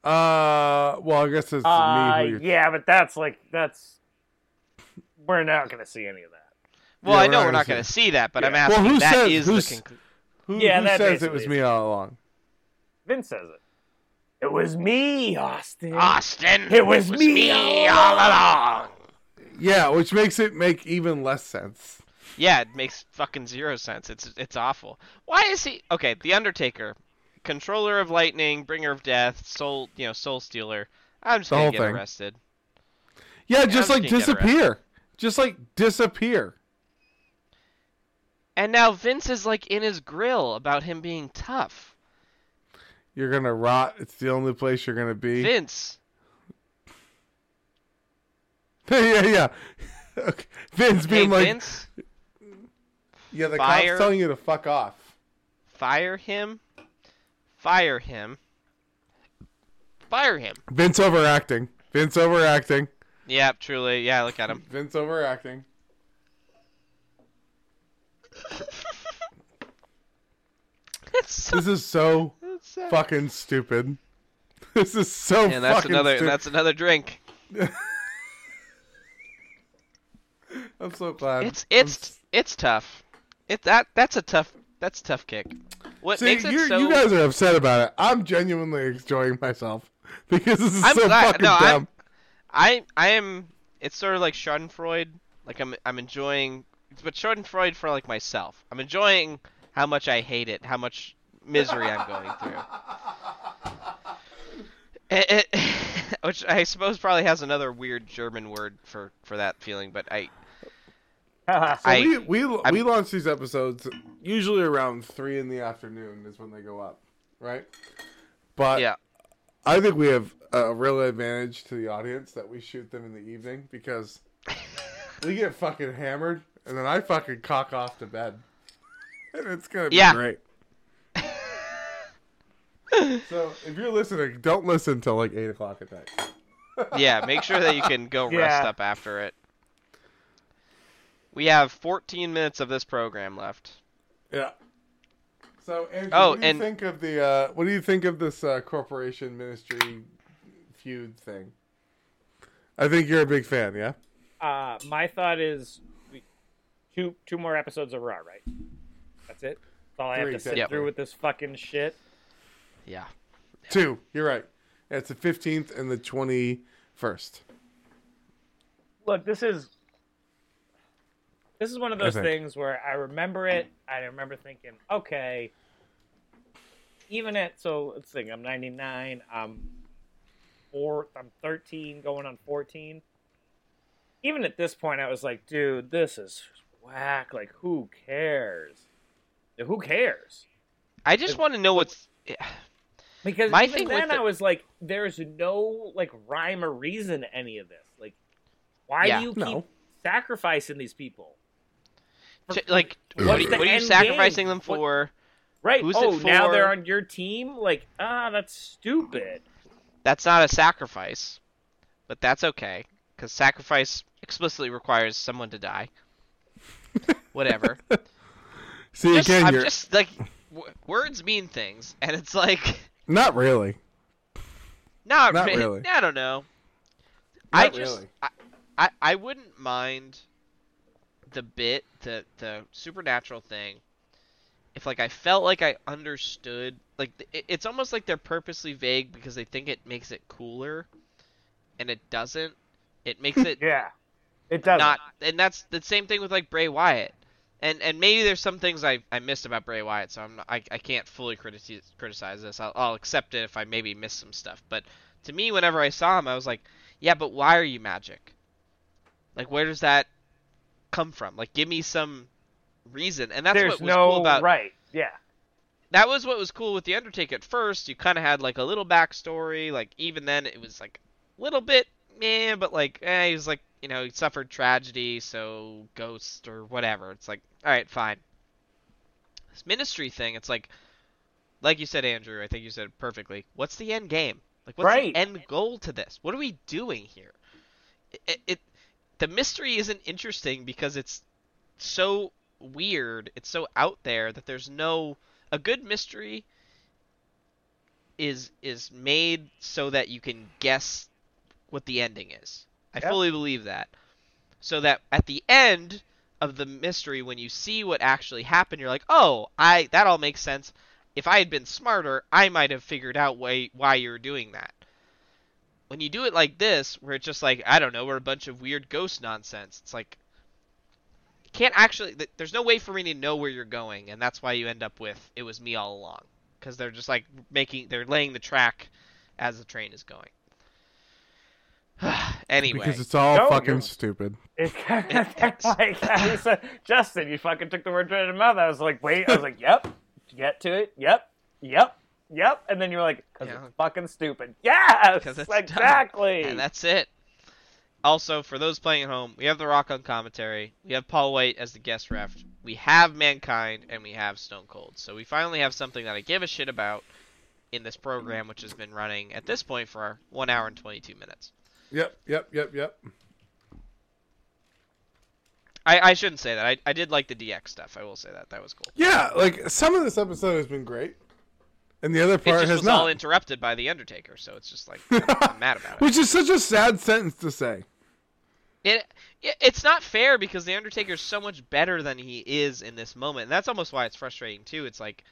C: Uh, well, I guess it's me
A: uh,
C: who you're
A: yeah, but that's like that's we're not gonna see any of that.
B: Well,
C: Yeah,
B: I know we're
C: gonna
B: not
C: see
B: going
C: it.
B: to see that, but I'm
A: Yeah.
B: asking.
C: Well, who
B: that
C: says-
B: is
C: who's-
B: the conclusion.
C: Who,
A: Yeah,
C: who
A: that
C: says it was
A: basically
C: me all along?
A: Vin says it. It was me, Austin.
B: Austin.
A: It was me all
B: along.
C: Yeah, which makes it make even less sense.
B: Yeah, it makes fucking zero sense. It's it's awful. Why is he okay? The Undertaker, controller of lightning, bringer of death, soul you know soul stealer. I'm just
C: The
B: gonna
C: whole
B: get
C: thing.
B: arrested.
C: Yeah, just
B: I'm
C: like
B: just gonna get
C: disappear. Just like disappear.
B: And now Vince is like in his grill about him being tough.
C: You're gonna rot. It's the only place you're gonna be.
B: Vince,
C: yeah, yeah. Okay. Vince
B: hey
C: being like,
B: Vince,
C: yeah, the
B: fire.
C: cops telling you to fuck off.
B: fire him, fire him, fire him.
C: Vince overacting. Vince overacting.
B: Yeah, truly. Yeah, look at him.
C: Vince overacting.
B: That's so,
C: This is so
B: that's so-
C: fucking stupid. This is so
B: And that's
C: fucking
B: another.
C: stupid.
B: And that's another drink.
C: I'm so glad.
B: It's it's it's tough. It that that's a tough that's a tough kick. What
C: See,
B: makes it
C: you're,
B: so?
C: you guys are upset about it. I'm genuinely enjoying myself because this is
B: I'm
C: so
B: glad.
C: fucking
B: No, I'm-
C: dumb.
B: I I am. It's sort of like Schadenfreude. Like I'm I'm enjoying, but Schadenfreude for like myself. I'm enjoying how much I hate it, how much misery I'm going through. It, it, eh, which I suppose probably has another weird German word for for that feeling, but I
A: Ah.
B: I
C: we we, we
B: I'm-
C: launch these episodes usually around three in the afternoon is when they go up, right? But
B: yeah
C: I think we have a real advantage to the audience that we shoot them in the evening because we get fucking hammered and then I fucking cock off to bed. And it's gonna be
B: Yeah.
C: great. so if you're listening, don't listen till like eight o'clock at night.
B: yeah, make sure that you can go rest
A: Yeah.
B: up after it. We have 14 minutes of this program left.
C: Yeah. So Andrew,
B: Oh,
C: what do you
B: and-
C: think of the uh, what do you think of this uh, corporation ministry feud thing? I think you're a big fan, yeah.
A: Uh, my thought is, we, two two more episodes of Raw, right? That's it. That's all I have
C: Three,
A: to sit
B: Yep.
A: through with this fucking shit.
B: Yeah.
C: Two, you're right. It's the fifteenth and the twenty first.
A: look, this is this is one of
C: I
A: those
C: think.
A: things where I remember it. I remember thinking, okay, even at so let's think. I'm 99. I'm four. I'm 13, going on 14. Even at this point, I was like, dude, this is whack. Like, who cares? Who cares?
B: I just want to know what's
A: Because
B: My
A: even
B: thing with
A: then,
B: the-
A: I was like, there's no like rhyme or reason to any of this. Like, why
B: Yeah.
A: do you keep
C: No.
A: sacrificing these people?
B: t- like
A: What's
B: what, are-
A: the
B: what are you
A: end
B: sacrificing
A: game?
B: them
A: What-
B: for?
A: Right?
B: Who's it
A: oh, now
B: for?
A: they're on your team. Like, ah, that's stupid.
B: That's not a sacrifice, but that's okay cuz sacrifice explicitly requires someone to die. Whatever.
C: See
B: just,
C: again,
B: I'm
C: you're
B: just like w- words mean things and it's like
C: not really.
B: Not,
C: Not
B: re-
C: really.
B: I don't know. I
C: Not
B: just
C: really.
B: I, I I wouldn't mind the bit the the supernatural thing if like I felt like I understood like it, it's almost like they're purposely vague because they think it makes it cooler and it doesn't. It makes it
A: Yeah, it does
B: not and that's the same thing with like Bray Wyatt. And and maybe there's some things I, I missed about Bray Wyatt, so I'm not, I, I can't fully criticize criticize this. I'll, I'll accept it if I maybe missed some stuff. But to me, whenever I saw him, I was like, yeah, but why are you magic? Like, where does that come from? Like, give me some reason. And that's
A: There's
B: what was
A: no
B: cool about
A: right. Yeah,
B: that was what was cool with the Undertaker at first. You kind of had like a little backstory. Like even then, it was like a little bit meh, but like eh, he was like you know he suffered tragedy, so ghost or whatever. It's like all right, fine. This ministry thing, it's like like you said, Andrew. I think you said it perfectly. What's the end game? Like what's
A: Right.
B: the end goal to this? What are we doing here? It, it the mystery isn't interesting because it's so weird, it's so out there that there's no a good mystery is is made so that you can guess what the ending is. I
A: Yeah.
B: fully believe that. So that at the end of the mystery when you see what actually happened you're like oh i that all makes sense if i had been smarter i might have figured out why why you're doing that when you do it like this where it's just like i don't know we're a bunch of weird ghost nonsense it's like you can't actually th- there's no way for me to know where you're going and that's why you end up with it was me all along because they're just like making they're laying the track as the train is going anyway
C: Because it's all
A: No,
C: fucking
A: you're-
C: stupid.
A: It's kind of that's like I was, uh, Justin, you fucking took the word right out of my mouth. I was like, wait, I was like, yep, get to it, yep, yep, yep, and then you were like, because
B: Yeah.
A: it's fucking stupid. Yes,
B: 'Cause it's dumb.
A: exactly.
B: And that's it. Also, for those playing at home, we have The Rock on commentary. We have Paul White as the guest ref. We have Mankind, and we have Stone Cold. So we finally have something that I give a shit about in this program, which has been running at this point for one hour and 22 minutes.
C: Yep, yep, yep, yep.
B: I, I shouldn't say that. I, I did like the DX stuff. I will say that. That was cool.
C: Yeah, like some of this episode has been great, and the other
B: It
C: part
B: just
C: has
B: was all
C: not.
B: interrupted by The Undertaker, so it's just like, I'm mad about it.
C: Which is such a sad sentence to say.
B: It, it it's not fair because the Undertaker's so much better than he is in this moment, and that's almost why it's frustrating too. It's like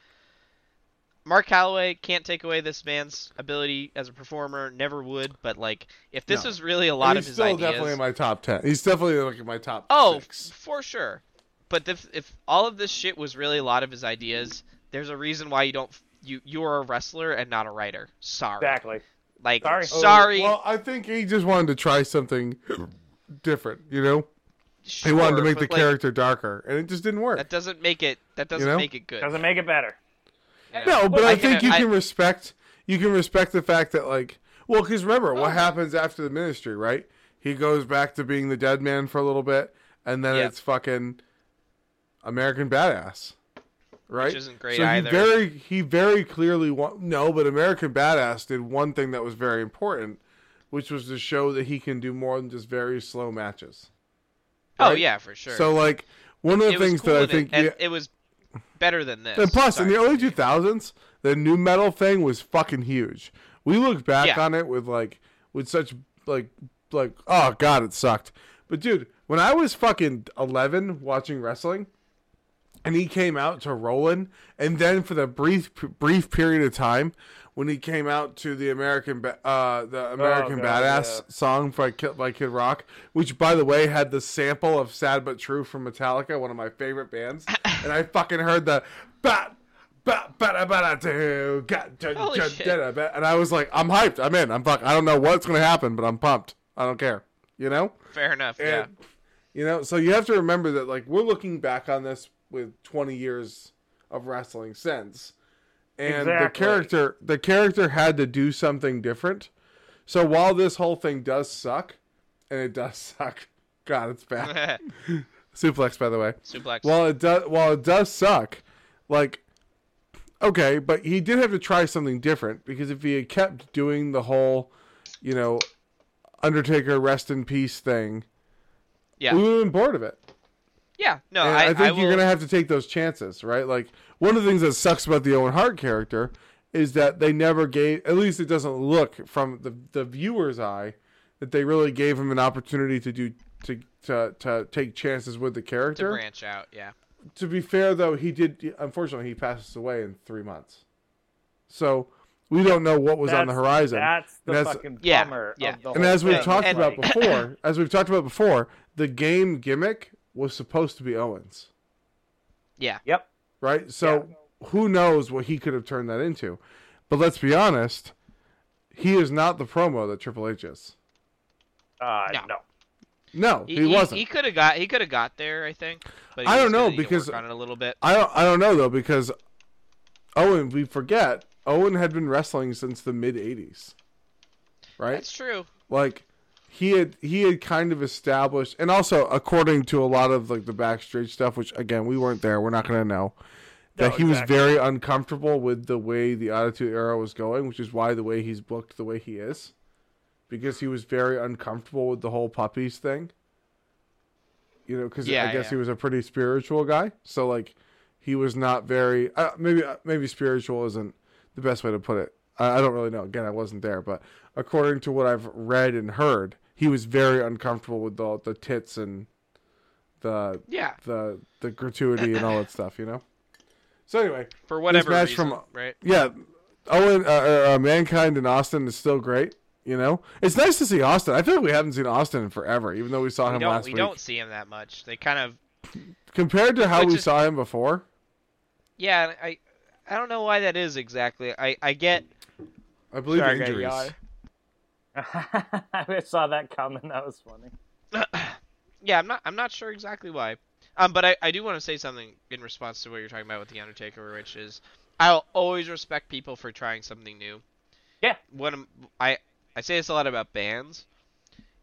B: Mark Calloway can't take away this man's ability as a performer, never would. But like, if this
C: No.
B: is really a lot
C: He's
B: of his
C: still
B: ideas,
C: definitely in my top ten. He's definitely like in my top.
B: oh,
C: six.
B: f- for sure. But if if all of this shit was really a lot of his ideas, there's a reason why you don't f- you you are a wrestler and not a writer. Sorry,
A: exactly.
B: like
A: Sorry.
C: Oh,
B: sorry.
C: well, I think he just wanted to try something different. You know,
B: sure,
C: he wanted to make the
B: but, like,
C: character darker, and it just didn't work.
B: That doesn't make it. That doesn't
C: know?
B: make it good.
A: Doesn't make it better.
C: No, but I,
B: I can-
C: think you
B: I-
C: can respect you can respect the fact that like well, because remember what happens after the ministry, right? He goes back to being the dead man for a little bit, and then
B: Yeah.
C: it's fucking American badass, right?
B: isn't great
C: so
B: either.
C: He very he very clearly want no, but American badass did one thing that was very important, which was to show that he can do more than just very slow matches.
B: Oh
C: right?
B: yeah, for sure.
C: So like one of the
B: it was
C: things
B: cool
C: that I
B: and it-
C: think
B: and
C: yeah-
B: it was better than this.
C: And plus, in the
B: Sorry.
C: early 2000s, the new metal thing was fucking huge. We look back
B: Yeah.
C: on it with like with such like like oh god, it sucked. But dude, when I was fucking 11 watching wrestling and he came out to Roland and then for the brief brief period of time when he came out to the American Ba- uh the American
A: God,
C: Badass song by Kid, by Kid Rock, which by the way had the sample of Sad but True from Metallica, one of my favorite bands, and I fucking heard the bat bat bat bat do got da-
B: Holy
C: da-
B: shit.
C: da- da- ba-" and I was like, I'm hyped, I'm in, I'm fuck, I don't know what's gonna happen, but I'm pumped, I don't care, you know.
B: Fair enough. yeah.
C: And, You know, so you have to remember that like we're looking back on this with 20 years of wrestling since. And the
A: Exactly.
C: character the character had to do something different. So while this whole thing does suck, and it does suck. God, it's bad. Suplex by the way.
B: Suplex.
C: While it does while it does suck, like okay, but he did have to try something different because if he had kept doing the whole, you know, Undertaker rest in peace thing,
B: yeah.
C: we would have been bored of it.
B: yeah. No,
C: And
B: I,
C: I, think
B: I
C: you're
B: will-
C: gonna have to take those chances, right? Like one of the things that sucks about the Owen Hart character is that they never gave. At least it doesn't look from the the viewer's eye that they really gave him an opportunity to do to to, to take chances with the
B: to
C: character.
B: branch out. Yeah.
C: To be fair, though, he did. Unfortunately, he passes away in three months, so we don't know what was on the
A: That's-
C: horizon.
A: That's the
C: And that's-
A: fucking
B: Yeah,
A: bummer. of
B: yeah.
A: the
C: and
A: whole
C: as we've
A: thing.
C: talked
B: and-
C: about before, as we've talked about before, the game gimmick was supposed to be Owens.
B: Yeah.
A: yep,
C: right? So who knows what he could have turned that into? But let's be honest, he is not the promo that Triple H is.
A: uh,
B: No.
A: no.
C: No, he, wasn't.
B: He could have got. He could have got there. I think. But he
C: I
B: was
C: don't know,
B: gonna need to
C: because-
B: work on it a little bit.
C: I don't. I don't know though because Owen. We forget Owen had been wrestling since the mid '80s, right?
B: That's true.
C: like he had he had kind of established and also according to a lot of like the backstage stuff which again we weren't there we're not going to know that he was
A: exactly.
C: very uncomfortable with the way the attitude era was going which is why the way he's booked the way he is because he was very uncomfortable with the whole puppies thing you know because i
B: Yeah,
C: guess
B: yeah.
C: he was a pretty spiritual guy so like he was not very uh, maybe maybe spiritual isn't the best way to put it. I, I don't really know. Again, I wasn't there, but according to what I've read and heard, he was very uncomfortable with the the tits and the
B: Yeah,
C: the the gratuity and all that stuff, you know. So anyway,
B: for whatever
C: match
B: reason,
C: from-
B: right?
C: yeah, Owen, uh, uh, uh, mankind and Austin is still great. You know, it's nice to see Austin. I feel like we haven't seen Austin in forever, even though we saw
B: We
C: him
B: don't
C: last
B: we
C: week.
B: don't see him that much. They kind of
C: Compared to how
B: Which
C: we
B: is-
C: saw him before,
B: yeah. I I don't know why that is exactly. I I get
C: I believe
B: Sorry, I got
C: injuries.
B: yar.
A: I saw that coming. That was funny.
B: yeah. I'm not I'm not sure exactly why. Um, but I, I do want to say something in response to what you're talking about with the Undertaker, which is I'll always respect people for trying something new.
A: Yeah.
B: What am- I I say this a lot about bands.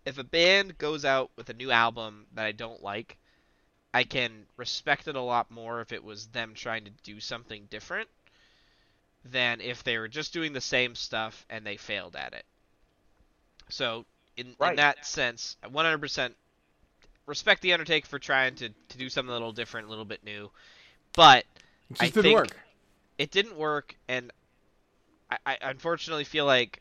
B: If a band goes out with a new album that I don't like, I can respect it a lot more if it was them trying to do something different than if they were just doing the same stuff and they failed at it. So in, in
A: Right.
B: that sense, 100% respect the Undertaker for trying to, to do something a little different, a little bit new. But
C: It
B: I
C: just didn't
B: think-
C: work.
B: it didn't work, and I, I unfortunately feel like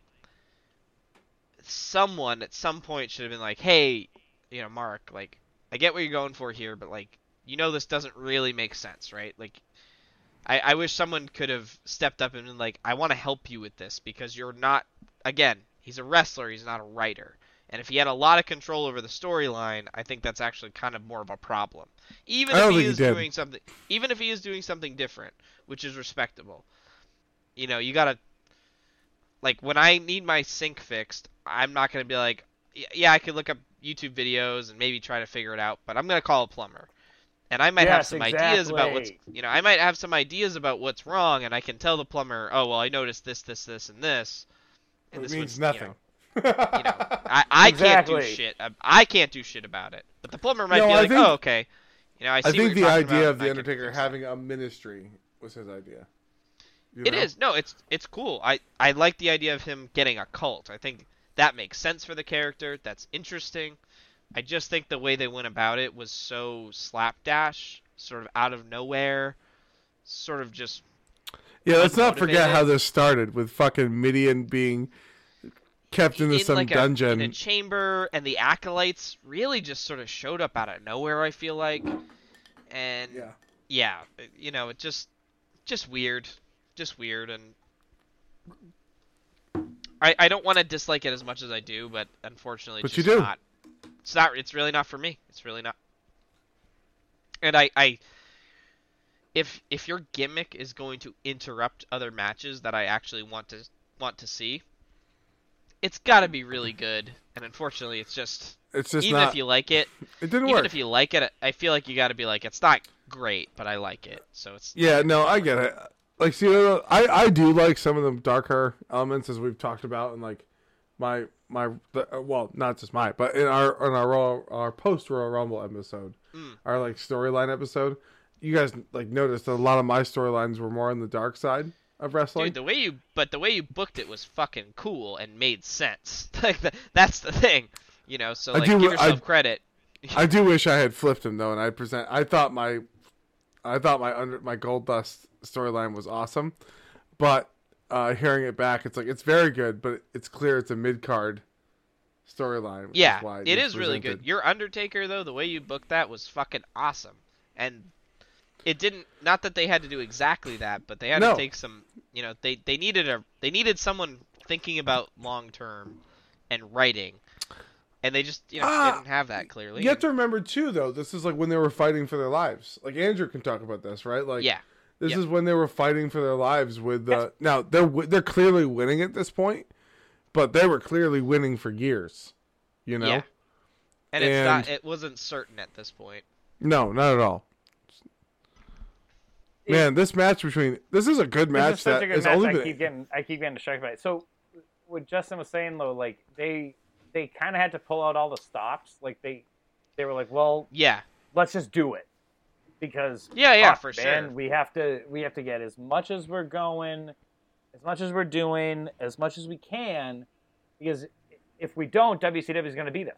B: someone at some point should have been like, "Hey, you know, Mark, like, I get what you're going for here, but like, you know, this doesn't really make sense, right? Like, I, I wish someone could have stepped up and been like, I want to help you with this because you're not. Again, he's a wrestler, he's not a writer." And if he had a lot of control over the storyline, I think that's actually kind of more of a problem. Even
C: I
B: if
C: don't
B: he
C: think he
B: is
C: did.
B: doing something, even if he is doing something different, which is respectable. You know, you gotta like when I need my sink fixed, I'm not gonna be like, "Y- yeah, I could look up YouTube videos and maybe try to figure it out, but I'm gonna call a plumber, and I might have
A: Yes,
B: some ideas about what's you know I might have some ideas about what's wrong, and I can tell the plumber, oh well, I noticed this, this, this, and this. And
C: It
B: this
C: means
B: was, You
C: nothing.
B: know, you know, I, I can't do
A: Exactly.
B: shit. I, I can't do shit about it. But the plumber might
C: No,
B: be
C: I
B: like,
C: think-
B: oh okay. You know, I, see
C: I
B: what
C: think
B: you're
C: the
B: talking about,
C: idea of
B: and
C: the
B: I can
C: Undertaker
B: fix that."
C: having a ministry was his idea. You
B: It
C: know?
B: is. No, it's it's cool. I I like the idea of him getting a cult. I think that makes sense for the character. That's interesting. I just think the way they went about it was so slapdash, sort of out of nowhere, sort of just
C: Yeah, let's not forget
B: unmotivated.
C: how this started with fucking Midian being kept into some
B: like a-
C: dungeon.
B: in a chamber, and the acolytes really just sort of showed up out of nowhere. I feel like, and
C: Yeah.
B: yeah, uh, you know, it just just weird, just weird, and I I don't want to dislike it as much as I do, but unfortunately, it's
C: But you
B: just
C: do.
B: not. It's not. It's really not for me. It's really not. And I I if if your gimmick is going to interrupt other matches that I actually want to want to see, it's got to be really good. And unfortunately, it's just
C: It's just
B: even
C: not.
B: if you like it,
C: it didn't
B: even
C: work.
B: if you like it, I feel like you got to be like, it's not great, but I like it. So it's
C: Yeah, no, I get it. Like, see, uh, I I do like some of the darker elements as we've talked about, and like my my the, uh, well, not just my, but in our in our Royal, our post Royal Rumble episode,
B: Mm.
C: our like storyline episode, you guys like noticed that a lot of my storylines were more on the dark side of wrestling.
B: dude, the way you but the way you booked it was fucking cool and made sense. like th- that's the thing, you know. So
C: I
B: like,
C: do-
B: give
C: I-
B: yourself credit.
C: I do wish I had flipped him though, and I present. I thought my, I thought my under my gold dust storyline was awesome, but uh, hearing it back, it's like it's very good, but it's clear it's a mid card storyline. which
B: Yeah,
C: is why
B: it
C: was
B: is really good.
C: presented.
B: Your Undertaker though, the way you booked that was fucking awesome, and it didn't. Not that they had to do exactly that, but they had
C: No.
B: to take some. You know, they they needed a they needed someone thinking about long term and writing, and they just you know
C: Ah,
B: didn't have that clearly.
C: You have to remember too, though. This is like when they were fighting for their lives. Like Andrew can talk about this, right? Like
B: yeah,
C: This
B: Yep.
C: is when they were fighting for their lives with the. Now they're wi- they're clearly winning at this point, but they were clearly winning for years. You know.
B: Yeah. and it's
C: And-
B: not it wasn't certain at this point.
C: No, not at all. Man, this match between this is a good
A: This
C: match
A: is such
C: that
A: a good
C: is
A: match.
C: only
A: I
C: been
A: keep getting I keep getting distracted by it. So what Justin was saying though, like they they kind of had to pull out all the stops. Like they they were like, well,
B: Yeah,
A: let's just do it because
B: yeah, Oh, yeah,
A: fuck,
B: for
A: man,
B: sure.
A: we have to we have to get as much as we're going, as much as we're doing, as much as we can, because if we don't, WCW is going to beat us.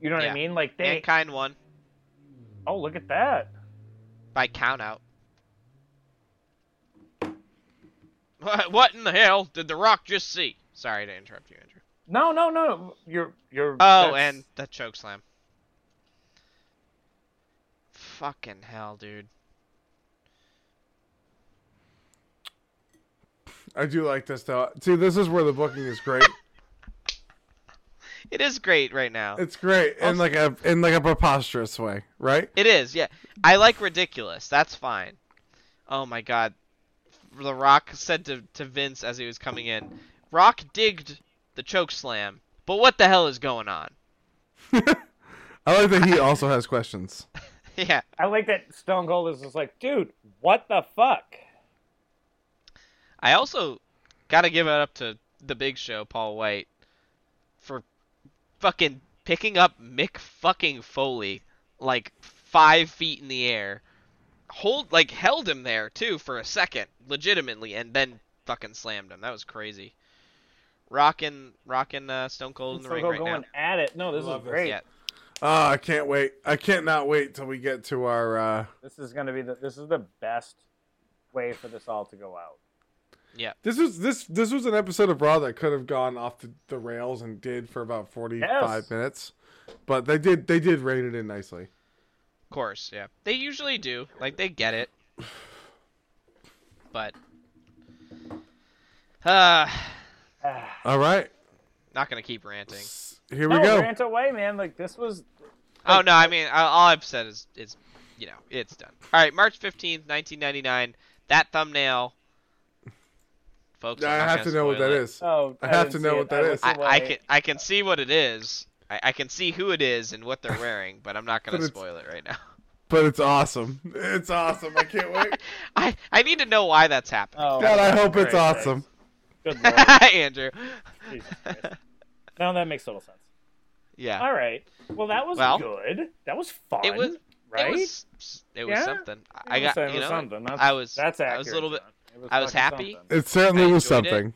A: You know what
B: Yeah.
A: I mean? Like they.
B: Mankind won
A: Oh, look at that.
B: by count out. What, what in the hell did The Rock just see? Sorry to interrupt you, Andrew.
A: No, no, no. You're you're.
B: Oh,
A: that's-
B: and the choke slam. Fucking hell, dude.
C: I do like this though. See, this is where the booking is great.
B: It is great right now.
C: It's great in like a in like a preposterous way, right?
B: It is, yeah. I like ridiculous. That's fine. Oh my god. The Rock said to, to Vince as he was coming in, Rock digged the choke slam, but what the hell is going on?
C: I like that he also has questions.
B: yeah.
A: I like that Stone Cold is just like, dude, what the fuck?
B: I also gotta give it up to the Big Show, Paul White, for fucking picking up Mick fucking Foley like five feet in the air, hold like held him there too for a second, legitimately, and then fucking slammed him. That was crazy. Rocking, rocking uh, Stone Cold in the
A: Stone
B: ring
A: Cold
B: right
A: going
B: now.
A: at it. No, this
D: Love
A: is
D: this.
A: great.
B: Yeah.
C: Ah, I can't wait. I can't not wait till we get to our. uh
A: This is gonna be the this is the best way for this all to go out.
C: This was this this was an episode of Raw that could have gone off the, the rails and did for about forty five
A: Yes.
C: minutes, but they did they did rein it in nicely.
B: Of course, yeah. They usually do. Like they get it. But uh
C: All right,
B: not gonna keep ranting.
C: S- here we
A: no,
C: go.
A: rant away, man. Like this was
B: Oh no, I mean I- all I've said is is you know, it's done. All right, March 15th, 1999. That thumbnail Folks,
C: I
B: I'm not
C: have to
B: gonna
C: know what
B: spoil
C: that
B: it.
C: is.
A: oh
C: I have
A: didn't
C: to know
A: see
C: what
A: it.
C: that
A: I looked
C: is.
B: I, I
A: away.
B: can I can see what it is. I, I can see who it is and what they're wearing, but I'm not gonna
C: But it's-
B: spoil it right now.
C: But it's awesome. It's awesome. I can't wait.
B: I I need to know why that's happening.
A: Oh,
C: God, I hope it's
A: great.
C: awesome.
A: Good lord.
B: Andrew.
A: Jesus Christ. No, that makes total sense.
B: Yeah.
A: All right. Well, that was
B: Well,
A: good. That was fun.
B: it was-
A: right.
B: It was, it was
A: Yeah?
B: something. I
A: It
B: got
A: was- it
B: you
A: was
B: know.
A: something. That's,
B: I was-
A: That's accurate.
B: I was a little bit-
A: John. It was
B: I was
A: fucking
B: happy.
A: something.
C: It certainly
B: I
C: was
B: enjoyed it.
C: something.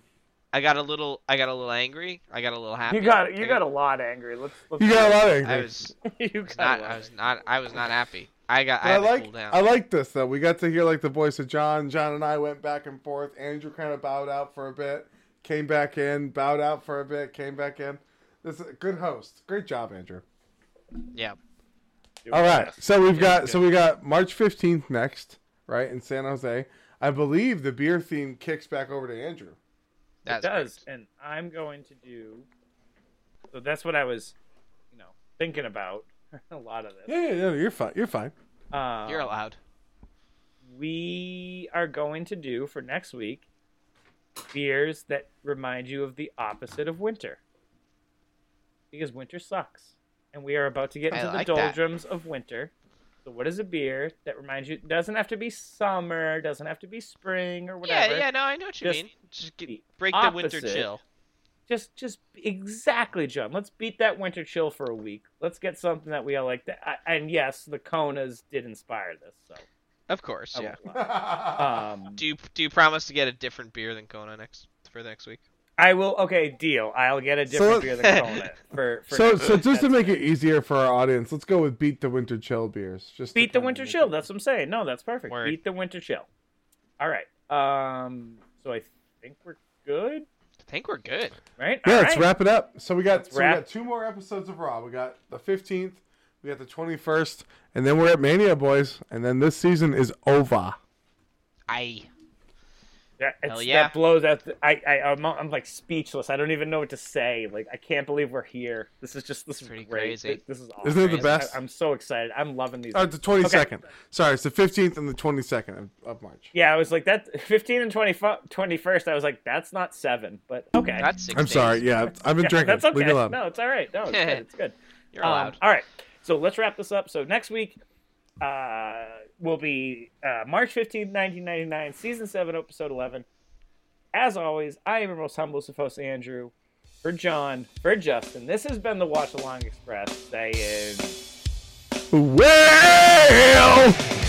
B: I got a little. I got a little angry. I got a little happy.
A: You got you
B: I
A: got a lot angry. Let's, let's
C: You got a lot of
B: I
C: angry.
B: was
A: you got
B: not.
A: a lot
B: I was not. I was not happy. I got. I,
C: But I
B: had to
C: like
B: cool down.
C: I like this though. We got to hear like the voice of John. John and I went back and forth. Andrew kind of bowed out for a bit, came back in, bowed out for a bit, came back in. This is a good host. Great job, Andrew.
B: yeah.
A: angry.
C: All right. So we've got
B: good.
C: so we got March 15th next, right? In San Jose. I believe the beer theme kicks back over to Andrew.
B: That's
A: it does, and I'm going to do. So that's what I was, you know, thinking about a lot of this.
C: Yeah, yeah, yeah, you're fine. You're fine.
A: Um,
B: You're allowed.
A: we are going to do for next week beers that remind you of the opposite of winter. Because winter sucks. And we are about to get
B: I
A: into
B: like
A: the
B: that.
A: doldrums of winter. So what is a beer that reminds you doesn't have to be summer, doesn't have to be spring or whatever.
B: Yeah. Yeah. No, I know what you
A: Just
B: mean. Just get,
A: the
B: break the winter
A: opposite.
B: chill.
A: Just just exactly, John. Let's beat that winter chill for a week. Let's get something that we all like. That, I- and yes, the Konas did inspire this, so
B: Of course.
A: I
B: Yeah.
A: won't lie.
B: Uh,
A: Um,
B: Do you do you promise to get a different beer than Kona next for next week?
A: I will. Okay, deal. I'll get a different
C: So-
A: beer than Kona for, for
C: so
A: next
C: so
A: week.
C: just to
A: That's-
C: make it easier for our audience, let's go with beat the winter chill beers. Just to
A: beat the
C: kinda
A: winter
C: make
A: chill.
C: it-
A: That's what I'm saying. No, that's perfect.
B: Word.
A: Beat the winter chill. All right. Um. So I think we're good,
B: I think we're good.
A: right?
C: Yeah,
A: All
C: let's
A: right.
C: wrap it up. So we got so we
A: wrap-
C: got two more episodes of Raw. We got the 15th, we got the 21st, and then we're at Mania Boys, and then this season is over.
B: I.
A: That, it's-
B: Hell yeah.
A: that blows out. the- I, I, I'm, I'm like speechless. I don't even know what to say. Like, I can't believe we're here. This is just, this is
B: Pretty
A: great.
B: crazy.
A: Th- This, is awesome.
C: Isn't it the
B: Crazy.
C: best?
A: I, am so excited. I'm loving these.
C: Uh, the 22nd. Sorry, it's the 15th and the 22nd of, of March.
A: yeah, I was like that. 15 and 20, 21st. I was like, that's not seven, but okay.
B: That's six
C: I'm
B: days.
C: sorry. Yeah, I've been
A: Yeah,
C: drinking.
A: That's okay.
C: Leave me alone.
A: No, it's all right. No, it's good. It's good.
B: You're allowed.
A: Um, all right. So let's wrap this up. So next week uh, will be uh, March 15th, 1999, season 7, episode 11. As always, I am your most humble host, Andrew. For John, for Justin, this has been the Watch Along Express saying.
C: Well.